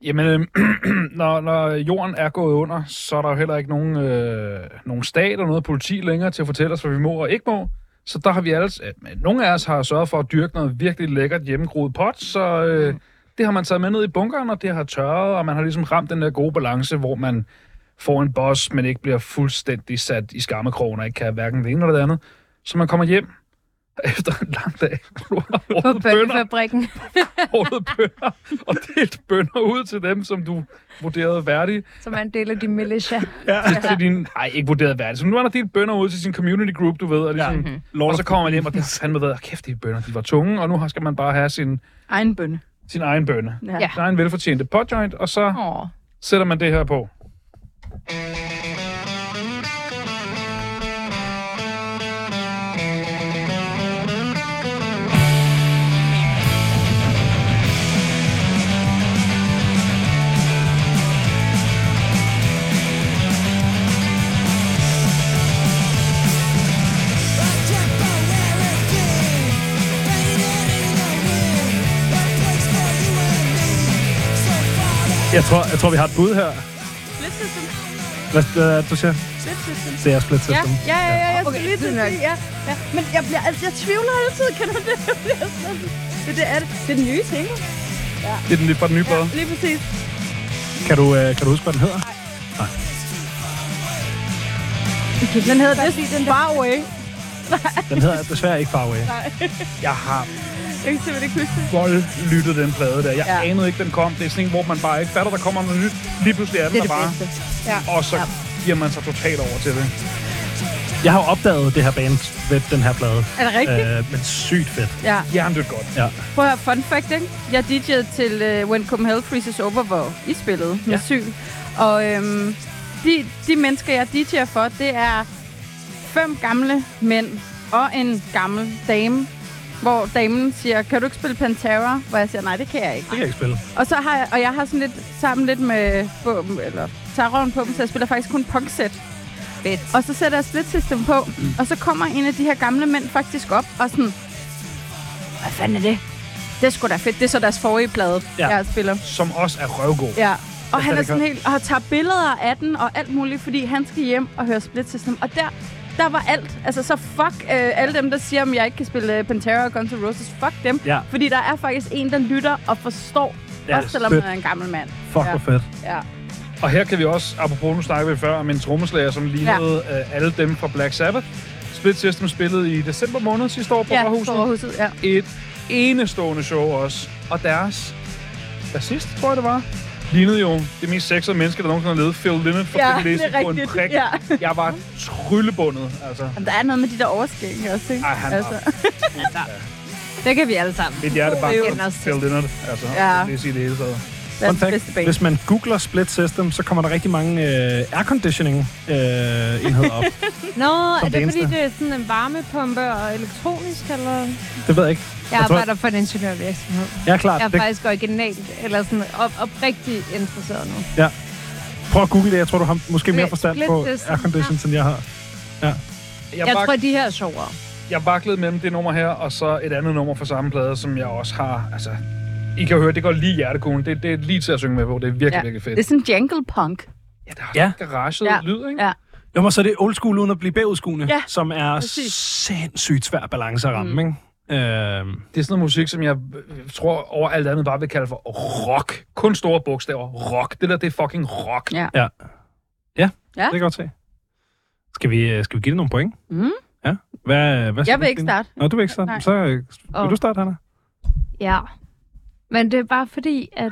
Speaker 4: Jamen, øh, når, når jorden er gået under, så er der jo heller ikke nogen, øh, nogen stat eller noget politi længere til at fortælle os, hvad vi må og ikke må. Så der har vi alle... Øh, men nogle af os har sørget for at dyrke noget virkelig lækkert hjemmegroet pot, så øh, det har man taget med ned i bunkeren, og det har tørret, og man har ligesom ramt den der gode balance, hvor man får en boss, men ikke bliver fuldstændig sat i skammekrogen og ikke kan hverken det ene eller det andet. Så man kommer hjem efter en lang dag.
Speaker 5: På bønnefabrikken.
Speaker 4: hårede bønder, og delt bønder ud til dem, som du vurderede værdige.
Speaker 5: Som er en del af de militia.
Speaker 4: Til, til din, nej, ikke vurderet værdige. Så nu har der delt bønder ud til sin community group, du ved. Og, ligesom, ja.
Speaker 2: Lord
Speaker 4: og
Speaker 2: of
Speaker 4: så kommer man hjem, og det har fandme været, kæft, de bønder, de var tunge, og nu har- skal man bare have sin,
Speaker 6: Egen bønne.
Speaker 4: sin egen bønne.
Speaker 6: Ja.
Speaker 5: Ja.
Speaker 4: Sin egen velfortjente potjoint, og så
Speaker 5: Åh.
Speaker 4: sætter man det her på.
Speaker 2: Jeg tror, jeg tror, vi har et bud her. Hvad, hvad er det, du siger? Det er split system. Ja.
Speaker 6: Ja, ja, ja, jeg
Speaker 8: Okay,
Speaker 6: okay, lige til
Speaker 8: det
Speaker 6: at
Speaker 8: er
Speaker 6: sige, ja, ja. Men jeg, bliver, altså, jeg tvivler altid, kan du det? Jeg bliver sådan- Det, det, er, det. det er den nye ting.
Speaker 4: Det er den lidt fra den nye plade.
Speaker 6: Lige præcis.
Speaker 2: Kan, du, øh, kan du huske, hvad den hedder?
Speaker 6: Den hedder det, den der. Far Away.
Speaker 2: Den hedder desværre ikke Far Away.
Speaker 4: Jeg har
Speaker 6: Jeg kan simpelthen ikke huske det.
Speaker 4: vold lyttet den plade der. Jeg
Speaker 6: Ja.
Speaker 4: ja. anede ikke, den kom. Det er sådan en, hvor man bare ikke fatter, der kommer noget nyt. Lige pludselig er den
Speaker 8: Det er
Speaker 4: der
Speaker 8: det
Speaker 4: bare.
Speaker 8: bedste.
Speaker 4: Og så giver man sig totalt over til det.
Speaker 2: Jeg har jo opdaget det her band ved den her plade.
Speaker 6: Er det rigtigt?
Speaker 2: Øh, men sygt fedt.
Speaker 6: Ja.
Speaker 4: Jerndødt godt.
Speaker 2: Ja.
Speaker 6: Prøv at høre, fun fact, ikke? Jeg DJ'ede til uh, When Come Hell Freezes Over, hvor I spillede med ja. syg. Og øhm, de, de mennesker, jeg DJ'er for, det er fem gamle mænd og en gammel dame. Hvor damen siger, kan du ikke spille Pantera? Hvor jeg siger, nej, det kan jeg ikke.
Speaker 2: Det kan jeg ikke spille.
Speaker 6: Og så har jeg, og jeg har sådan lidt sammen lidt med våben, eller tager røven på dem, så jeg spiller faktisk kun punksæt. Fedt. Og så sætter jeg split system på, mm. og så kommer en af de her gamle mænd faktisk op og sådan, hvad fanden er det? Det er sgu da fedt. Det er så deres forrige plade,
Speaker 2: Ja.
Speaker 6: ja. jeg spiller.
Speaker 4: Som også er røvgod.
Speaker 6: Ja. Og han er
Speaker 4: det
Speaker 6: sådan helt, og tager billeder af den og alt muligt, fordi han skal hjem og høre Split System. Og der, der var alt. Altså, så fuck øh, alle dem, der siger, at jeg ikke kan spille øh, Pantera og Guns N' Roses. Fuck dem.
Speaker 2: Ja.
Speaker 6: Fordi der er faktisk en, der lytter og forstår,
Speaker 2: Ja,
Speaker 6: ja, også selvom
Speaker 2: fedt.
Speaker 6: man er en gammel mand.
Speaker 2: Fuck,
Speaker 6: Ja.
Speaker 2: hvor fedt.
Speaker 6: Ja.
Speaker 4: Og her kan vi også, apropos nu snakkede vi før om en trommeslager, som lignede ja. øh, alle dem fra Black Sabbath. Split System spillede i december måned sidste år på
Speaker 6: Ja,
Speaker 4: Rådhuset.
Speaker 6: Borgerhuset, ja.
Speaker 4: Et enestående show også. Og deres bassist, tror jeg det var, lignede jo det mest sexede menneske, der nogensinde har levet. Phil Lynott fra
Speaker 6: Ja,
Speaker 4: Thin Lizzy
Speaker 6: det er
Speaker 4: på en
Speaker 6: rigtigt,
Speaker 4: prik.
Speaker 6: ja.
Speaker 4: Jeg var tryllebundet, altså.
Speaker 6: Jamen, der er noget med de der overskæg også, ikke?
Speaker 4: Ej, han altså.
Speaker 5: Det kan vi alle sammen.
Speaker 4: Mit hjerte bare
Speaker 5: God
Speaker 4: for
Speaker 5: evne.
Speaker 4: Phil Lynott. Altså,
Speaker 6: Ja.
Speaker 4: ja. det sige det hele taget.
Speaker 2: Fun
Speaker 6: Verdens
Speaker 2: fact,
Speaker 6: bedste band.
Speaker 2: Hvis man googler Split System, så kommer der rigtig mange øh, airconditioning-enheder op.
Speaker 9: Nå, er
Speaker 2: det
Speaker 9: det fordi,
Speaker 2: eneste.
Speaker 9: det er sådan en varmepumpe og elektronisk, eller?
Speaker 2: det ved jeg ikke.
Speaker 5: Jeg
Speaker 2: Jeg tror-
Speaker 5: arbejder for en ingeniørvirksomhed.
Speaker 2: Ja, klart.
Speaker 5: Jeg er
Speaker 2: Det,
Speaker 5: faktisk originalt, eller sådan op, oprigtigt interesseret nu.
Speaker 2: prøv at google det. Jeg tror, du har måske mere
Speaker 5: Split-
Speaker 2: forstand
Speaker 5: Split
Speaker 2: på
Speaker 5: System,
Speaker 2: aircondition, end jeg har.
Speaker 5: Jeg, jeg tror, de her er sjovere.
Speaker 4: jeg vaklede mellem det nummer her, og så et andet nummer fra samme plade, som jeg også har, altså... I kan jo høre, det går lige hjertekuglen. Det, det er lige til at synge med på. Det er virkelig, ja.
Speaker 6: Ja.
Speaker 4: virkelig
Speaker 6: Det er
Speaker 4: fedt.
Speaker 6: sådan jungle punk.
Speaker 4: Ja, det har
Speaker 2: Ja.
Speaker 4: ja. garaget ja.
Speaker 6: Ja.
Speaker 4: lyd, ikke?
Speaker 6: Ja.
Speaker 2: Jo, og så er det old school uden at blive bagudskuende,
Speaker 6: Ja,
Speaker 2: som er
Speaker 6: præcis.
Speaker 2: sindssygt svær balance at ramme, mm. ikke? Øhm,
Speaker 4: Det er sådan noget musik, som jeg øh, tror over alt andet bare vil kalde for rock. Kun store bogstaver. Rock. Det der, det er fucking rock.
Speaker 6: Ja.
Speaker 2: Det kan jeg godt se. Skal vi, øh, skal vi give det nogle point?
Speaker 6: Mhm.
Speaker 2: Ja. Hvad, hvad
Speaker 6: Jeg vil ikke starte.
Speaker 2: Nå, du vil ikke starte.
Speaker 6: Nej.
Speaker 2: Så øh, vil
Speaker 5: Åh.
Speaker 2: du starte, Hanna?
Speaker 5: Ja. Men det er bare fordi, at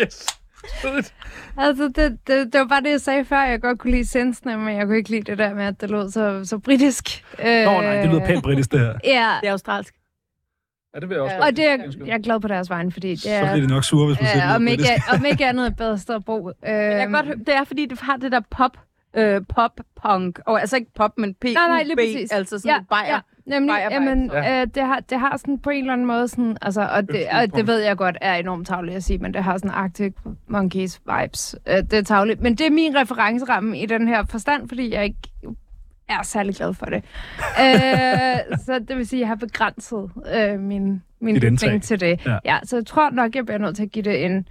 Speaker 4: Yes. Fedt.
Speaker 5: Altså, det, det, det var bare det, jeg sagde før. Jeg godt kunne lide sensene, men jeg kunne ikke lide det der med, at det lød så, så britisk. Nå,
Speaker 2: Nå, nej, det lyder pænt britisk, det her.
Speaker 5: Ja,
Speaker 6: Det er australsk.
Speaker 4: Ja, det vil jeg også
Speaker 5: og
Speaker 4: godt.
Speaker 5: det er, jeg er glad på deres vejen, fordi det
Speaker 2: Så bliver
Speaker 5: er...
Speaker 2: de nok sure, hvis man siger,
Speaker 5: Ja,
Speaker 2: det
Speaker 5: om,
Speaker 2: lyder
Speaker 5: ikke,
Speaker 2: britisk.
Speaker 5: om ikke andet et bedre sted at bo. Øhm,
Speaker 6: Jeg kan godt høre, det er, fordi det har det der pop, øh, pop punk. Og altså ikke pop, men p
Speaker 5: Nej, nej, lige
Speaker 6: U, B,
Speaker 5: præcis.
Speaker 6: Altså sådan ja, bajer. Ja.
Speaker 5: Nemlig,
Speaker 6: Vej er vej.
Speaker 5: jamen,
Speaker 4: Ja.
Speaker 5: øh, det, har, det har sådan på en eller anden måde sådan, altså, og det, og det ved jeg godt er enormt tavligt at sige, men det har sådan Arctic Monkeys vibes. Øh, det er tavligt. Men det er min referenceramme i den her forstand, fordi jeg ikke er særlig glad for det. øh, så det vil sige, at jeg har begrænset øh, min, min
Speaker 2: Dit indtag.
Speaker 5: lytning til det.
Speaker 2: Ja.
Speaker 5: ja, så jeg tror nok, jeg bliver nødt til at give det en,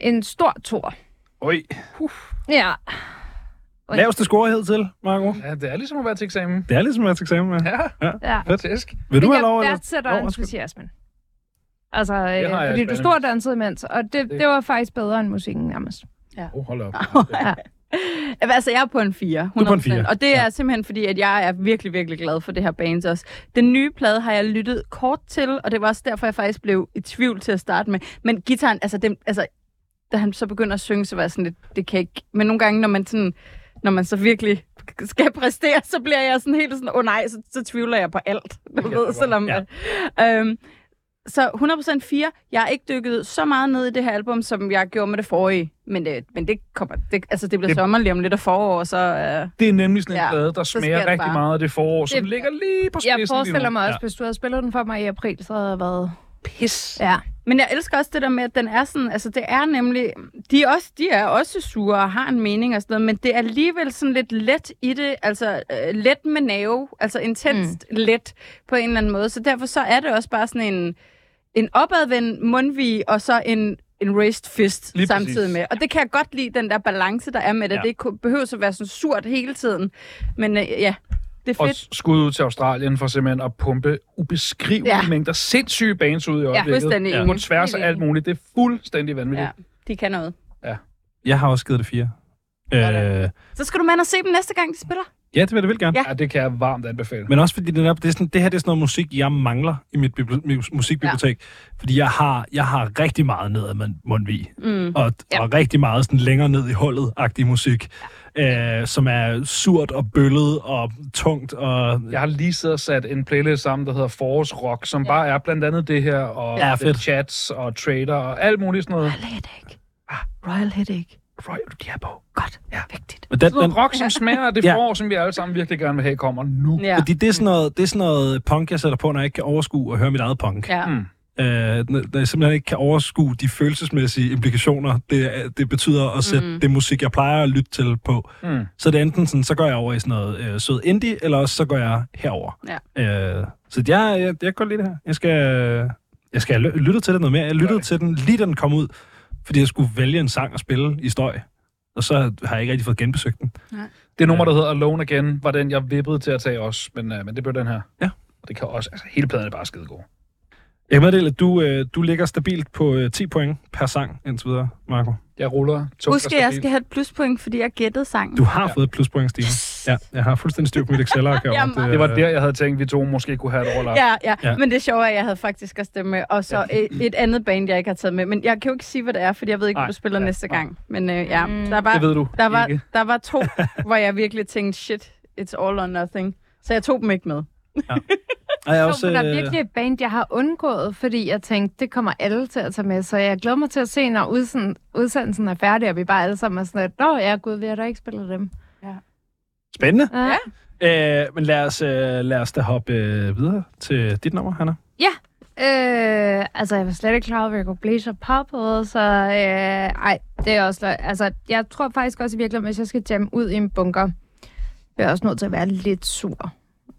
Speaker 5: en stor tor.
Speaker 4: Oj.
Speaker 5: Ja,
Speaker 2: Laveste score hed til, Marco.
Speaker 4: Ja, det er ligesom at være til eksamen.
Speaker 2: Det er ligesom at til eksamen, ja.
Speaker 4: Ja,
Speaker 5: ja.
Speaker 2: Fedt.
Speaker 4: tæsk.
Speaker 2: Vil du
Speaker 5: Men
Speaker 2: have lov?
Speaker 5: Jeg
Speaker 2: Eller?
Speaker 5: værdsætter
Speaker 2: Nå,
Speaker 5: oh,
Speaker 2: undskyld.
Speaker 5: entusiasmen. Altså,
Speaker 4: har
Speaker 5: øh,
Speaker 4: jeg
Speaker 5: fordi
Speaker 4: et
Speaker 5: du
Speaker 4: band.
Speaker 5: stod og dansede imens, og det, det var faktisk bedre end musikken nærmest.
Speaker 4: Oh, hold op.
Speaker 6: Altså, jeg er på en 4.
Speaker 2: Du er på en fire.
Speaker 6: Og det er simpelthen fordi, at jeg er virkelig, virkelig glad for det her band også. Den nye plade har jeg lyttet kort til, og det var også derfor, jeg faktisk blev i tvivl til at starte med. Men gitaren, altså, den, altså da han så begynder at synge, så var jeg sådan lidt, det kan jeg ikke. Men nogle gange, når man, sådan, når man så virkelig skal præstere, så bliver jeg sådan helt sådan, åh oh, nej, så, så tvivler jeg på alt. Du
Speaker 4: Ja,
Speaker 6: ved,
Speaker 4: det
Speaker 6: selvom, ja. øhm, Så 100% 4. Jeg har ikke dykket så meget ned i det her album, som jeg gjorde med det forrige. Men, øh, men det kommer... Det, altså, det bliver
Speaker 4: Det-
Speaker 6: det... sommer lige om lidt og forår, så... Øh,
Speaker 4: Det er nemlig sådan en
Speaker 6: Ja,
Speaker 4: plade, der
Speaker 6: så
Speaker 4: smager
Speaker 6: sker det
Speaker 4: rigtig
Speaker 6: bare.
Speaker 4: meget af det forår, som
Speaker 5: Det-
Speaker 4: ligger lige på spidsen
Speaker 5: Jeg forestiller
Speaker 4: lige nu.
Speaker 5: mig også,
Speaker 4: Ja.
Speaker 5: ja. hvis du havde spillet den for mig i april, så havde jeg været...
Speaker 6: pis.
Speaker 5: Ja.
Speaker 6: Men jeg elsker også det der med, at den er sådan, altså det er nemlig, de er også, de er også sure og har en mening og sådan noget, men det er alligevel sådan lidt let i det, altså øh, let med nerve, altså intenst mm. let på en eller anden måde, så derfor så er det også bare sådan en, en opadvendt mundvig og så en, en raised fist
Speaker 4: Lige
Speaker 6: Lige
Speaker 4: præcis.
Speaker 6: samtidig præcis. med, og det kan jeg godt lide, den der balance, der er med det,
Speaker 4: Ja.
Speaker 6: ja. det ku- behøver at være sådan surt hele tiden, men øh, ja, det er
Speaker 4: Og
Speaker 6: fedt.
Speaker 4: skud ud til Australien for simpelthen at pumpe ubeskrivelige ja.
Speaker 6: Ja.
Speaker 4: mængder sindssyge bands ud i øjeblikket.
Speaker 6: fuldstændig
Speaker 4: På
Speaker 6: enig.
Speaker 4: tværs af
Speaker 6: Helt
Speaker 4: alt muligt. Det er fuldstændig vanvittigt.
Speaker 6: Ja. De kan noget.
Speaker 2: Jeg har også givet det fire. Øh, ja,
Speaker 6: Så skal du med ind og se dem næste gang, de spiller.
Speaker 2: det vil jeg vildt gerne.
Speaker 4: Ja. ja, det kan jeg varmt anbefale.
Speaker 2: Men også fordi det, er, det, er sådan, det her det er sådan noget musik, jeg mangler i mit bibli- mu- musikbibliotek. Ja. Fordi jeg har, jeg har rigtig meget ned af mundvig.
Speaker 6: Mm.
Speaker 2: Og, ja. og rigtig meget sådan længere ned i hullet-agtig musik. Øh, som er surt og bøllet og tungt. Og,
Speaker 4: Jeg har lige siddet og sat en playlist sammen, der hedder Forårsrock, som ja. bare er blandt andet det her, og
Speaker 2: Ja,
Speaker 4: The
Speaker 2: fedt.
Speaker 4: chats og trader og alt muligt sådan noget. Royal Headache. Ah. Royal Headache. Royal, de er på.
Speaker 2: og den,
Speaker 4: Det er
Speaker 2: den,
Speaker 4: noget rock, som smager af det
Speaker 2: Ja.
Speaker 4: forår, som vi alle sammen virkelig gerne vil have kommer nu.
Speaker 6: Ja.
Speaker 2: fordi det er, sådan noget, det er sådan noget punk, jeg sætter på, når jeg ikke kan overskue og høre mit eget punk.
Speaker 6: Ja.
Speaker 4: Mm.
Speaker 2: øh, når når jeg simpelthen ikke kan overskue de følelsesmæssige implikationer, det, er- det betyder at sætte
Speaker 6: Mhm.
Speaker 2: mm. det musik, jeg plejer at lytte til på.
Speaker 4: Mm.
Speaker 2: Så det er enten sådan, så går jeg over i sådan noget øh, sød indie, eller også så går jeg herover. Ja. Øh, så jeg, jeg, jeg kan godt lide det her. Jeg skal, jeg skal have lø- lyttet til det noget mere. Jeg lyttede til den, lige da den kom ud, fordi jeg skulle vælge en sang at spille i støj. Og så har jeg ikke rigtig fået genbesøgt den.
Speaker 4: Det nummer, der hedder Alone Again, var den, jeg vippede til at tage også, men, øh, men det blev den her.
Speaker 2: Ja.
Speaker 4: Og det kan også, altså hele pladen er bare skidegod.
Speaker 2: Jeg kan meddele, at du, øh, du ligger stabilt på øh, 10 point per sang indtil videre, Marco.
Speaker 4: Jeg ruller tungt
Speaker 6: Husk, at jeg skal have et pluspoint, fordi jeg gættede sangen.
Speaker 2: Du har ja. fået et pluspoint, Stine. Ja, jeg har fuldstændig styr på mit Excel-ark
Speaker 6: Jeg er
Speaker 2: herovre.
Speaker 6: meget-
Speaker 4: Det var der, jeg havde tænkt, vi to måske kunne have et overlap.
Speaker 6: Ja, ja,
Speaker 2: Ja.
Speaker 6: ja, men det er sjovt, at jeg havde faktisk at stemme. Og så et, et andet band, jeg ikke har taget med. Men jeg kan jo ikke sige, hvad det er, fordi jeg ved ikke,
Speaker 4: Nej,
Speaker 6: hvad du spiller
Speaker 4: ja,
Speaker 6: næste
Speaker 4: nej.
Speaker 6: gang. Men øh, ja,
Speaker 5: Mm.
Speaker 6: der var,
Speaker 4: Det ved du
Speaker 6: der var,
Speaker 4: ikke.
Speaker 6: der var to, hvor jeg virkelig tænkte, shit, it's all or nothing. Så jeg tog dem ikke med.
Speaker 2: Og jeg er
Speaker 5: Jo,
Speaker 2: også,
Speaker 5: men der
Speaker 2: øh,
Speaker 5: er virkelig et band, jeg har undgået, fordi jeg tænkte, det kommer alle til at tage med, så jeg glæder mig til at se, når udsen- udsendelsen er færdig, og vi bare alle sammen er sådan lidt, nå ja, gud, vi har da ikke spillet dem.
Speaker 2: spændende.
Speaker 5: Ja. ja.
Speaker 2: Øh, men lad os, øh, lad os da hoppe øh, videre til dit nummer, Hanna.
Speaker 5: Øh, altså, jeg var slet ikke klar over, at jeg kunne blive så poppet, så øh, ej, det er også... løg. Altså, jeg tror faktisk også i virkeligheden, hvis jeg skal jamme ud i en bunker, bliver jeg også nødt til at være lidt sur.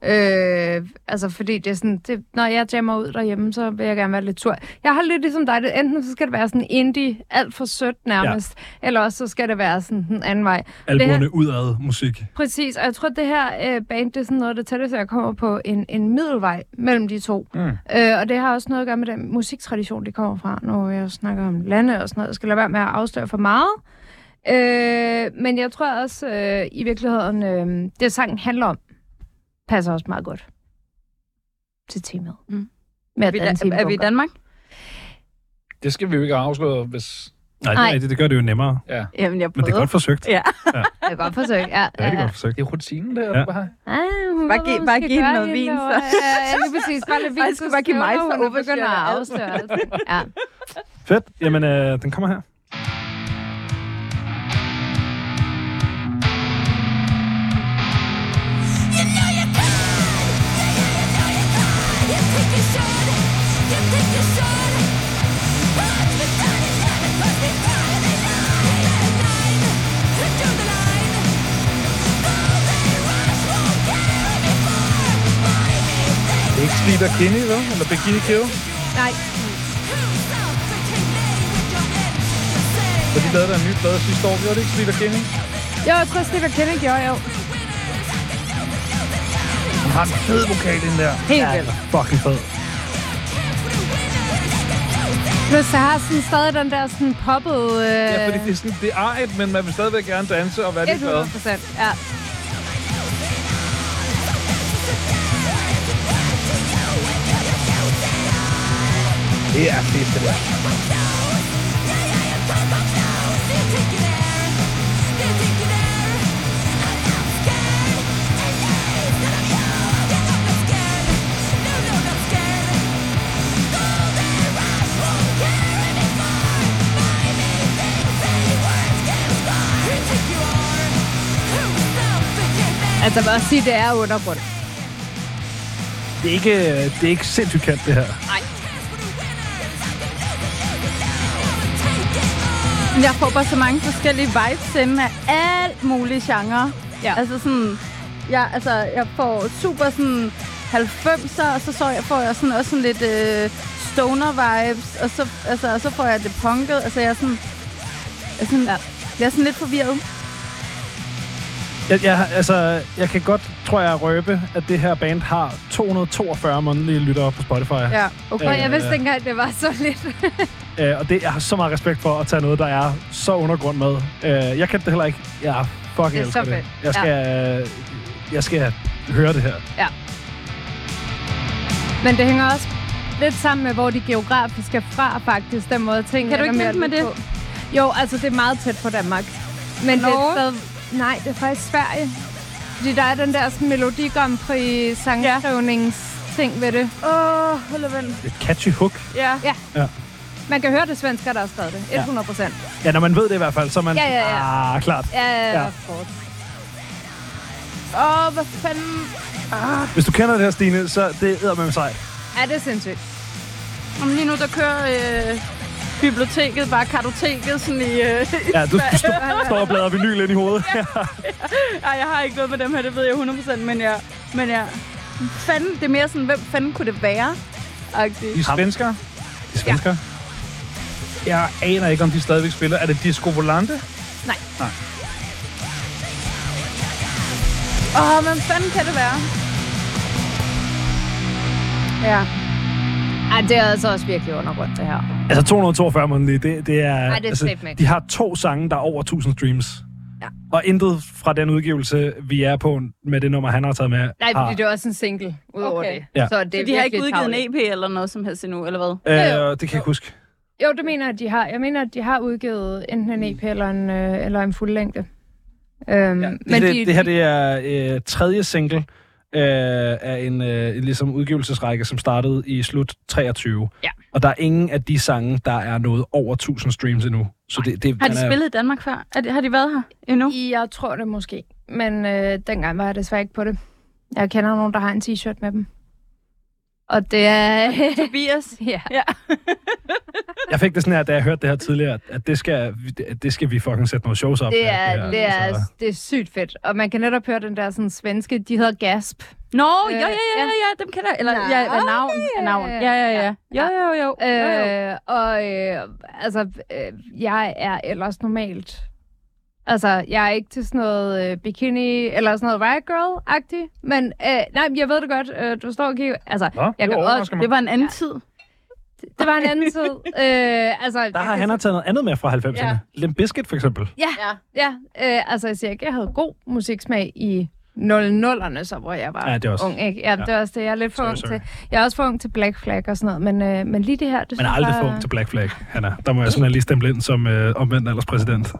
Speaker 5: Øh, altså, fordi det er sådan, det, når jeg jammer ud derhjemme, så vil jeg gerne være lidt sur. Jeg har lidt ligesom dig, det, enten så skal det være sådan indie, alt for sødt nærmest, ja. eller også så skal det være sådan den anden vej.
Speaker 2: Albuerne udad musik.
Speaker 5: Præcis, og jeg tror, det her øh, band, det er sådan noget af det tætteste, jeg kommer på en, en middelvej mellem de to.
Speaker 4: Mm.
Speaker 5: Øh, og det har også noget at gøre med den musiktradition, de kommer fra, når jeg snakker om lande og sådan noget. Jeg skal lade være med at afsløre for meget. Øh, men jeg tror også, øh, i virkeligheden, øh, det sangen handler om, passer også meget godt til temaet.
Speaker 6: Mm.
Speaker 5: Med
Speaker 6: Er
Speaker 5: at
Speaker 6: vi,
Speaker 5: danse i en
Speaker 6: er vi i
Speaker 5: bunker.
Speaker 6: Danmark?
Speaker 4: Det skal vi jo ikke afsløre, hvis...
Speaker 2: Nej, det,
Speaker 5: Nej.
Speaker 2: er rigtigt, det gør det jo nemmere.
Speaker 6: Jamen, jeg
Speaker 2: Men det
Speaker 6: prøvede.
Speaker 2: er godt forsøgt.
Speaker 6: Ja.
Speaker 5: Det er godt forsøg. Ja,
Speaker 2: Det er rigtig godt forsøgt.
Speaker 4: Det er rutinen der,
Speaker 2: Ja.
Speaker 4: du bare
Speaker 5: Ah, hun
Speaker 6: Bare giv-
Speaker 5: ved, hvad hun
Speaker 6: bare
Speaker 5: skal
Speaker 6: giv hende
Speaker 5: gøre
Speaker 6: noget
Speaker 5: hende
Speaker 6: vin, så.
Speaker 5: derovre. Ja, ja, lige præcis. Bare lidt vin,
Speaker 6: Ej, skulle bare give mig,
Speaker 5: snævner
Speaker 6: så
Speaker 5: hun og
Speaker 6: overser
Speaker 5: begynder at
Speaker 6: jeg alt.
Speaker 5: afsløre alt. Ja.
Speaker 2: Fedt. Jamen, øh, den kommer her.
Speaker 4: Det er ikke Steve Bikini, vel? Eller Bikini Kill?
Speaker 5: Nej,
Speaker 4: For de lavede der en ny plade sidste år. Gjorde det ikke Steve Bikini?
Speaker 5: jo, jeg tror, Stephen Kenning gjorde jo.
Speaker 4: Hun har en fed vokal, den der.
Speaker 5: Helt vildt.
Speaker 2: Fucking fed.
Speaker 5: Plus, så har sådan stadig den der sådan poppede... Øh,
Speaker 4: Ja, fordi det er sådan, det er art, men man vil stadigvæk gerne danse og være lidt glad.
Speaker 5: 100 procent, ja.
Speaker 4: Det er fedt, det der.
Speaker 10: Yeah.
Speaker 5: Altså, jeg vil også sige, det er undergrund.
Speaker 11: Det er ikke, det er ikke sindssygt kaldt, det her.
Speaker 6: Jeg får bare så mange forskellige vibes inden af alt mulige genre.
Speaker 5: Ja.
Speaker 6: Altså sådan, jeg, altså, jeg får super sådan 90'er, og så, så jeg, får jeg sådan også sådan lidt øh, stoner vibes, og så, altså, og så får jeg det punket. Altså jeg er sådan, jeg er sådan, jeg er sådan lidt forvirret.
Speaker 2: Jeg, jeg, altså, jeg kan godt, tror jeg, røbe, at det her band har 242 månedlige lyttere på Spotify. Ja.
Speaker 5: Og
Speaker 2: Øh,
Speaker 5: jeg vidste
Speaker 2: ja.
Speaker 5: ikke engang, det var så lidt.
Speaker 2: Øh, og det, jeg har så meget respekt for at tage noget, der er så undergrund med. Øh, jeg kan det heller ikke. Jeg fucking
Speaker 5: Det er
Speaker 2: elsker
Speaker 5: så
Speaker 2: det.
Speaker 5: fedt.
Speaker 2: Jeg skal, øh, jeg skal høre det her.
Speaker 5: Men det hænger også lidt sammen med, hvor de geografisk er fra, faktisk, den måde ting.
Speaker 6: Kan du ikke hjælpe med det?
Speaker 5: Jo, altså, det er meget tæt på Danmark. Men det er
Speaker 6: Norge?
Speaker 5: et sted... Nej, det er faktisk Sverige. Fordi der er den der sådan, Melodi Grand Prix sangskrivningsting ved det.
Speaker 6: Åh, oh, hold vel.
Speaker 2: Et catchy hook.
Speaker 6: Ja.
Speaker 5: Man kan høre det er svensker, der har skrevet det. 100 procent.
Speaker 2: Ja, når man ved det i hvert fald, så er man...
Speaker 5: Ja, ja, ja.
Speaker 2: Ah, klart.
Speaker 5: Ja,
Speaker 2: Ja.
Speaker 5: ja. Åh, hvad fanden...
Speaker 2: Hvis du kender det her, Stine, så det er med sejt.
Speaker 5: Ja, det er sindssygt.
Speaker 6: Om lige nu, der kører øh, biblioteket, bare kartoteket sådan i... Øh,
Speaker 2: Ja, du, du stå- står og bladrer vinyl ind i hovedet.
Speaker 6: Ej, jeg har ikke noget med dem her, det ved jeg 100%, men jeg... Men jeg fanden, det er mere sådan, hvem fanden kunne det være?
Speaker 4: De er
Speaker 6: Agtigt.
Speaker 4: svenskere. De er svenskere. Ja. Jeg aner ikke, om de stadigvæk spiller. Er det Disco Volante?
Speaker 6: Åh, oh, hvem fanden kan det være? Ja.
Speaker 5: Ja, det er altså også virkelig undergrund, det her.
Speaker 2: Altså 242 månedlige, det, det er...
Speaker 5: Ej, det er
Speaker 2: altså,
Speaker 5: slet ikke.
Speaker 2: de har to sange, der er over 1000 streams.
Speaker 5: Ja.
Speaker 2: Og intet fra den udgivelse, vi er på med det nummer, han har taget med.
Speaker 5: Nej,
Speaker 2: har,
Speaker 5: fordi det er også en single, udover
Speaker 6: Okay.
Speaker 5: det.
Speaker 2: Ah. Ja.
Speaker 5: Så det er
Speaker 6: De har ikke
Speaker 5: virkelig
Speaker 6: udgivet en
Speaker 5: tarveligt.
Speaker 6: EP eller noget som helst endnu, eller hvad?
Speaker 2: øh, det kan jeg ikke huske.
Speaker 5: Jo, det mener jeg, de har. Jeg mener, at de har udgivet enten en EP eller en, øh, eller en fuld længde. Øhm, ja,
Speaker 2: Men det, det her det er øh, tredje single øh, af en øh, en ligesom udgivelsesrække, som startede i slut 23.
Speaker 5: Ja.
Speaker 2: Og der er ingen af de sange, der er noget over 1000 streams endnu. Så det, det,
Speaker 6: Har
Speaker 2: den
Speaker 6: de
Speaker 2: er-
Speaker 6: spillet i Danmark før? Er de, har de været her endnu?
Speaker 5: Jeg tror det måske, men øh, dengang var jeg desværre ikke på det. Jeg kender nogen, der har en t-shirt med dem. Og det er...
Speaker 6: Tobias?
Speaker 5: ja.
Speaker 2: Jeg fik det sådan her, da jeg hørte det her tidligere, at- at det skal, at det skal vi fucking sætte nogle shows op.
Speaker 5: Det
Speaker 2: med,
Speaker 5: er,
Speaker 2: her.
Speaker 5: det, er,
Speaker 2: Altså,
Speaker 5: det er sygt fedt. Og man kan netop høre den der sådan, svenske, de hedder Gasp.
Speaker 6: Nå, jo,
Speaker 5: Øh,
Speaker 6: ja, ja, ja,
Speaker 5: ja.
Speaker 6: ja, dem kender jeg. Eller,
Speaker 5: Nå,
Speaker 6: ja, eller navn,
Speaker 5: ja,
Speaker 6: navn.
Speaker 5: ja,
Speaker 6: Ja, ja, ja. Jo,
Speaker 5: ja.
Speaker 6: jo, jo. jo, jo.
Speaker 5: Øh, og øh, altså, øh, jeg er ellers normalt... Altså, jeg er ikke til sådan noget øh, bikini eller sådan noget riot girl-agtig, men øh, nej, men jeg ved det godt, øh, du står og kigger... Altså,
Speaker 4: Nå, jeg
Speaker 5: kan
Speaker 4: det
Speaker 5: også-
Speaker 4: overrasker mig.
Speaker 6: Det var en anden tid.
Speaker 5: det var en anden tid. Øh, altså,
Speaker 2: Der har han har taget noget andet med fra 90'erne. Ja.
Speaker 5: Ja. Ah,
Speaker 2: Limp Bizkit, for eksempel.
Speaker 5: Ja, øh, altså jeg siger ikke, jeg havde god musiksmag i 00'erne, så hvor jeg var
Speaker 2: Ja, det er også-
Speaker 5: ung. Ikke? Ja, ja, det er også det, jeg er lidt for
Speaker 2: Sorry,
Speaker 5: ung
Speaker 2: sorry.
Speaker 5: til. Jeg er også for ung til Black Flag og sådan noget, men, øh, men lige det her, det
Speaker 2: Men
Speaker 5: synes
Speaker 2: aldrig
Speaker 5: jeg-
Speaker 2: få til Black Flag, Hanna. Der må jeg simpelthen lige stemple ind som øh, omvendt alderspræsident.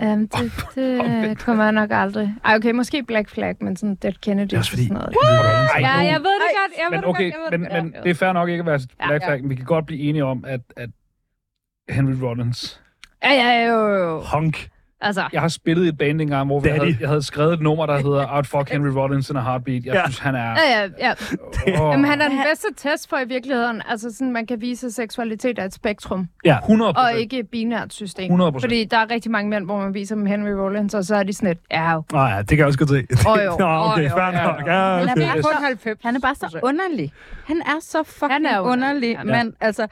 Speaker 5: Øhm, det, det øh, kommer jeg nok aldrig. Ej, okay, måske Black Flag, men sådan Dead Kennedy
Speaker 2: Det er også fordi...
Speaker 5: og sådan noget.
Speaker 4: Ej,
Speaker 5: Ja,
Speaker 4: nu-
Speaker 5: jeg ved det godt, jeg ved
Speaker 4: Men
Speaker 5: det
Speaker 4: okay,
Speaker 5: godt, jeg ved
Speaker 4: men,
Speaker 5: det godt.
Speaker 4: men det er fair nok ikke at være Black Flag, men vi kan godt blive enige om, at, at Henry Rollins...
Speaker 5: Ja, ja, jo, jo, jo.
Speaker 2: Honk.
Speaker 5: Altså,
Speaker 4: Jeg har spillet i et band engang, hvor jeg
Speaker 2: Daddy.
Speaker 4: havde, jeg havde skrevet et nummer, der hedder Out Fuck Henry Rollins in a Heartbeat. Jeg
Speaker 2: Ja.
Speaker 4: ja. synes, han er...
Speaker 5: ja, ja, ja.
Speaker 4: Oh,
Speaker 5: Jamen, han er den bedste test for i virkeligheden. Altså, sådan, man kan vise at seksualitet er et spektrum.
Speaker 4: 100
Speaker 5: Og ikke et binært system.
Speaker 4: 100%.
Speaker 5: Fordi der er rigtig mange mænd, hvor man viser dem Henry Rollins, og så er de sådan et, ja, okay.
Speaker 2: Nå ja, det kan jeg også godt se.
Speaker 5: Åh, jo.
Speaker 2: Nå, okay,
Speaker 5: Åh, jo,
Speaker 2: fair
Speaker 4: ja,
Speaker 2: nok. Ja,
Speaker 6: Han er
Speaker 2: okay.
Speaker 6: bare så-
Speaker 5: 90.
Speaker 6: Han er bare så underlig. Han er så fucking
Speaker 5: Han er
Speaker 6: er
Speaker 5: underlig.
Speaker 6: underlig, ja. mand. Altså,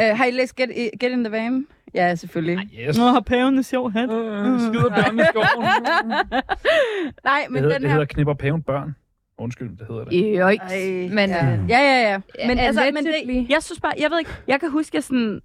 Speaker 6: øh, har I læst Get, I- Get in the Van? Ja, selvfølgelig.
Speaker 4: Ah, Yes.
Speaker 6: Nå, har paven en sjov hat?
Speaker 4: Øh, Skider børn i skoven.
Speaker 6: Nej,
Speaker 4: Det
Speaker 6: men
Speaker 4: hedder,
Speaker 6: den
Speaker 4: det
Speaker 6: her...
Speaker 4: hedder Knipper Paven Børn. Undskyld, det hedder det.
Speaker 5: Jøjks.
Speaker 6: Ej,
Speaker 5: Men
Speaker 6: ja.
Speaker 5: øh,
Speaker 6: ja, ja, ja.
Speaker 5: Ja,
Speaker 6: Men, altså, men
Speaker 5: allegedly.
Speaker 6: det, jeg synes bare, jeg ved ikke, jeg kan huske, jeg sådan...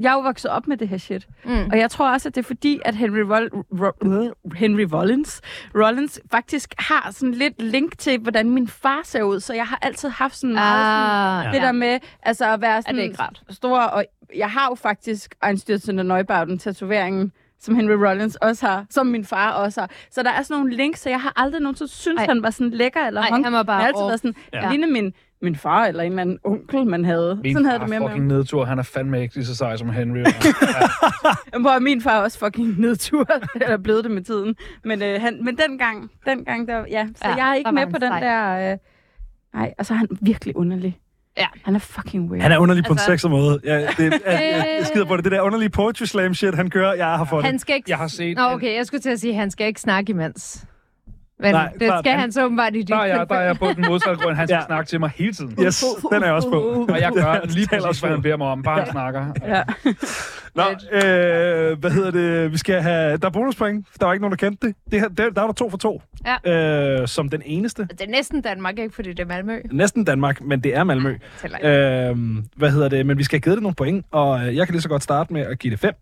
Speaker 6: Jeg er jo vokset op med det her shit.
Speaker 5: Mm.
Speaker 6: Og jeg tror også, at det er fordi, at Henry, Roll, Ro, øh, Henry Rollins, Rollins faktisk har sådan lidt link til, hvordan min far ser ud. Så jeg har altid haft sådan meget sådan,
Speaker 5: ah,
Speaker 6: Det der med altså at være
Speaker 5: er
Speaker 6: sådan
Speaker 5: det ikke rart.
Speaker 6: stor, og jeg har jo faktisk Einstürzen og Neubauten tatoveringen, som Henry Rollins også har, som min far også har. Så der er sådan nogle links, så jeg har aldrig nogensinde synes
Speaker 5: Ej.
Speaker 6: han var sådan lækker eller
Speaker 5: Nej,
Speaker 6: honk.
Speaker 5: han
Speaker 6: Jeg
Speaker 5: var
Speaker 6: har
Speaker 5: bare
Speaker 6: altid
Speaker 5: over.
Speaker 6: været sådan,
Speaker 2: Ja.
Speaker 6: ja. lignede min min far eller en eller anden onkel, man havde.
Speaker 4: Min
Speaker 6: Sådan havde
Speaker 4: far
Speaker 6: det med mig.
Speaker 4: fucking nedtur. Han er fandme ikke lige så sej som Henry.
Speaker 6: Jamen, Hvor er min far også fucking nedtur, eller blev det med tiden. Men, øh, han, men dengang, dengang der, ja. Så
Speaker 5: Ja,
Speaker 6: ja, jeg er
Speaker 5: der
Speaker 6: ikke
Speaker 5: var
Speaker 6: med
Speaker 5: han
Speaker 6: på den
Speaker 5: sej.
Speaker 6: der... Øh, nej, og så er han virkelig underlig.
Speaker 5: Ja.
Speaker 6: Han er fucking weird.
Speaker 2: Han er underlig på en
Speaker 5: Altså-
Speaker 2: sexet måde. Ja, det, jeg, jeg, jeg skider på det. Det der underlige poetry slam shit, han kører. Jeg har for det.
Speaker 5: Han skal ikke...
Speaker 4: Jeg har set...
Speaker 5: Nå,
Speaker 4: en-
Speaker 5: okay, jeg skulle til at sige, at han skal ikke snakke imens. Men
Speaker 2: Nej,
Speaker 5: Nej, det
Speaker 2: klart,
Speaker 5: skal
Speaker 2: han-
Speaker 5: han så åbenbart i dit
Speaker 4: Der er, jeg, der er jeg på den modsatte grund. Han skal
Speaker 2: Ja.
Speaker 4: ja. snakke til mig hele tiden.
Speaker 2: Yes, den er jeg også på.
Speaker 5: Uh,
Speaker 4: Og jeg gør
Speaker 2: Taler
Speaker 4: lige præcis,
Speaker 2: også
Speaker 4: hvad han beder mig om. Bare snakker.
Speaker 2: Nå, øh, hvad hedder det? Vi skal have... Der er bonuspoint. Der var ikke nogen, der kendte det. det her, der, der var der to for to.
Speaker 5: Ja.
Speaker 2: Øh, som den eneste.
Speaker 5: Det er næsten Danmark, ikke? Fordi det er Malmø.
Speaker 2: Næsten Danmark, men det er Malmø.
Speaker 5: Tæller ikke.
Speaker 2: Øh, hvad hedder det? Men vi skal have givet det nogle point, og øh, jeg kan lige så godt starte med at give det fem.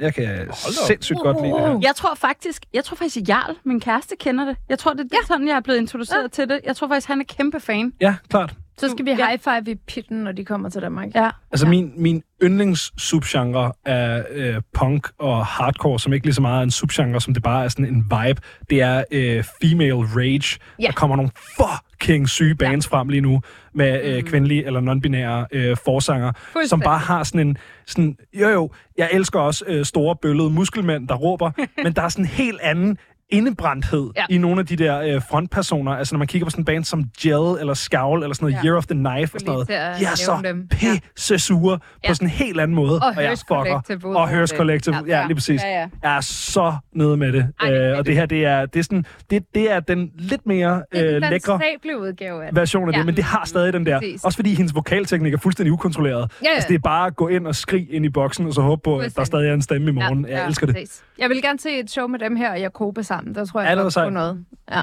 Speaker 2: Jeg kan sindssygt godt lide det her.
Speaker 6: Jeg tror faktisk, jeg tror faktisk, at Jarl, min kæreste, kender det. Jeg tror, det er ja. sådan, jeg er blevet introduceret ja. til det. Jeg tror faktisk, han er kæmpe fan.
Speaker 2: Ja, klart.
Speaker 5: Så skal vi high five i pitten, når de kommer til Danmark.
Speaker 6: Ja.
Speaker 2: Altså min, min yndlings subgenre er øh, punk og hardcore, som ikke lige så meget er en subgenre, som det bare er sådan en vibe. Det er øh, female rage. Ja.
Speaker 5: Ja.
Speaker 2: Der kommer nogle fucking syge bands ja. frem lige nu med øh, kvindelige eller non-binære øh, forsanger, som
Speaker 5: Mm. Fuldstændig.
Speaker 2: bare har sådan en... Sådan, jo jo, jeg elsker også øh, store bøllede muskelmænd, der råber, men der er sådan en helt anden indebrændthed ja.
Speaker 5: Ja.
Speaker 2: i nogle af de der øh, frontpersoner. Altså når man kigger på sådan en band som Gel eller Scowl eller sådan noget, ja.
Speaker 5: Ja.
Speaker 2: Year of the Knife og
Speaker 5: Skulle
Speaker 2: sådan noget.
Speaker 5: lige til at
Speaker 2: De er så
Speaker 5: nævne dem. Ja.
Speaker 2: pisse sure ja. på
Speaker 5: Ja.
Speaker 2: sådan en helt anden måde.
Speaker 5: Og
Speaker 2: jeg
Speaker 5: Hearst Collective ud
Speaker 2: Og
Speaker 5: over
Speaker 2: Hearst
Speaker 5: det.
Speaker 2: Collective,
Speaker 5: Ja.
Speaker 2: ja, lige præcis.
Speaker 6: Ja, ja.
Speaker 2: Jeg er så nede med det.
Speaker 5: Ej, det er
Speaker 2: Øh, og det her, det er, det er, sådan, det, det er den lidt mere
Speaker 5: Det er
Speaker 2: øh,
Speaker 5: den
Speaker 2: lækre
Speaker 5: sable udgave af det.
Speaker 2: version af det,
Speaker 5: Ja.
Speaker 2: men det har stadig den der.
Speaker 5: Præcis.
Speaker 2: Også fordi hendes vokalteknik er fuldstændig ukontrolleret.
Speaker 5: ja.
Speaker 2: Altså, det er bare at gå ind og skrige ind i boksen, og så håbe på, at der
Speaker 5: Fuldstændig.
Speaker 2: stadig er en stemme i morgen.
Speaker 5: Ja,
Speaker 2: Jeg
Speaker 5: ja,
Speaker 2: elsker det.
Speaker 5: præcis. Jeg vil gerne se et show med dem her og Jakobe sammen. Der tror jeg,
Speaker 2: Ja, det
Speaker 5: jeg
Speaker 2: var
Speaker 5: godt
Speaker 2: sejt.
Speaker 5: kunne noget. Ja.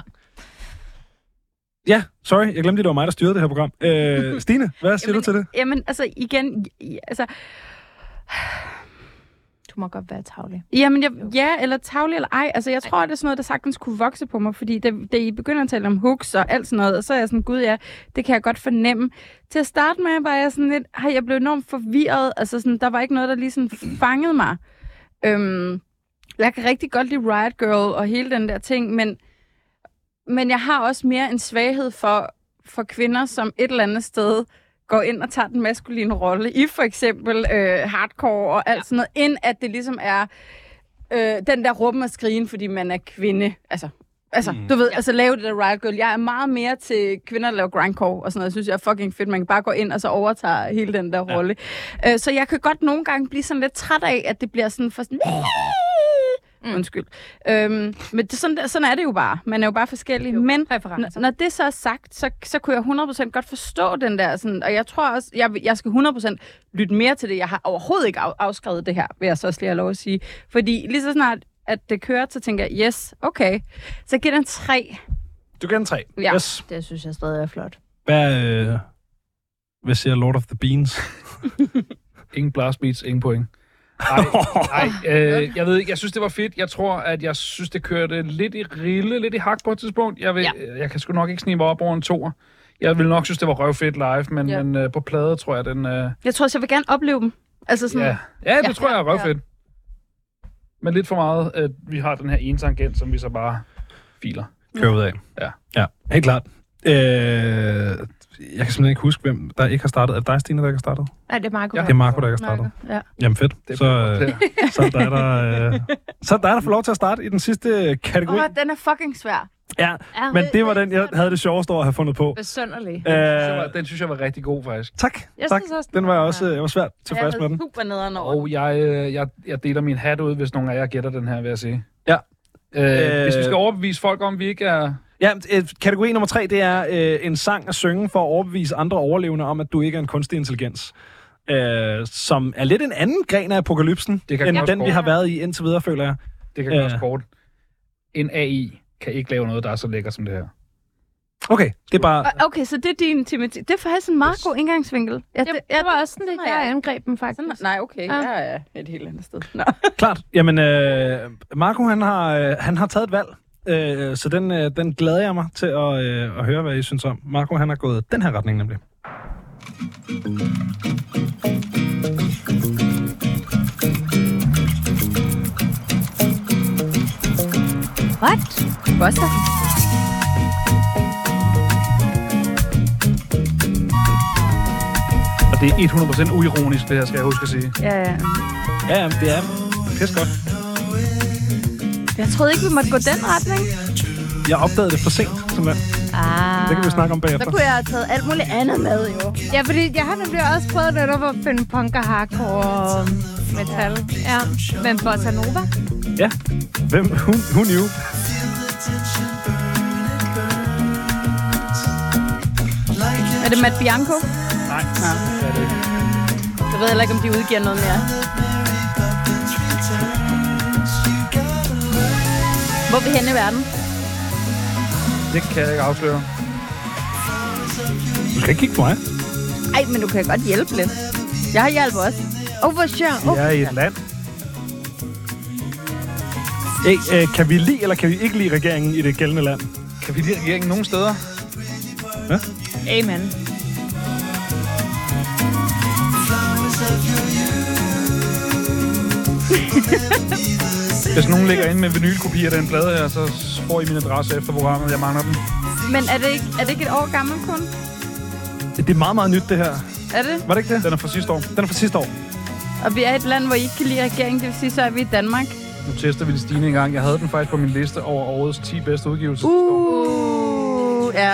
Speaker 2: Ja, sorry, jeg glemte, at det var mig, der styrede det her program. Øh, Stine, hvad siger
Speaker 6: Jamen,
Speaker 2: du til det?
Speaker 6: Jamen, altså igen, i- altså,
Speaker 5: Du må godt være tavlig.
Speaker 6: jamen, jeg, ja, eller tavlig eller ej. Altså, jeg tror, det er sådan noget, der sagtens kunne vokse på mig, fordi det, det I begynder at tale om hooks og alt sådan noget, og så er jeg sådan, gud ja, det kan jeg godt fornemme. Til at starte med var jeg sådan lidt, hej, jeg blev enormt forvirret. Altså, sådan, der var ikke noget, der lige sådan fangede mig. Øhm, jeg kan rigtig godt lide Riot Girl og hele den der ting, men, men jeg har også mere en svaghed for, for kvinder, som et eller andet sted går ind og tager den maskuline rolle i for eksempel øh, hardcore og alt sådan noget, ind at det ligesom er øh, den der råben og skrigen, fordi man er kvinde. Altså, altså mm. du ved, altså lave det der Riot Girl. Jeg er meget mere til kvinder, der laver grindcore og sådan noget. Jeg synes, jeg er fucking fedt. Man kan bare gå ind og så overtager hele den der ja. rolle. Øh, så jeg kan godt nogle gange blive sådan lidt træt af, at det bliver sådan for sådan... Mm. Undskyld. Øhm, men det, sådan, sådan er det jo bare. Man er jo bare forskellig. Jo. Men
Speaker 5: Præferencer.
Speaker 6: N- når det så er sagt, så, så kunne jeg 100% godt forstå den der, sådan, og jeg tror også, jeg, vil- jeg skal 100% lytte mere til det. Jeg har overhovedet ikke af, afskrevet det her, vil jeg så også lige have lov at sige. Fordi lige så snart, at det kører, så tænker jeg, yes, okay. Så giver den tre.
Speaker 2: Du kan tre.
Speaker 6: Ja.
Speaker 2: Yes.
Speaker 5: Det synes jeg stadig er flot.
Speaker 12: Hvad, øh, hvad siger Lord of the Beans?
Speaker 4: Ingen blast beats, ingen point. Nej, øh, jeg ved ikke. Jeg synes, det var fedt. Jeg tror, at jeg synes, det kørte lidt i rille, lidt i hak på et tidspunkt. Jeg, vil, ja. jeg kan sgu nok ikke snige mig op over en toer. Jeg vil nok synes, det var røvfedt live, men,
Speaker 6: Ja.
Speaker 4: ja. men øh, på plade tror jeg, den... Øh,
Speaker 6: Jeg tror også, jeg vil gerne opleve dem. Altså sådan,
Speaker 4: ja.
Speaker 6: ja.
Speaker 4: ja, det tror jeg er røvfedt. Men lidt for meget, at vi har den her ene tangent, som vi så bare filer.
Speaker 12: kører ud af.
Speaker 4: Ja.
Speaker 12: ja. Helt klart. Øh, jeg kan simpelthen ikke huske, hvem der ikke har startet. Er det dig, Stine, der ikke har startet?
Speaker 5: Nej, det er Marco.
Speaker 4: Ja.
Speaker 12: Det er Marco, der ikke har startet.
Speaker 6: ja.
Speaker 12: Jamen fedt.
Speaker 4: Det
Speaker 12: Så, øh,
Speaker 4: bliver-
Speaker 12: så er der, der, øh, så er der, der får lov til at starte i den sidste kategori.
Speaker 6: Åh, den er fucking svær.
Speaker 2: Ja, men det var den, jeg havde det sjoveste over at have fundet på.
Speaker 5: Besønderlig.
Speaker 4: Den synes jeg
Speaker 2: Øh,
Speaker 4: var- Den synes jeg var rigtig god, faktisk.
Speaker 2: tak.
Speaker 5: Jeg
Speaker 2: tak.
Speaker 5: synes også,
Speaker 2: Den var jeg også, jeg var svært
Speaker 6: Jeg
Speaker 2: tilfreds med
Speaker 6: havde
Speaker 2: den.
Speaker 6: super nederen over.
Speaker 4: Og jeg, øh, jeg, jeg deler min hat ud, hvis nogen af jer gætter den her, vil jeg sige.
Speaker 2: Ja.
Speaker 4: Øh, hvis
Speaker 2: Øh,
Speaker 4: vi skal overbevise folk om, vi ikke er...
Speaker 2: Ja, øh, kategori nummer tre, det er øh, en sang at synge for at overbevise andre overlevende om, at du ikke er en kunstig intelligens. Øh, som er lidt en anden gren af apokalypsen,
Speaker 4: Det kan
Speaker 2: end
Speaker 4: godt
Speaker 2: den, vi
Speaker 4: gå.
Speaker 2: har været i indtil videre, føler jeg.
Speaker 4: Det kan
Speaker 2: Ja.
Speaker 4: gøres kort. En AI kan ikke lave noget, der er så lækker som det her.
Speaker 2: Okay, det er bare...
Speaker 6: Og- Okay, så det er din temati. Det er faktisk en meget god indgangsvinkel. Ja,
Speaker 5: Det, det var også sådan lidt,
Speaker 6: Nå, ja.
Speaker 5: jeg angreb dem faktisk.
Speaker 6: Sådan, nej, okay.
Speaker 5: Ja.
Speaker 6: Ja. Jeg er et helt andet sted. Nå.
Speaker 2: Klart. Jamen, øh, Marco, han har, øh, han har taget et valg, øh, så den, øh, den glæder jeg mig til at, øh, at høre, hvad I synes om. Marco, han har gået den her retning nemlig.
Speaker 6: What? Buster?
Speaker 4: Det er 100% uironisk, det her, skal jeg huske at sige.
Speaker 6: Ja, ja.
Speaker 2: Ja, jamen, det er pis godt.
Speaker 6: Jeg troede ikke, vi måtte gå den retning.
Speaker 2: Jeg opdagede det for sent, simpelthen.
Speaker 6: Ah.
Speaker 7: Det kan vi snakke om bagefter.
Speaker 6: Så kunne jeg have taget alt muligt andet med, jo.
Speaker 5: Ja, fordi jeg har nemlig også prøvet noget op at finde punk og hardcore og metal. Ja, men Bossa Nova.
Speaker 7: Hvem? Who, who knew?
Speaker 6: Er det Matt Bianco?
Speaker 4: Nej,
Speaker 6: Nå.
Speaker 4: det er det ikke.
Speaker 6: Jeg ved heller ikke, om de udgiver noget mere. Hvor er vi henne i verden?
Speaker 4: Det kan jeg ikke afsløre.
Speaker 2: Du skal ikke kigge på mig.
Speaker 6: Ej, men du kan godt hjælpe lidt. Jeg har hjælp også.
Speaker 5: Oh, for sure.
Speaker 4: Vi er i et land.
Speaker 7: Hey, øh, kan vi lide eller kan vi ikke lide regeringen i det gældende land?
Speaker 4: Kan vi lide regeringen nogen steder?
Speaker 5: Amen.
Speaker 4: Hvis nogen ligger inde med vinylkopier af den plade her, så får I min adresse efter programmet. Jeg mangler den.
Speaker 6: Men er det ikke, er det ikke et år gammel kun?
Speaker 7: Det er meget, meget nyt, det her.
Speaker 6: Er det?
Speaker 7: Var det ikke det?
Speaker 4: Den er fra sidste år.
Speaker 7: Den er fra sidste år.
Speaker 6: Og vi er et land, hvor I ikke kan lide regeringen, det vil sige, så er vi i Danmark.
Speaker 4: Nu tester vi lige Stine en gang. Jeg havde den faktisk på min liste over årets 10 bedste udgivelser.
Speaker 6: Uh, ja.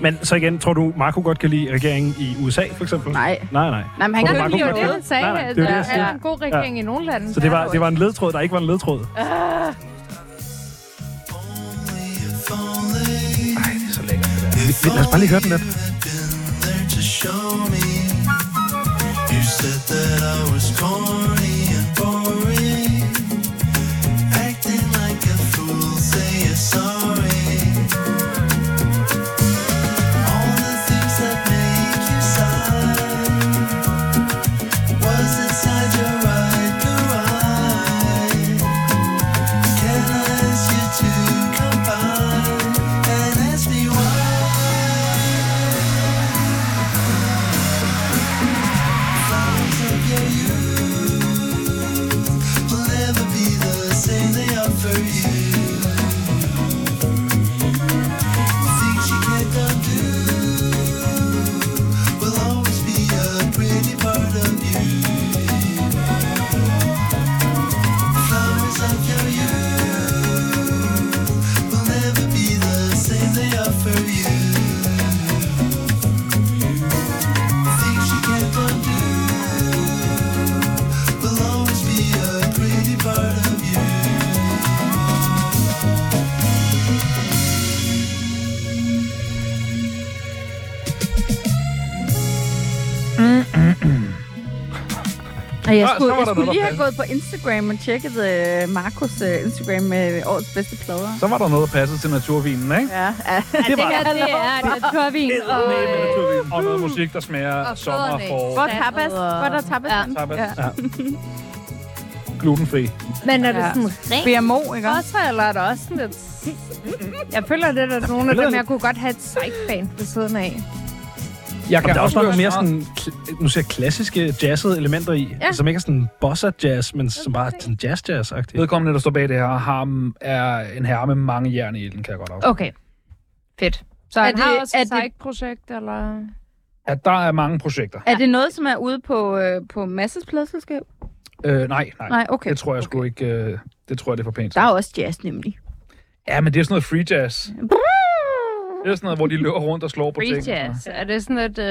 Speaker 7: Men så igen, tror du, Marco godt kan lide regeringen i USA, for eksempel?
Speaker 6: Nej.
Speaker 7: Nej, nej.
Speaker 6: Nej, men han
Speaker 7: Tror
Speaker 6: kan
Speaker 7: du,
Speaker 6: jo
Speaker 7: Marco
Speaker 6: lide
Speaker 7: kan
Speaker 6: det.
Speaker 7: godt
Speaker 5: Han sagde,
Speaker 7: Nej, nej,
Speaker 5: at
Speaker 7: det er jo det,
Speaker 5: der
Speaker 7: jeg siger.
Speaker 5: er en god regering i nogle lande.
Speaker 7: Så det var, det var en ledtråd, der ikke var en ledtråd.
Speaker 4: Nej, det er så lækkert.
Speaker 7: Vi- vi- Lad os bare lige høre den lidt.
Speaker 6: Og jeg
Speaker 4: Ah,
Speaker 6: skulle,
Speaker 4: så var
Speaker 6: jeg
Speaker 4: der
Speaker 6: skulle
Speaker 4: noget,
Speaker 6: lige
Speaker 4: der
Speaker 6: have gået på Instagram og tjekket øh, Markus øh, Instagram med årets bedste plader.
Speaker 4: Så var der noget, der passede til naturvinen, ikke?
Speaker 6: Ja, ja.
Speaker 13: det, det her, det er naturvin. Og,
Speaker 4: Og noget
Speaker 6: Mm.
Speaker 4: musik, der smager
Speaker 5: Og
Speaker 4: sommer og
Speaker 5: fødderne.
Speaker 4: forår.
Speaker 6: Hvor er tapas? Hvor er der tapas?
Speaker 5: Ja.
Speaker 6: Ja.
Speaker 4: Tapas. Ja. Glutenfri.
Speaker 5: Men er det
Speaker 6: det
Speaker 5: sådan rent
Speaker 6: BMO, ikke også?
Speaker 5: også, eller er det også sådan lidt... Jeg føler lidt, at nogle af dem, jeg kunne godt have et psych-band ved siden af.
Speaker 4: Jeg
Speaker 2: Jamen, der er også
Speaker 4: afsløre
Speaker 2: nogle mere
Speaker 4: så-
Speaker 2: sådan, kl- nu siger jeg, klassiske jazzede elementer i, ja. som ikke er sådan bossa-jazz, men som bare er sådan jazz-jazz-agtigt.
Speaker 4: Vedkommende, der står bag det her, har, er en herre med mange jern i den, kan jeg godt afsløre.
Speaker 5: Okay. Fedt. Så
Speaker 6: Er
Speaker 5: han har
Speaker 6: det-
Speaker 5: også
Speaker 6: er
Speaker 5: et
Speaker 6: det-
Speaker 5: psych-projekt, eller...
Speaker 4: At der er mange projekter.
Speaker 6: Er det noget, som er ude på, øh, på Masses pladselskab?
Speaker 4: Øh, nej, nej.
Speaker 6: Nej, okay.
Speaker 4: Det tror jeg sgu ikke. Øh, det tror jeg, det er for pænt.
Speaker 6: Der er også jazz, nemlig.
Speaker 4: Ja, men det er sådan noget free jazz. Det er sådan noget, hvor de løber rundt og slår på ting.
Speaker 5: Free jazz. Er det sådan et... Øh,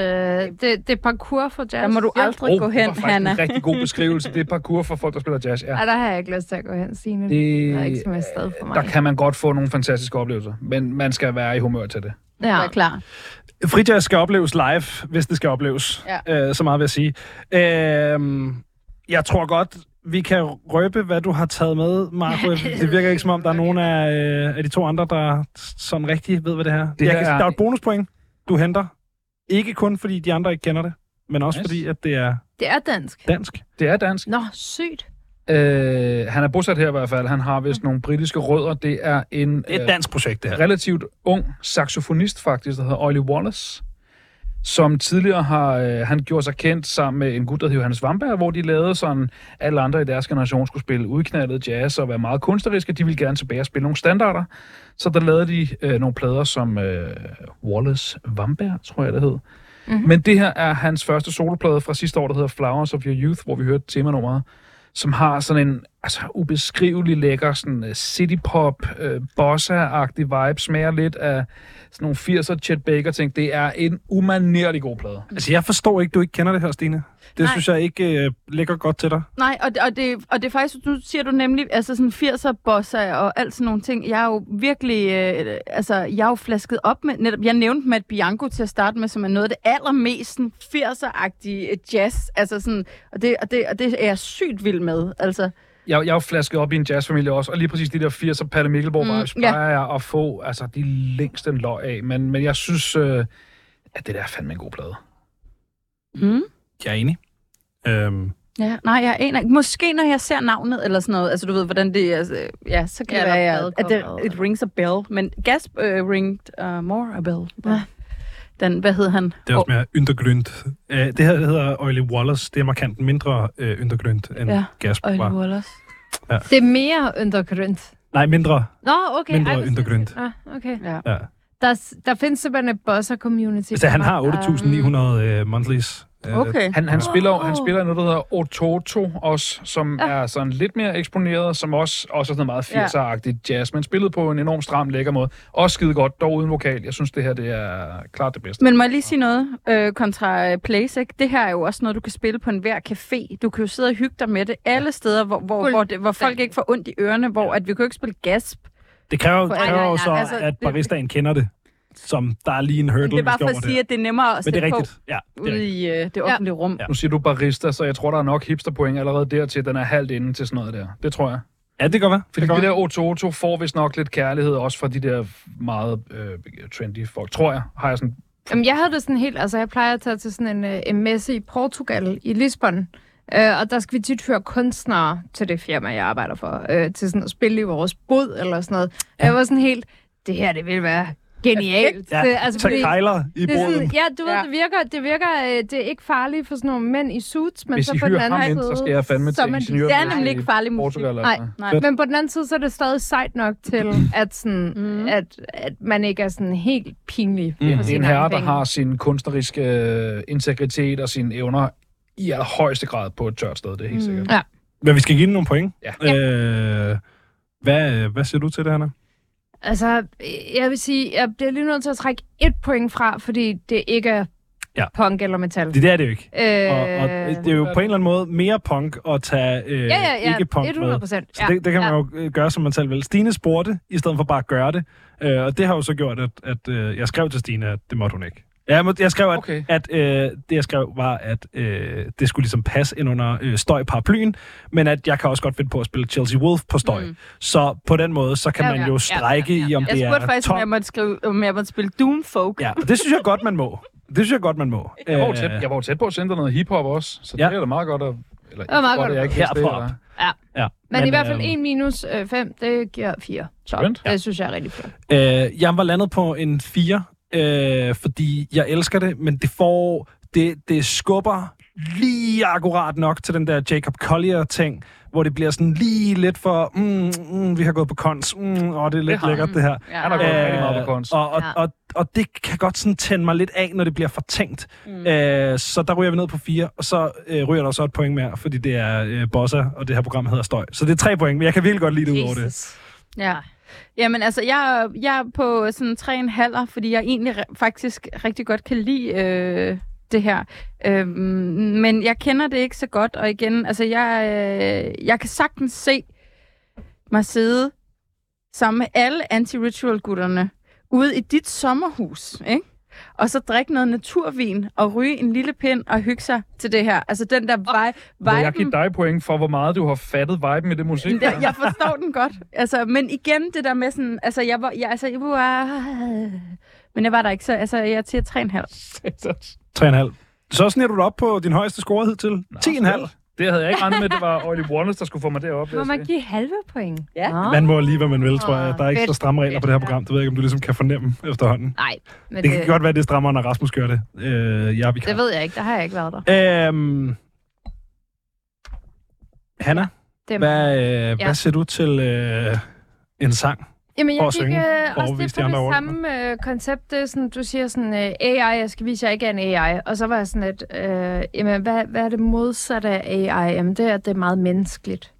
Speaker 5: det, det er parkour for jazz?
Speaker 6: Der må du aldrig
Speaker 4: Åh,
Speaker 6: oh, gå hen,
Speaker 4: det var faktisk
Speaker 6: Hanna.
Speaker 4: en rigtig god beskrivelse. Det er parkour for folk, der spiller jazz. Ja.
Speaker 5: Ej, der har jeg ikke lyst til at gå hen, Signe. Det
Speaker 4: Det,
Speaker 5: er ikke som et sted for mig.
Speaker 4: der kan man godt få nogle fantastiske oplevelser, men man skal være i humør til det.
Speaker 5: ja.
Speaker 6: Ja. klar.
Speaker 2: Frijazz skal opleves live, hvis det skal opleves. Ja. Øh, så meget vil jeg sige. Øh, jeg tror godt, vi kan røbe, hvad du har taget med, Marco. Det virker ikke, som om der er nogen af, øh, af de to andre, der sådan rigtig ved, hvad det her
Speaker 4: Det
Speaker 2: det jeg
Speaker 4: her
Speaker 2: kan,
Speaker 4: er-
Speaker 2: Der er et bonuspoint, du henter. Ikke kun, fordi de andre ikke kender det, men også
Speaker 4: Yes.
Speaker 2: yes. fordi, at det er
Speaker 5: Det er dansk.
Speaker 2: dansk.
Speaker 4: Det er dansk.
Speaker 5: Nå, sygt.
Speaker 4: Øh, han er bosat her i hvert fald. Han har vist nogle britiske rødder. Det er en øh,
Speaker 2: Det er et dansk projekt, det her.
Speaker 4: relativt ung saxofonist faktisk, der hedder Ollie Wallace, som tidligere har øh, han gjort sig kendt sammen med en gut, der hedder Johannes Vamberg, hvor de lavede sådan, alle andre i deres generation skulle spille udknaldet jazz og være meget kunstneriske. De ville gerne tilbage og spille nogle standarder. Så der lavede de øh, nogle plader som øh, Wallace Vamberg, tror jeg det hed,
Speaker 5: Mhm.
Speaker 4: Mm-hmm. Men det her er hans første soloplade fra sidste år, der hedder Flowers of Your Youth, hvor vi hørte temanummeret, som har sådan en altså, ubeskrivelig lækker sådan, øh, city-pop, øh, bossa-agtig vibe, smager lidt af sådan nogle 80'er Chet Baker-ting. Det er en umanerlig god plade.
Speaker 2: Altså, jeg forstår ikke, du ikke kender det her, Stine. Det
Speaker 6: Nej.
Speaker 2: synes jeg ikke øh, ligger godt til dig.
Speaker 6: Nej, og, det- og, det, og det er faktisk, nu siger du nemlig, altså sådan 80'er bossa og alt sådan nogle ting. Jeg er jo virkelig, øh, altså jeg er jo flasket op med, netop, jeg nævnte Matt Bianco til at starte med, som er noget af det allermest sådan 80'er-agtige øh, jazz, altså sådan, og det, og, det, og det er jeg sygt vild med, altså.
Speaker 4: jeg, jeg er jo flasket op i en jazzfamilie også, og lige præcis de der 80'er Palle Mikkelborg
Speaker 6: Mm,
Speaker 4: vibes mm,
Speaker 6: ja.
Speaker 4: plejer jeg at få altså, de længste en løg af. Men, men jeg synes, øh, at det der er fandme en god plade.
Speaker 6: Mm.
Speaker 2: Jeg er enig. Øhm,
Speaker 6: Ja, nej, jeg aner ikke. Måske når jeg ser navnet eller sådan noget, altså du ved, hvordan det er, altså, ja, så kan
Speaker 5: Ja,
Speaker 6: det være,
Speaker 5: eller
Speaker 6: jeg- at det,
Speaker 5: pladecoveret,
Speaker 6: it rings a bell, men Gasp uh, ringed uh, more a bell. Ja. Den, hvad hed han?
Speaker 2: det er også mere undergrønt. Øh, det her det hedder Oily Wallace. Det er markant mindre øh, undergrønt end
Speaker 6: Ja,
Speaker 2: ja. Gasp
Speaker 6: Oily
Speaker 2: var.
Speaker 6: Wallace.
Speaker 13: Det er mere undergrønt.
Speaker 2: Nej, mindre.
Speaker 13: Nå, okay.
Speaker 2: Mindre
Speaker 13: Ej, hvor
Speaker 2: undergrønt.
Speaker 13: sindssygt. Ah, okay.
Speaker 6: Ja.
Speaker 2: Ja.
Speaker 13: Der, der findes simpelthen et bosser-community.
Speaker 2: Altså, han har 8.900 øh, monthlies. Øh,
Speaker 6: øhm, Okay.
Speaker 4: Han, han,
Speaker 6: Wow.
Speaker 4: spiller, han spiller i noget, der hedder Ototo også, som ja. er sådan lidt mere eksponeret, som også, også er sådan meget 80'er-agtigt jazz, men spillet på en enormt stram, lækker måde. Også skide godt, dog uden vokal. Jeg synes, det her det er klart det bedste.
Speaker 6: Men må jeg lige sige noget øh, kontra øh, Place, ikke? Det her er jo også noget, du kan spille på enhver café. Du kan jo sidde og hygge dig med det alle steder, hvor, hvor, hvor, det, hvor folk ikke får ondt i ørerne, hvor at vi kan jo ikke spille gasp.
Speaker 2: Det kræver,
Speaker 6: nej,
Speaker 2: kræver jo
Speaker 6: nej,
Speaker 2: så,
Speaker 6: altså,
Speaker 2: at
Speaker 6: det-
Speaker 2: baristaen kender det. Som der er lige en hurdle,
Speaker 6: Det er
Speaker 2: vi
Speaker 6: bare
Speaker 2: skal
Speaker 6: for
Speaker 2: over
Speaker 6: at sige,
Speaker 2: der.
Speaker 6: at det er nemmere at
Speaker 2: Men det
Speaker 6: sætte
Speaker 2: er
Speaker 6: på
Speaker 2: rigtigt. Ja, det er
Speaker 6: ude
Speaker 2: rigtigt.
Speaker 6: i øh, det offentlige rum.
Speaker 2: Ja.
Speaker 4: Nu siger du barista, så jeg tror, der er nok hipsterpoint allerede dertil. Den er halvt inde til sådan noget der. Det tror jeg.
Speaker 2: Ja, det kan godt være.
Speaker 4: Fordi
Speaker 2: Det kan
Speaker 4: det
Speaker 2: godt
Speaker 4: der
Speaker 2: være.
Speaker 4: Ototo får vist nok lidt kærlighed også fra de der meget øh, trendy folk, tror jeg. Har jeg sådan,
Speaker 5: Jamen, jeg havde det sådan helt, altså jeg plejer at tage til sådan en, øh, en messe i Portugal, i Lisbon, øh, og der skal vi tit høre kunstnere til det firma, jeg arbejder for, øh, til sådan at spille i vores bod eller sådan noget. Ja. Jeg var sådan helt, det her, det ville være genialt.
Speaker 2: Ja,
Speaker 5: det, altså,
Speaker 2: Tre
Speaker 5: fordi,
Speaker 2: kejler i
Speaker 5: det er sådan,
Speaker 2: bordet.
Speaker 5: ja, du ved,
Speaker 6: Ja.
Speaker 5: det virker, det virker, øh, det er ikke farligt for sådan nogle mænd i suits, men
Speaker 4: hvis
Speaker 5: så
Speaker 4: I
Speaker 5: på den
Speaker 4: hyrer
Speaker 5: anden
Speaker 4: ham ind,
Speaker 5: side,
Speaker 4: så skal jeg fandme
Speaker 5: så er
Speaker 4: til
Speaker 5: man-
Speaker 4: ingeniør.
Speaker 6: Det er nemlig ikke farlig musik.
Speaker 4: Portugal,
Speaker 5: Nej.
Speaker 4: altså.
Speaker 5: Men på den anden side, så er det stadig sejt nok til, at, sådan, mm. at, at man ikke er sådan helt pinlig.
Speaker 2: Mm.
Speaker 5: for
Speaker 4: Det er en
Speaker 5: sine
Speaker 4: herre,
Speaker 5: egne
Speaker 4: der
Speaker 5: penge.
Speaker 4: har sin kunstneriske øh, integritet og sine evner i allerhøjeste grad på et tørt sted, det er helt sikkert.
Speaker 5: Ja.
Speaker 2: Men vi skal give den nogle point.
Speaker 4: Ja.
Speaker 2: Øh, hvad, hvad siger du til det, Hanna?
Speaker 5: Altså, jeg vil sige, jeg bliver lige nødt til at trække et point fra, fordi det ikke er
Speaker 2: Ja.
Speaker 5: ja. punk eller metal.
Speaker 2: Det der er det jo ikke.
Speaker 5: øh,
Speaker 2: Og, og det er jo på en eller anden måde mere punk at tage øh,
Speaker 5: ja, ja, ja,
Speaker 2: ikke punk
Speaker 5: 100
Speaker 2: med.
Speaker 5: procent.
Speaker 2: Så det, det kan man jo øh, gøre, som man selv vil. Stine spurgte, i stedet for bare at gøre det. Øh, og det har jo så gjort, at, at øh, jeg skrev til Stine, at det måtte hun ikke. Ja, Jeg, må, jeg skrev, at, okay.
Speaker 4: Okay.
Speaker 2: at øh, det jeg skrev var, at øh, det skulle ligesom passe ind under øh, støjparaplyen, men at jeg kan også godt finde på at spille Chelsea Wolf på støj. Mm.
Speaker 6: Mm.
Speaker 2: Så på den måde, så kan
Speaker 5: Ja,
Speaker 2: man
Speaker 5: ja,
Speaker 2: jo
Speaker 5: ja,
Speaker 2: strække
Speaker 5: ja, ja,
Speaker 2: i, om
Speaker 6: Jeg
Speaker 2: det
Speaker 6: spurgte
Speaker 2: er
Speaker 6: faktisk, om jeg
Speaker 2: tom.
Speaker 6: måtte, skrive, om jeg måtte spille Doom Folk.
Speaker 2: Ja, og det synes jeg godt, man må. Det synes jeg godt, man må. Øh,
Speaker 4: Jeg var, jo tæt, jeg var jo tæt på at sende dig noget hiphop også, så
Speaker 2: Ja.
Speaker 4: det er da meget godt at... Eller,
Speaker 5: var meget
Speaker 4: godt,
Speaker 5: godt
Speaker 4: at jeg ikke vidste det,
Speaker 2: Herpop.
Speaker 4: eller-
Speaker 2: ja.
Speaker 5: Men, Men i hvert fald
Speaker 2: øhm,
Speaker 5: 1 minus 5, det giver 4. Så
Speaker 4: Skønt.
Speaker 5: det synes jeg er rigtig flot.
Speaker 2: Øh, jeg var landet på en 4, øh, fordi jeg elsker det, men det får... Det, det skubber lige akkurat nok til den der Jacob Collier-ting, hvor det bliver sådan lige lidt for, mm, mm, vi har gået på kons, mm, og det er lidt
Speaker 4: har
Speaker 2: lækkert det her.
Speaker 6: Ja.
Speaker 4: Han har gået rigtig meget på kons.
Speaker 2: Øh, Og, og,
Speaker 5: Ja.
Speaker 2: og, og det kan godt sådan tænde mig lidt af, når det bliver fortænkt. Mm. Øh, så der ryger vi ned på fire, og så øh, ryger der så et point mere, fordi det er øh, Bossa, og det her program hedder Støj. Så det er tre point, men jeg kan virkelig godt lide det ud over det.
Speaker 6: Ja. Jamen altså, jeg, jeg er på sådan tre en halver, fordi jeg egentlig re- faktisk rigtig godt kan lide øh, det her. Øh, men jeg kender det ikke så godt, og igen, altså jeg, øh, jeg kan sagtens se mig sidde sammen med alle anti-ritual-gutterne ude i dit sommerhus, ikke? Og så drikke noget naturvin og ryge en lille pind og hygge sig til det her. Altså den der vej,
Speaker 4: Må jeg give
Speaker 6: viben.
Speaker 4: dig point for, hvor meget du har fattet viben i det musik?
Speaker 6: Ja, jeg forstår den godt. Altså, men igen, det der med sådan... Altså, jeg var... Jeg, altså, jeg var men jeg var der ikke, så altså, jeg er til 3,5.
Speaker 2: 3,5. Så sniger du dig op på din højeste score hed til 10,5.
Speaker 4: Det havde jeg ikke regnet med, det var Ollie Wallace, der skulle få mig derop. vil
Speaker 13: Må
Speaker 4: jeg
Speaker 13: man
Speaker 4: sige.
Speaker 13: give halve point?
Speaker 6: Ja.
Speaker 13: Nå.
Speaker 2: Man må lige, hvad man vil, tror jeg. Der er ikke
Speaker 5: Fedt.
Speaker 2: så stramme regler på det her program. Det ved jeg ikke, om du ligesom kan fornemme efterhånden.
Speaker 5: Nej, men
Speaker 2: Det kan
Speaker 5: det,
Speaker 2: godt være, det er strammere, når Rasmus gør det. Øh, jeg er
Speaker 5: det
Speaker 2: vikar.
Speaker 5: ved jeg ikke. Der har jeg ikke været der.
Speaker 2: Øhm, Hanna,
Speaker 5: Det er
Speaker 2: hvad, øh,
Speaker 5: Ja.
Speaker 2: hvad siger du til øh, en sang
Speaker 5: Jamen,
Speaker 2: for
Speaker 5: jeg
Speaker 2: at
Speaker 5: gik
Speaker 2: synge,
Speaker 5: øh,
Speaker 2: for at
Speaker 5: også
Speaker 2: overbevise
Speaker 5: lidt
Speaker 2: de
Speaker 5: på
Speaker 2: andre
Speaker 5: det
Speaker 2: over.
Speaker 5: samme øh, koncept. Det er sådan, du siger sådan, øh, AI, jeg skal vise, jeg ikke er en AI. Og så var jeg sådan lidt, øh, jamen, hvad, hvad er det modsatte af AI? Jamen, det er, at det er meget menneskeligt.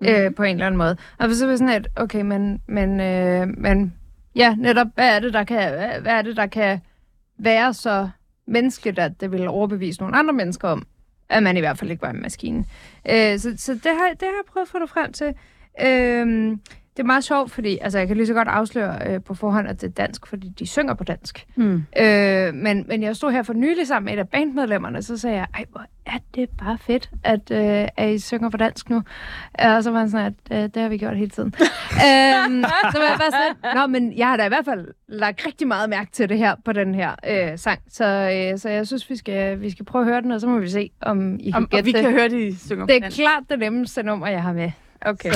Speaker 5: Mm. Øh, på en eller anden måde. Og så var jeg sådan lidt, okay, men, men, øh, men ja, netop, hvad er det, der kan, hvad, hvad er det, der kan være så menneskeligt, at det vil overbevise nogle andre mennesker om, at man i hvert fald ikke var en maskine. Øh, så, så det, har, det har jeg prøvet at få dig frem til. Øh, det er meget sjovt, fordi altså, jeg kan lige så godt afsløre øh, på forhånd, at det er dansk, fordi de synger på dansk.
Speaker 6: Mm.
Speaker 5: Øh, men, men jeg stod her for nylig sammen med et af bandmedlemmerne, så sagde jeg, ej, hvor er det bare fedt, at, øh, at I synger på dansk nu. Og så var han sådan, at øh, det har vi gjort hele tiden. øhm, så var jeg bare sådan, nå, men jeg har da i hvert fald lagt rigtig meget mærke til det her på den her øh, sang. Så, øh, så jeg synes, vi skal, vi skal prøve at høre den, og så må vi se, om I kan
Speaker 6: Om, og
Speaker 5: gætte
Speaker 6: vi
Speaker 5: det.
Speaker 6: kan høre, de synger på
Speaker 5: det er
Speaker 6: dansk.
Speaker 5: klart det nemmeste nummer, jeg har med.
Speaker 6: Okay.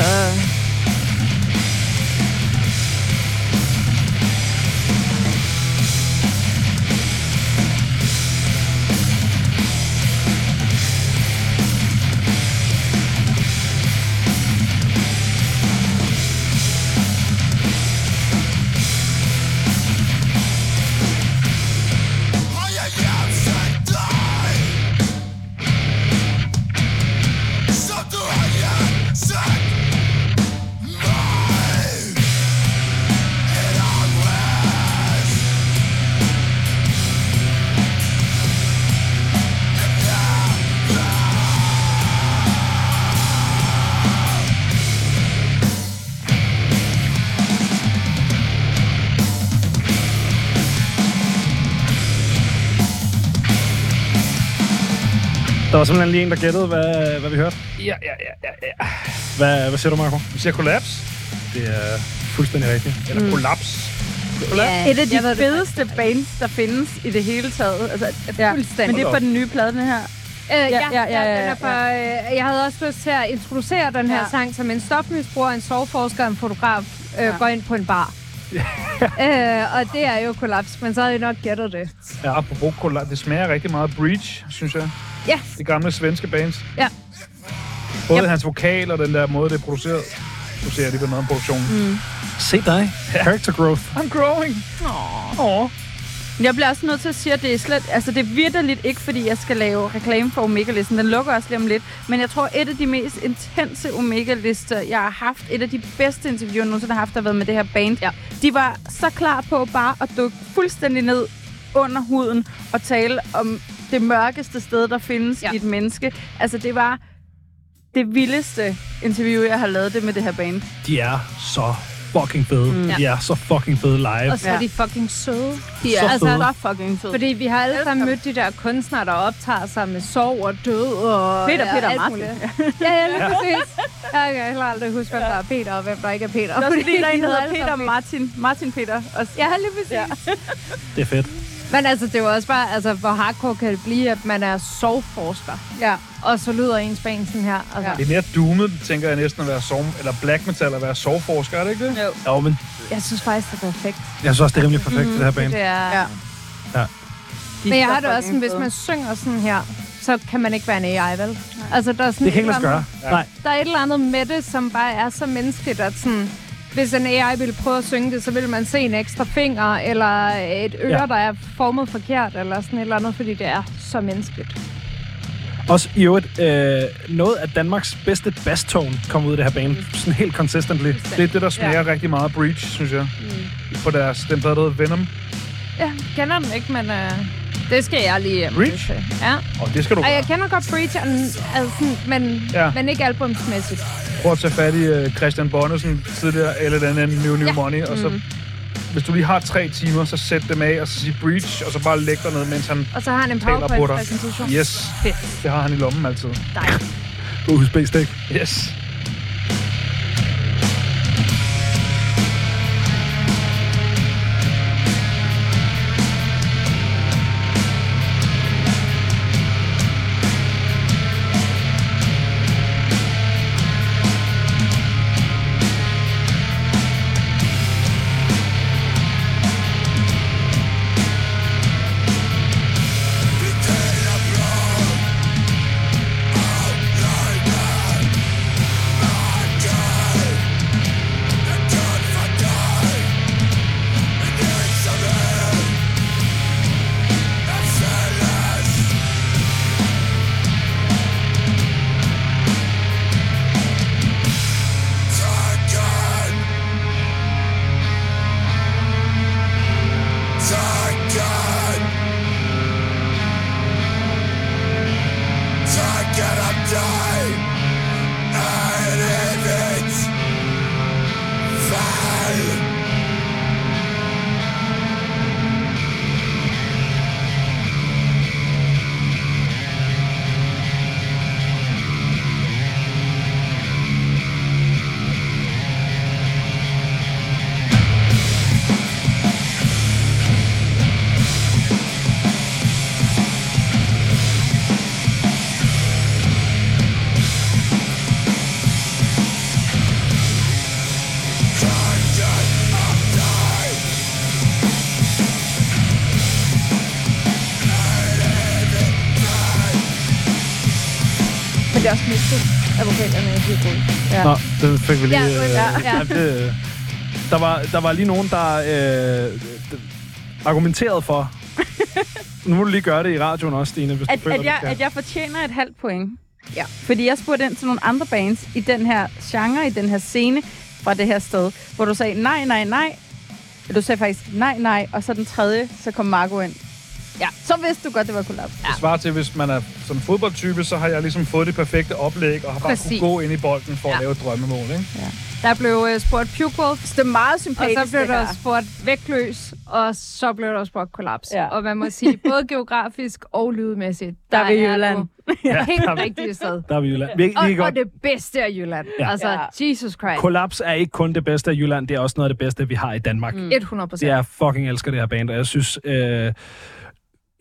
Speaker 14: Der var simpelthen lige en, der gættede, hvad, hvad vi hørte.
Speaker 4: Ja, ja, ja, ja, ja.
Speaker 14: Hvad, hvad siger du, Marco?
Speaker 4: Vi siger kollaps.
Speaker 14: Det er fuldstændig rigtigt.
Speaker 4: Eller mm. kollaps.
Speaker 6: Et af de fedeste bands, der findes i det hele taget. Altså, ja. Men det er på den nye plade, den her.
Speaker 5: Øh, ja,
Speaker 6: ja,
Speaker 5: ja,
Speaker 6: ja,
Speaker 5: ja, ja,
Speaker 6: ja,
Speaker 5: den er fra, øh, jeg havde også lyst til at introducere den her
Speaker 6: Ja.
Speaker 5: ja. sang som en stofmisbruger, en soveforsker og en fotograf øh,
Speaker 6: Ja.
Speaker 5: ja. går ind på en bar. øh, og det er jo kollaps, men så havde jeg nok gættet det.
Speaker 4: Ja, apropos kollaps. Det smager rigtig meget af Breach, synes jeg.
Speaker 5: Ja.
Speaker 4: Det gamle svenske bands.
Speaker 5: Ja.
Speaker 4: Både hans vokal og den der måde, det er produceret. Nu ser jeg lige på noget om produktionen. Mm.
Speaker 2: Se dig. Character growth.
Speaker 4: I'm growing. Åh.
Speaker 6: Jeg bliver også nødt til at sige, at det er slet... Altså, det er vidderligt ikke, fordi jeg skal lave reklame for Omega-listen. Den lukker også lige om lidt. Men jeg tror, et af de mest intense Omega-lister, jeg har haft, et af de bedste interviewer, jeg nogensinde har haft, der har været med det her band. Ja. De var så klar på bare at dukke fuldstændig ned under huden og tale om det mørkeste sted, der findes ja.
Speaker 15: Ja.
Speaker 6: i et menneske. Altså, det var det vildeste interview, jeg har lavet det med det her band.
Speaker 2: De er så fucking fede. Mm. De er så fucking fede live.
Speaker 5: Og så
Speaker 6: Ja.
Speaker 5: er de fucking søde.
Speaker 6: De er
Speaker 2: Så
Speaker 6: altså
Speaker 2: fede.
Speaker 6: så fucking fede.
Speaker 5: Fordi vi har alle sammen mødt de der kunstnere, der optager sig med sorg og død og...
Speaker 6: Peter,
Speaker 5: ja,
Speaker 6: Peter og
Speaker 5: alt
Speaker 6: Martin.
Speaker 5: muligt. Ja, ja, lige præcis. Jeg kan heller aldrig huske, hvem der er Peter og hvem der ikke er Peter.
Speaker 6: Der er altså også
Speaker 5: fordi
Speaker 6: lige der, en,
Speaker 5: de
Speaker 6: der hedder
Speaker 5: alle
Speaker 6: Peter
Speaker 5: sammen
Speaker 6: Martin. Martin Peter. Og
Speaker 5: Ja, lige præcis. Ja.
Speaker 2: Det er fedt.
Speaker 5: Men altså, det er jo også bare, altså, hvor hardcore kan det blive, at man er soveforsker.
Speaker 6: Ja.
Speaker 5: Og så lyder ens ben sådan her. Altså.
Speaker 4: Det er mere doomet, tænker jeg næsten, at være sov... Eller black metal at være sovforsker, er det ikke det?
Speaker 6: Jo.
Speaker 2: Jo, men
Speaker 5: Jeg synes faktisk, det er perfekt.
Speaker 14: Jeg synes også, det er rimelig perfekt, mm-hmm. det her band.
Speaker 5: Mm. Det er...
Speaker 6: Ja.
Speaker 5: Ja.
Speaker 6: De
Speaker 5: Men jeg
Speaker 6: er
Speaker 5: har det
Speaker 6: fucking
Speaker 5: også sådan, hvis
Speaker 6: fede.
Speaker 5: man synger sådan her, så kan man ikke være en AI, vel? Altså, der er sådan
Speaker 14: Det kan ikke
Speaker 5: et
Speaker 14: lade sig
Speaker 5: eller
Speaker 14: gøre.
Speaker 5: andet-
Speaker 14: Nej.
Speaker 5: Der er et eller andet med det, som bare er så menneskeligt, at sådan... Hvis en AI ville prøve at synge det, så ville man se en ekstra finger, eller et øre,
Speaker 14: Ja.
Speaker 5: ja. der er formet forkert, eller sådan et eller andet, fordi det er så menneskeligt.
Speaker 2: Også i øvrigt, øh, noget af Danmarks bedste basstone kom ud af det her band.
Speaker 5: Mm.
Speaker 2: Sådan helt consistently.
Speaker 4: Det er det, der smager ja. rigtig meget af Breach, synes jeg. Mm. På deres, den plade, der hedder Venom.
Speaker 5: Ja, kender den ikke, men øh, det skal jeg lige... øh,
Speaker 4: Reach?
Speaker 5: til. Ja.
Speaker 4: Og det skal du
Speaker 5: Og jeg kender godt Preacher, altså, men,
Speaker 4: Ja.
Speaker 5: ja. men ikke albumsmæssigt.
Speaker 4: prøve at tage fat i uh, Christian Bonnesen tidligere, eller den anden New New ja. Money, og så hvis du lige har tre timer, så sæt dem af, og så sig breach, og så bare læg dig ned, mens han...
Speaker 5: Og så har han en
Speaker 4: Taler på dig.
Speaker 5: PowerPoint-præsentation.
Speaker 4: Yes,
Speaker 5: Fedt.
Speaker 4: det har han i lommen altid.
Speaker 14: USB-stik.
Speaker 4: Yes.
Speaker 13: bliver også mistet advokaterne, når de er gode.
Speaker 7: Ja. Nå, den fik vi lige...
Speaker 13: Ja,
Speaker 7: øh,
Speaker 13: ja, ja.
Speaker 7: jamen, det, øh,
Speaker 2: Der var, der var lige nogen, der øh, argumenterede for... nu må du lige gøre det i radioen også, Stine, hvis
Speaker 6: At,
Speaker 2: du føler,
Speaker 6: at, jeg,
Speaker 2: du kan.
Speaker 6: at jeg fortjener et halvt point.
Speaker 13: Ja.
Speaker 6: Fordi jeg spurgte ind til nogle andre bands i den her genre, i den her scene fra det her sted, hvor du sagde nej, nej, nej. Du sagde faktisk nej, nej, og så den tredje, så kom Marco ind. Ja, så vidste du godt, det var kollaps.
Speaker 4: Det svarer til, hvis man er som fodboldtype, så har jeg ligesom fået det perfekte oplæg, og har bare
Speaker 5: Præcis.
Speaker 4: kunne gå ind i bolden for ja. at lave et drømmemål, ikke?
Speaker 5: Der blev øh, spurgt Pugwolf,
Speaker 6: Det er meget
Speaker 5: og
Speaker 6: sympatisk,
Speaker 5: så blev
Speaker 6: det
Speaker 5: der
Speaker 6: her.
Speaker 5: spurgt vægtløs, og så blev der spurgt kollaps.
Speaker 6: Ja.
Speaker 5: Ja. Og man må sige, både geografisk og lydmæssigt,
Speaker 6: Der er vi i
Speaker 5: du
Speaker 6: Jylland.
Speaker 5: Helt rigtigt sted.
Speaker 2: Der er vi i Jylland. Vi, vi kan
Speaker 5: Og, og
Speaker 2: godt.
Speaker 5: det bedste af Jylland.
Speaker 2: Ja.
Speaker 5: Ja. Altså,
Speaker 6: Ja.
Speaker 5: Jesus Christ.
Speaker 2: Kollaps er ikke kun det bedste af Jylland, det er også noget af det bedste, vi har i Danmark. Mm.
Speaker 5: 100 procent.
Speaker 2: Jeg fucking elsker det her band, og jeg synes... Øh,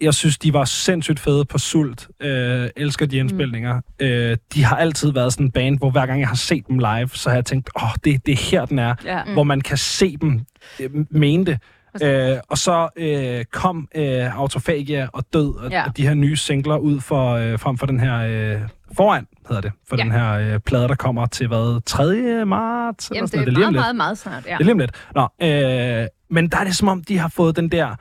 Speaker 2: jeg synes, de var sindssygt fede på Sult. Øh, elsker de indspilninger. Mm. Øh, de har altid været sådan en band, hvor hver gang jeg har set dem live, så har jeg tænkt, åh, oh, det, det er her, den er.
Speaker 6: Ja.
Speaker 2: Mm. Hvor man kan se dem øh, mene det. Øh, og så øh, kom øh, Autophagia og Død og, ja.
Speaker 6: Ja.
Speaker 2: og de her nye singler ud for, øh, frem for den her... Øh, foran hedder det, for ja.
Speaker 5: Ja.
Speaker 2: den her øh, plade, der kommer til, hvad, 3. marts?
Speaker 5: Jamen,
Speaker 2: Eller
Speaker 5: det
Speaker 2: sådan
Speaker 5: er
Speaker 2: noget. lige om
Speaker 5: meget,
Speaker 2: lidt.
Speaker 5: meget, meget snart. Ja.
Speaker 2: Det er lige om lidt. Nå, øh, men der er det som om, de har fået den der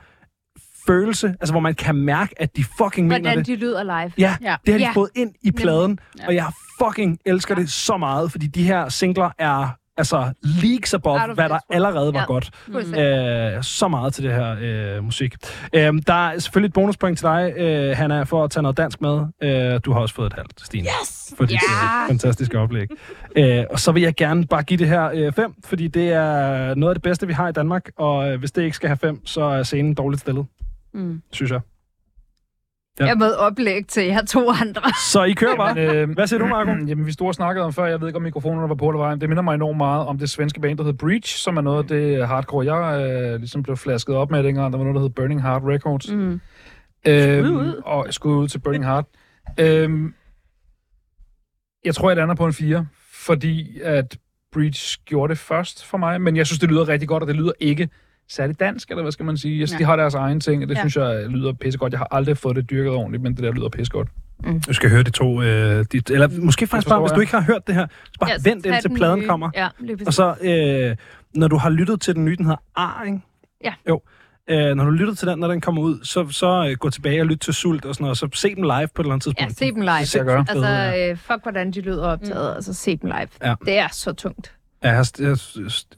Speaker 2: følelse, altså hvor man kan mærke, at de fucking mener
Speaker 5: Hvordan
Speaker 2: det.
Speaker 5: de lyder live.
Speaker 2: Ja,
Speaker 6: Ja.
Speaker 2: det har de
Speaker 5: Ja.
Speaker 2: fået ind i pladen,
Speaker 6: Ja.
Speaker 2: og jeg fucking elsker det så meget, fordi de her singler er altså leagues above,
Speaker 5: Out
Speaker 2: hvad
Speaker 5: of
Speaker 2: der
Speaker 5: this world.
Speaker 2: allerede var
Speaker 5: Ja.
Speaker 2: godt.
Speaker 5: Fuldstændig.
Speaker 2: Øh, så meget til det her øh, musik. Øh, der er selvfølgelig et bonuspoint til dig, øh, Hanna, for at tage noget dansk med. Øh, du har også fået et halvt, Stine. Yes! For dit
Speaker 5: Ja!
Speaker 2: øh, fantastiske oplæg. øh, og så vil jeg gerne bare give det her øh, fem, fordi det er noget af det bedste, vi har i Danmark. Og øh, hvis det ikke skal have fem, så er scenen dårligt stillet,
Speaker 6: Mm.
Speaker 2: synes jeg.
Speaker 5: Jeg med oplæg til jer to andre.
Speaker 2: Så I kører bare.
Speaker 4: øh,
Speaker 2: Hvad siger du, Marco?
Speaker 4: Jamen, vi stod og snakkede om før, jeg ved ikke, om mikrofonerne var på eller ej. Det minder mig enormt meget om det svenske band, der hed Breach, som er noget af det hardcore, jeg øh, ligesom blev flasket op med dengang. Der var noget, der hed Burning Heart Records.
Speaker 6: Mm.
Speaker 4: Øhm,
Speaker 6: ud.
Speaker 4: Og skud ud til Burning Heart. øhm, jeg tror, jeg lander på en 4, fordi at Breach gjorde det først for mig, men jeg synes, det lyder rigtig godt, og det lyder ikke særlig dansk, eller hvad skal man sige? Jeg synes,
Speaker 6: Nej.
Speaker 4: de har deres egen ting, og det
Speaker 6: Ja.
Speaker 4: ja. synes jeg lyder pissegodt. Jeg har aldrig fået det dyrket ordentligt, men det der lyder pissegodt.
Speaker 2: Du skal høre de to. Øh, de, eller måske faktisk
Speaker 4: forstår
Speaker 2: bare, hvis
Speaker 4: jeg.
Speaker 2: du ikke har hørt det her, så bare
Speaker 5: Ja, så
Speaker 2: vent
Speaker 5: tag
Speaker 2: indtil
Speaker 5: den
Speaker 2: pladen
Speaker 5: nye.
Speaker 2: kommer.
Speaker 5: Ja, lige præcis.
Speaker 2: Og så, øh, når du har lyttet til den nye, den hedder Ar, ikke?
Speaker 5: Ja.
Speaker 2: Jo. Øh, når du lytter til den, når den kommer ud, så, så øh, gå tilbage og lyt til Sult og sådan noget, og så se dem live på et eller andet
Speaker 5: Ja,
Speaker 2: tidspunkt.
Speaker 5: se dem live.
Speaker 4: skal jeg gøre.
Speaker 5: Altså, øh, fuck, hvordan de lyder optaget, altså se dem live.
Speaker 2: Ja.
Speaker 5: Det er så tungt.
Speaker 2: Ja, jeg, har, jeg,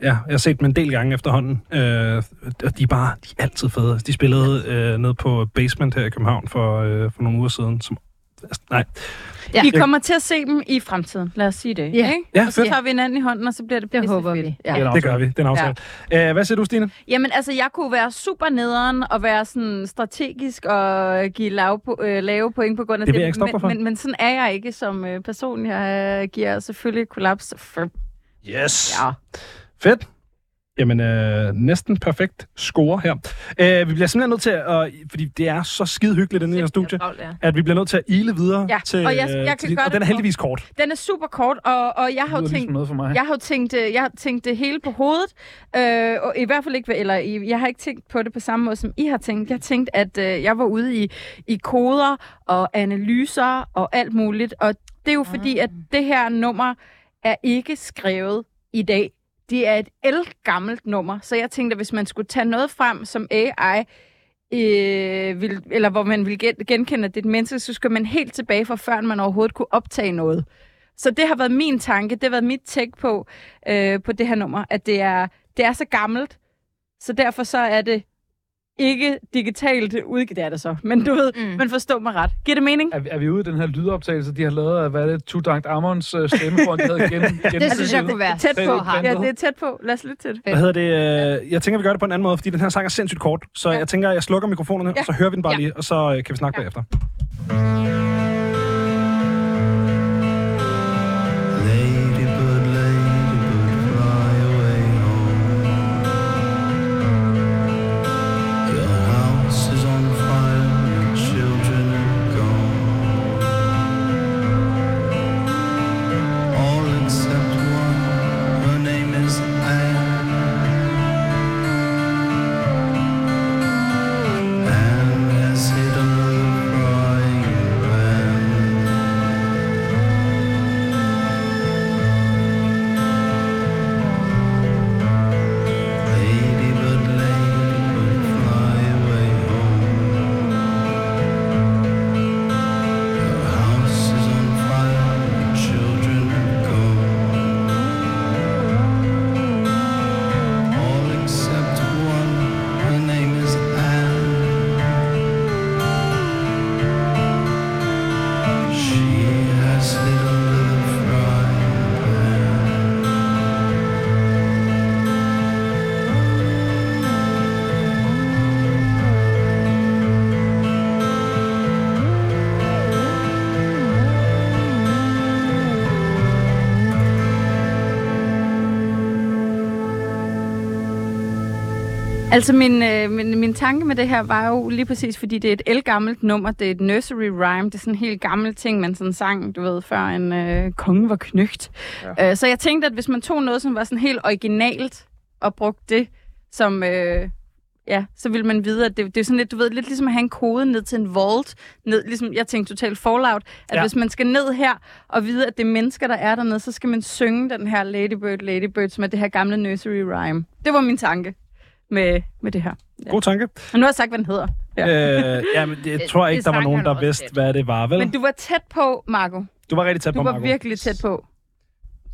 Speaker 2: ja, jeg har set dem en del gange efterhånden, øh, og de er bare de er altid fede. De spillede øh, ned på Basement her i København for, øh, for nogle uger siden, som... Altså, nej.
Speaker 6: Ja. Vi kommer til at se dem i fremtiden, lad os sige det.
Speaker 5: Ja.
Speaker 6: Ikke?
Speaker 2: Ja,
Speaker 6: og så
Speaker 2: fedt.
Speaker 6: tager vi hinanden i hånden, og så bliver det
Speaker 5: Det
Speaker 6: pisse
Speaker 5: håber
Speaker 6: fedt.
Speaker 5: vi.
Speaker 6: Ja.
Speaker 4: Eller
Speaker 2: Det gør vi, den aftale. Ja. Æh, hvad siger du, Stine?
Speaker 6: Jamen, altså, jeg kunne være super nederen og være sådan strategisk og give lav på, øh, lave point på grund af
Speaker 2: Det
Speaker 6: det.
Speaker 2: vil jeg ikke stoppe dig for.
Speaker 6: men, men, men sådan er jeg ikke som øh, person. Jeg øh, giver selvfølgelig kollaps. For,
Speaker 2: Yes!
Speaker 6: ja.
Speaker 2: Fedt. Jamen, øh, næsten perfekt score her. Øh, vi bliver simpelthen nødt til at, fordi det er så skide hyggeligt inde i her studie, at vi bliver nødt til at ile videre
Speaker 6: Ja,
Speaker 2: til,
Speaker 6: og jeg-
Speaker 2: øh,
Speaker 6: jeg kan
Speaker 2: til din-
Speaker 6: gøre
Speaker 2: og
Speaker 6: det
Speaker 2: den er
Speaker 6: på-
Speaker 2: heldigvis kort.
Speaker 6: Den er super kort, og, og jeg
Speaker 4: Det
Speaker 6: har
Speaker 4: lyder
Speaker 6: jo tænkt...
Speaker 4: ligesom noget for mig.
Speaker 6: Jeg har jo tænkt, øh, jeg har tænkt det hele på hovedet, øh, og i hvert fald ikke, eller i, jeg har ikke tænkt på det på samme måde, som I har tænkt. Jeg tænkte, at øh, jeg var ude i, i koder og analyser og alt muligt, og det er jo fordi,
Speaker 2: Ah.
Speaker 6: at det her nummer er ikke skrevet i dag. Det er et elgammelt nummer, så jeg tænkte, at hvis man skulle tage noget frem, som AI øh, vil, eller hvor man vil gen- genkende, at det er et menneske, så skal man helt tilbage fra før, man overhovedet kunne optage noget. Så det har været min tanke, det har været mit take på, øh, på det her nummer, at det er, det er så gammelt, så derfor så er det ikke digitalt udgivet, det er det så, men du ved, mm. men forstå mig ret. Giver det mening?
Speaker 4: Er, vi- er vi ude i den her lydoptagelse, de har lavet af, hvad er det, Tutank Amons øh, stemme, hvor han havde gen, gen,
Speaker 5: Det synes jeg kunne være
Speaker 6: Altså, Tæt
Speaker 5: tæt
Speaker 4: det-
Speaker 6: på.
Speaker 5: på
Speaker 4: det-
Speaker 5: ham.
Speaker 6: Ja, det er tæt på. Lad os lytte til det.
Speaker 2: Hvad hedder det? Øh, jeg tænker, vi gør det på en anden måde, fordi den her sang er sindssygt kort. Så ja. jeg tænker, jeg slukker mikrofonerne, ja. og så hører vi den bare ja. lige, og så øh, kan vi snakke ja. bagefter.
Speaker 10: Ladybird, ladybird, fly away home. Your house is on fire, your children are gone. All except one, her name is Anne. Anne has hit another crying
Speaker 6: Altså, min, øh, min, min tanke med det her var jo lige præcis, fordi det er et elgammelt nummer, det er et nursery rhyme, det er sådan en helt gammel ting, man sådan sang, du ved, før en øh, konge var knøgt. Ja. Øh, så jeg tænkte, at hvis man tog noget, som var sådan helt originalt, og brugte det som... Øh, ja, så ville man vide, at det, det er sådan lidt, du ved, lidt ligesom at have en kode ned til en vault, ned, ligesom, jeg tænkte totalt Fallout, at
Speaker 4: Ja.
Speaker 6: ja. hvis man skal ned her og vide, at det er mennesker, der er dernede, så skal man synge den her Ladybird, Ladybird, som er det her gamle nursery rhyme. Det var min tanke med, med det her.
Speaker 2: God tanke.
Speaker 6: Og nu har jeg sagt, hvad den hedder.
Speaker 2: Ja. Øh, jamen, jeg tror
Speaker 5: det
Speaker 2: ikke, der var
Speaker 5: sang
Speaker 2: nogen,
Speaker 5: han
Speaker 2: der
Speaker 5: også
Speaker 2: vidste,
Speaker 5: lidt.
Speaker 2: hvad det var, vel?
Speaker 6: Men du var tæt på, Marco.
Speaker 2: Du var rigtig tæt
Speaker 6: Du
Speaker 2: på,
Speaker 6: var
Speaker 2: Marco.
Speaker 6: virkelig tæt på.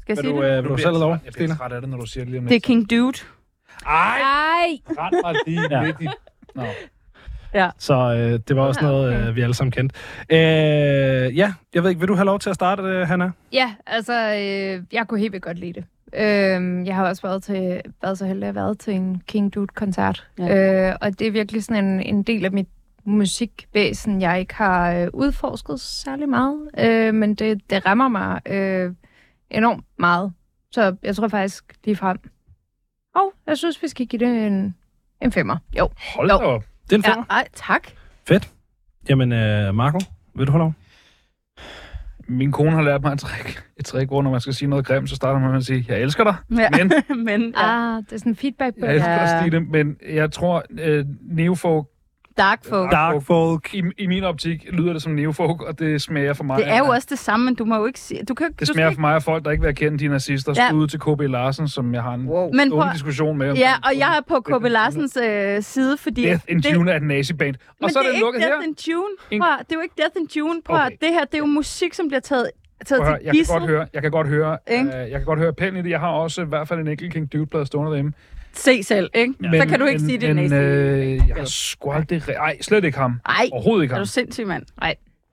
Speaker 6: Skal jeg
Speaker 2: Vil
Speaker 6: sige
Speaker 2: du,
Speaker 6: det?
Speaker 2: øh, vil du selv have lov,
Speaker 4: Jeg bliver
Speaker 2: Stine?
Speaker 4: træt af det, når du siger det lige om
Speaker 6: Det er
Speaker 4: lidt.
Speaker 6: King Dude.
Speaker 4: Ej,
Speaker 16: Ej,
Speaker 4: rend mig lige
Speaker 2: Ja.
Speaker 4: midt i. Nå.
Speaker 2: Så øh, det var også
Speaker 6: Ah,
Speaker 16: Ja,
Speaker 2: noget,
Speaker 16: okay.
Speaker 2: øh, vi alle sammen kendte. Øh, ja, jeg ved ikke, vil du have lov til at starte, øh, Hanna?
Speaker 5: Ja, altså, øh, jeg kunne helt vildt godt lide det. Øh, jeg har også været, til, været så heldig at have været til en King Dude-koncert. Ja. Øh, og det er virkelig sådan en, en del af mit musikvæsen, jeg ikke har øh, udforsket særlig meget. Øh, men det, det rammer mig øh, enormt meget. Så jeg tror faktisk lige frem. Og jeg synes, vi skal give det en, en femmer. Jo.
Speaker 4: Hold da op.
Speaker 2: Det er en femmer.
Speaker 6: Ej, tak.
Speaker 2: Jamen, øh, Marco, vil du have lov?
Speaker 4: Min kone har lært mig et trick. Et trick, hvor når man skal sige noget grimt, så starter man med at sige, jeg elsker dig.
Speaker 6: Ja.
Speaker 4: Men?
Speaker 6: Men ja.
Speaker 5: Ah, det er sådan en feedback på
Speaker 4: Jeg elsker
Speaker 6: Ja.
Speaker 4: dig, Stine. Men jeg tror, øh, neofolk
Speaker 6: Dark Folk.
Speaker 17: Dark folk.
Speaker 4: i, i min optik lyder det som neofolk, og det smager for mig.
Speaker 6: Det er jo
Speaker 4: af-
Speaker 6: også det samme, men du må jo ikke sige... Du kan, jo ikke-
Speaker 4: det
Speaker 6: du
Speaker 4: smager
Speaker 6: skal
Speaker 4: for mig af folk, der ikke vil erkende de nazister,
Speaker 6: Ja.
Speaker 4: ja. ud til KB Larsen, som jeg har en wow.
Speaker 6: Men prøv,
Speaker 4: stor diskussion med. om-
Speaker 6: ja, og jeg er på
Speaker 4: Death
Speaker 6: KB Larsens øh, side, fordi...
Speaker 4: Death in
Speaker 6: det-
Speaker 4: June er et naziband. Og
Speaker 6: Men
Speaker 4: så er
Speaker 6: det er
Speaker 4: det
Speaker 6: ikke
Speaker 4: lukket
Speaker 6: Death
Speaker 4: her.
Speaker 6: in June.
Speaker 4: Ingen-
Speaker 6: Prøv, at- det er jo ikke Death in June. Prøv, okay.
Speaker 4: Okay.
Speaker 6: det her det er jo musik, som bliver taget, taget
Speaker 4: Prøv at høre,
Speaker 6: til
Speaker 4: jeg kan
Speaker 6: gissel.
Speaker 4: godt høre, jeg kan godt høre, øh,
Speaker 6: Ikke?
Speaker 4: jeg kan godt høre pælen i det. Jeg har også i hvert fald en enkelt King Dude-plade stående derhjemme.
Speaker 6: Se selv, ikke? Ja. Så kan du ikke
Speaker 4: men,
Speaker 6: sige det
Speaker 4: men,
Speaker 6: næste.
Speaker 4: øh, jeg har
Speaker 6: Vel.
Speaker 4: sgu aldrig... Nej, slet ikke ham.
Speaker 6: Ej,
Speaker 4: Overhovedet ikke
Speaker 6: er
Speaker 4: ham.
Speaker 6: du sindssyg, mand?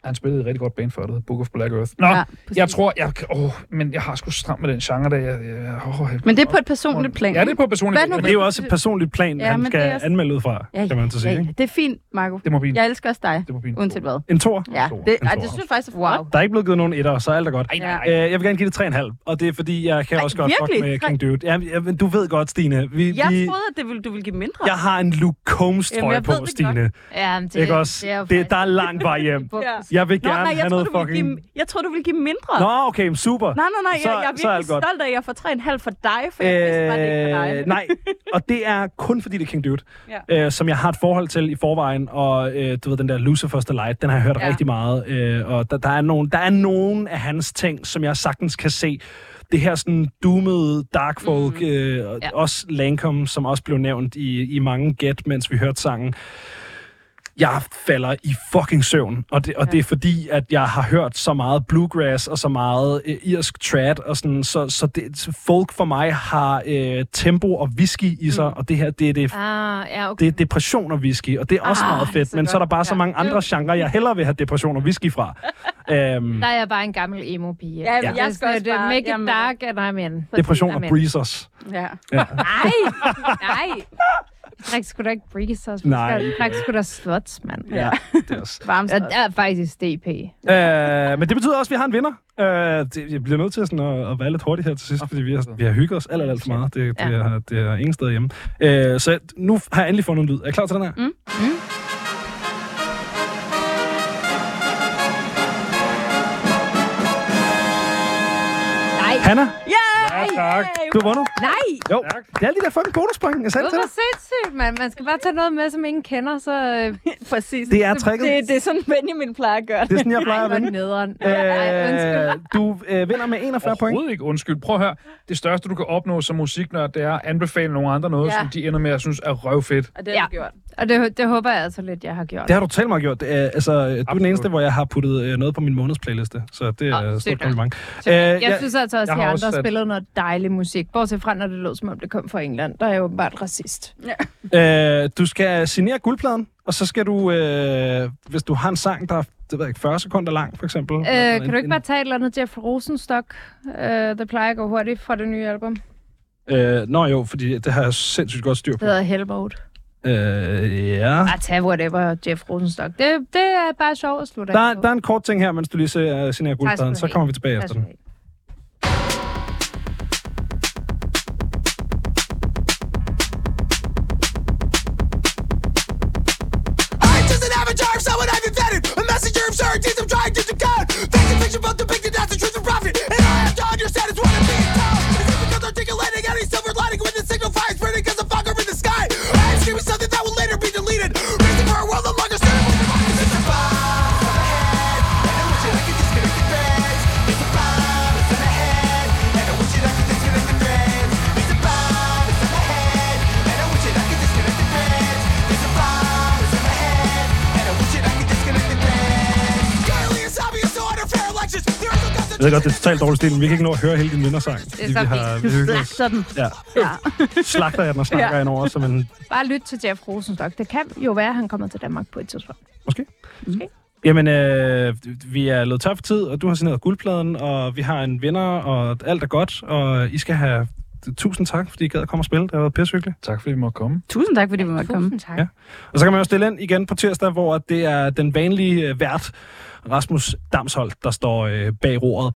Speaker 4: Han spillede et rigtig godt band for det, der hed Book of Black Earth. Nå, ja,
Speaker 6: præcis.
Speaker 4: jeg tror, jeg... kan- Åh, men jeg har sgu stramt med den genre, der jeg... jeg åh, jeg
Speaker 6: Men det er på et personligt plan.
Speaker 4: Ja, det er
Speaker 6: ikke?
Speaker 4: på et personligt
Speaker 6: Hvad er
Speaker 4: plan.
Speaker 6: nu-
Speaker 2: Men det er jo også et personligt plan,
Speaker 6: Ja,
Speaker 2: ja, han
Speaker 6: men det
Speaker 2: skal
Speaker 6: er også-
Speaker 2: også... anmelde ud fra,
Speaker 6: Ja,
Speaker 2: ja, kan man så sige.
Speaker 6: ja,
Speaker 2: Ikke?
Speaker 6: ja. Det er fint, Marco.
Speaker 4: Det må blive en,
Speaker 6: Jeg elsker også dig,
Speaker 4: det må blive en
Speaker 6: uanset hvad.
Speaker 2: En tor.
Speaker 6: Ja,
Speaker 4: stor.
Speaker 6: det, ej,
Speaker 2: En
Speaker 6: det
Speaker 2: stor.
Speaker 6: synes jeg faktisk er wow.
Speaker 2: Der er ikke blevet givet nogen etter, så alt er godt.
Speaker 6: nej, nej.
Speaker 2: Øh, jeg vil gerne give det 3,5, og det er fordi, jeg kan
Speaker 6: Ej,
Speaker 2: også godt fuck
Speaker 6: virkelig?
Speaker 2: med King Dude. Ja, ja, men du ved godt, Stine. Vi,
Speaker 6: Jeg
Speaker 2: vi,
Speaker 6: troede, at det ville, du ville give mindre.
Speaker 2: jeg har en Luke Combs
Speaker 6: Jamen,
Speaker 2: trøje
Speaker 6: jeg ved
Speaker 2: på,
Speaker 6: det
Speaker 2: Stine. Det,
Speaker 5: Ja, men det,
Speaker 2: ikke også?
Speaker 5: jo
Speaker 2: Det, det, der er langt vej hjem.
Speaker 5: faktisk-
Speaker 6: Ja.
Speaker 2: Jeg vil
Speaker 6: Nå,
Speaker 2: gerne
Speaker 6: nej, jeg
Speaker 2: have
Speaker 6: troede,
Speaker 2: noget
Speaker 6: du ville
Speaker 2: fucking...
Speaker 6: give, jeg troede, du ville give mindre.
Speaker 2: Nå, okay, men super.
Speaker 6: Nej, nej, nej,
Speaker 2: Så-
Speaker 6: jeg, jeg er
Speaker 2: så er alt
Speaker 6: virkelig
Speaker 2: godt. Øh,
Speaker 6: stolt af, at jeg får 3,5 for dig, for jeg vidste bare, det ikke var dig.
Speaker 2: nej, og det er kun fordi, det er King Dude,
Speaker 6: Ja.
Speaker 2: øh, som jeg har et forhold til i forvejen, og øh, du ved, den der Lucifer's Delight, den har jeg hørt
Speaker 6: Ja.
Speaker 2: ja. rigtig meget, øh, og der, der, er nogen, der er nogen af hans ting, som jeg sagtens kan se. Det her sådan doomede dark folk, mm. øh, og
Speaker 5: Ja.
Speaker 2: også Lancome, som også blev nævnt i, i mange gæt, mens vi hørte sangen. Jeg falder i fucking søvn, og det, og ja. det er fordi, at jeg har hørt så meget bluegrass og så meget øh, irsk trad, og sådan, så, så det, så folk for mig har øh, tempo og whisky i sig, mm. og det her, det er det
Speaker 5: Ah, ja, okay.
Speaker 2: det er depression og whisky, og det er også ah, meget fedt,
Speaker 6: så
Speaker 2: men så er der
Speaker 6: godt.
Speaker 2: bare ja. så
Speaker 6: Ja.
Speaker 2: mange andre genrer, jeg hellere vil have depression og whisky fra. øhm,
Speaker 5: Der er jeg bare en gammel emo-pige.
Speaker 6: Ja, men
Speaker 5: Det
Speaker 6: jeg
Speaker 5: er
Speaker 6: skal
Speaker 5: sådan,
Speaker 6: også
Speaker 5: at, øh,
Speaker 6: bare-
Speaker 5: Make
Speaker 6: jamen.
Speaker 5: it dark, and I'm in.
Speaker 2: depression og
Speaker 5: Amen.
Speaker 2: breezers.
Speaker 6: Ja.
Speaker 5: Nej, nej. Jeg drikker sgu da ikke breeze også.
Speaker 2: Nej.
Speaker 5: Jeg drikker sgu da sluts, mand.
Speaker 2: Ja, det er også.
Speaker 6: Varmt.
Speaker 5: Og der er faktisk DP.
Speaker 2: Øh, men det betyder også, at vi har en vinder. Øh, det, jeg bliver nødt til sådan at, at være lidt hurtig her til sidst, fordi vi har, vi har hygget os alt, alt, alt for meget. Det, det,
Speaker 5: Ja.
Speaker 2: er, det er ingen sted hjemme. Øh, så nu har jeg endelig fundet en lyd. Er I klar til den her? Mm.
Speaker 5: Nej.
Speaker 2: Hanna,
Speaker 4: Ja, tak.
Speaker 2: du har vundet.
Speaker 5: Nej.
Speaker 2: Jo, det er alle de der fucking bonuspoint, jeg sagde
Speaker 5: Det
Speaker 2: det til
Speaker 5: var
Speaker 2: dig.
Speaker 5: sindssygt, mand. Man skal bare tage noget med, som ingen kender, så øh,
Speaker 6: Præcis.
Speaker 2: Det er tricket.
Speaker 6: Det, det er sådan, Benjamin plejer at gøre det.
Speaker 2: Det er sådan, jeg plejer at
Speaker 5: går
Speaker 2: vinde.
Speaker 5: den nederen. Ej,
Speaker 2: Øh,
Speaker 5: undskyld.
Speaker 2: du øh, vinder med 41 point.
Speaker 4: Overhovedet ikke undskyld. Prøv at høre. Det største, du kan opnå som musiknørd, det er at anbefale nogle andre noget,
Speaker 6: Ja.
Speaker 4: ja. som de ender med at synes er røvfedt.
Speaker 6: Og det har
Speaker 5: Ja.
Speaker 6: du gjort.
Speaker 5: Og det, det håber jeg altså lidt, jeg har gjort.
Speaker 2: Det har du talt meget gjort. Det er, altså, du er den
Speaker 4: Absolut.
Speaker 2: eneste, hvor jeg har puttet øh, noget på min måneds playliste, så det er oh, stort
Speaker 5: sygt nok.
Speaker 2: kompliment. Øh, jeg,
Speaker 5: Jeg synes altså også,
Speaker 4: jeg har
Speaker 5: at jeg
Speaker 4: også
Speaker 5: andre
Speaker 4: sat-
Speaker 5: spillede noget dejlig musik. Bortset fra, når det lød, som om det kom fra England. Der er jeg åbenbart racist.
Speaker 2: øh, du skal signere guldpladen, og så skal du, øh, hvis du har en sang, der er det ved jeg ikke, 40 sekunder lang, for eksempel.
Speaker 5: Øh, kan du ikke bare tage et eller andet Jeff Rosenstock? Øh, det plejer at gå hurtigt fra det nye album. Det
Speaker 2: bare... Øh, nå jo, fordi det har jeg sindssygt godt styr på.
Speaker 5: hedder Hellboat.
Speaker 2: Øh, ja.
Speaker 5: Bare tag whatever, Jeff Rosenstock. Det, det er bare sjovt at slutte af
Speaker 2: Der,
Speaker 5: på.
Speaker 2: der er en kort ting her, mens du lige ser, uh, signerer
Speaker 5: du
Speaker 2: guldpladen, så
Speaker 5: have.
Speaker 2: kommer vi tilbage
Speaker 5: Tak
Speaker 2: efter
Speaker 5: skal
Speaker 2: den.
Speaker 5: du have.
Speaker 7: Jeg ved godt, det er totalt dårlig stil, men vi kan ikke nå at høre hele din vindersang. fordi
Speaker 5: så
Speaker 7: vi har, vi hygget os.
Speaker 6: Slagter den.
Speaker 7: Ja. Slagter jeg den og snakker ja. ind over, som en...
Speaker 5: Bare lyt til Jeff Rosenstock. Det kan jo være, at han kommer til Danmark på et tidspunkt.
Speaker 2: Jamen, øh, vi er løbet tør for tid, og du har signeret guldpladen, og vi har en vinder, og alt er godt, og I skal have tusind tak, fordi I gad at komme og spille. Det har været pissehyggeligt.
Speaker 4: Tak fordi vi måtte komme.
Speaker 6: Tusind tak, fordi vi måtte komme.
Speaker 13: Tusind tak.
Speaker 2: Ja. Og så kan man jo stille ind igen på tirsdag, hvor det er den vanlige øh, vært, Rasmus Damsholdt, der står øh, bag roret.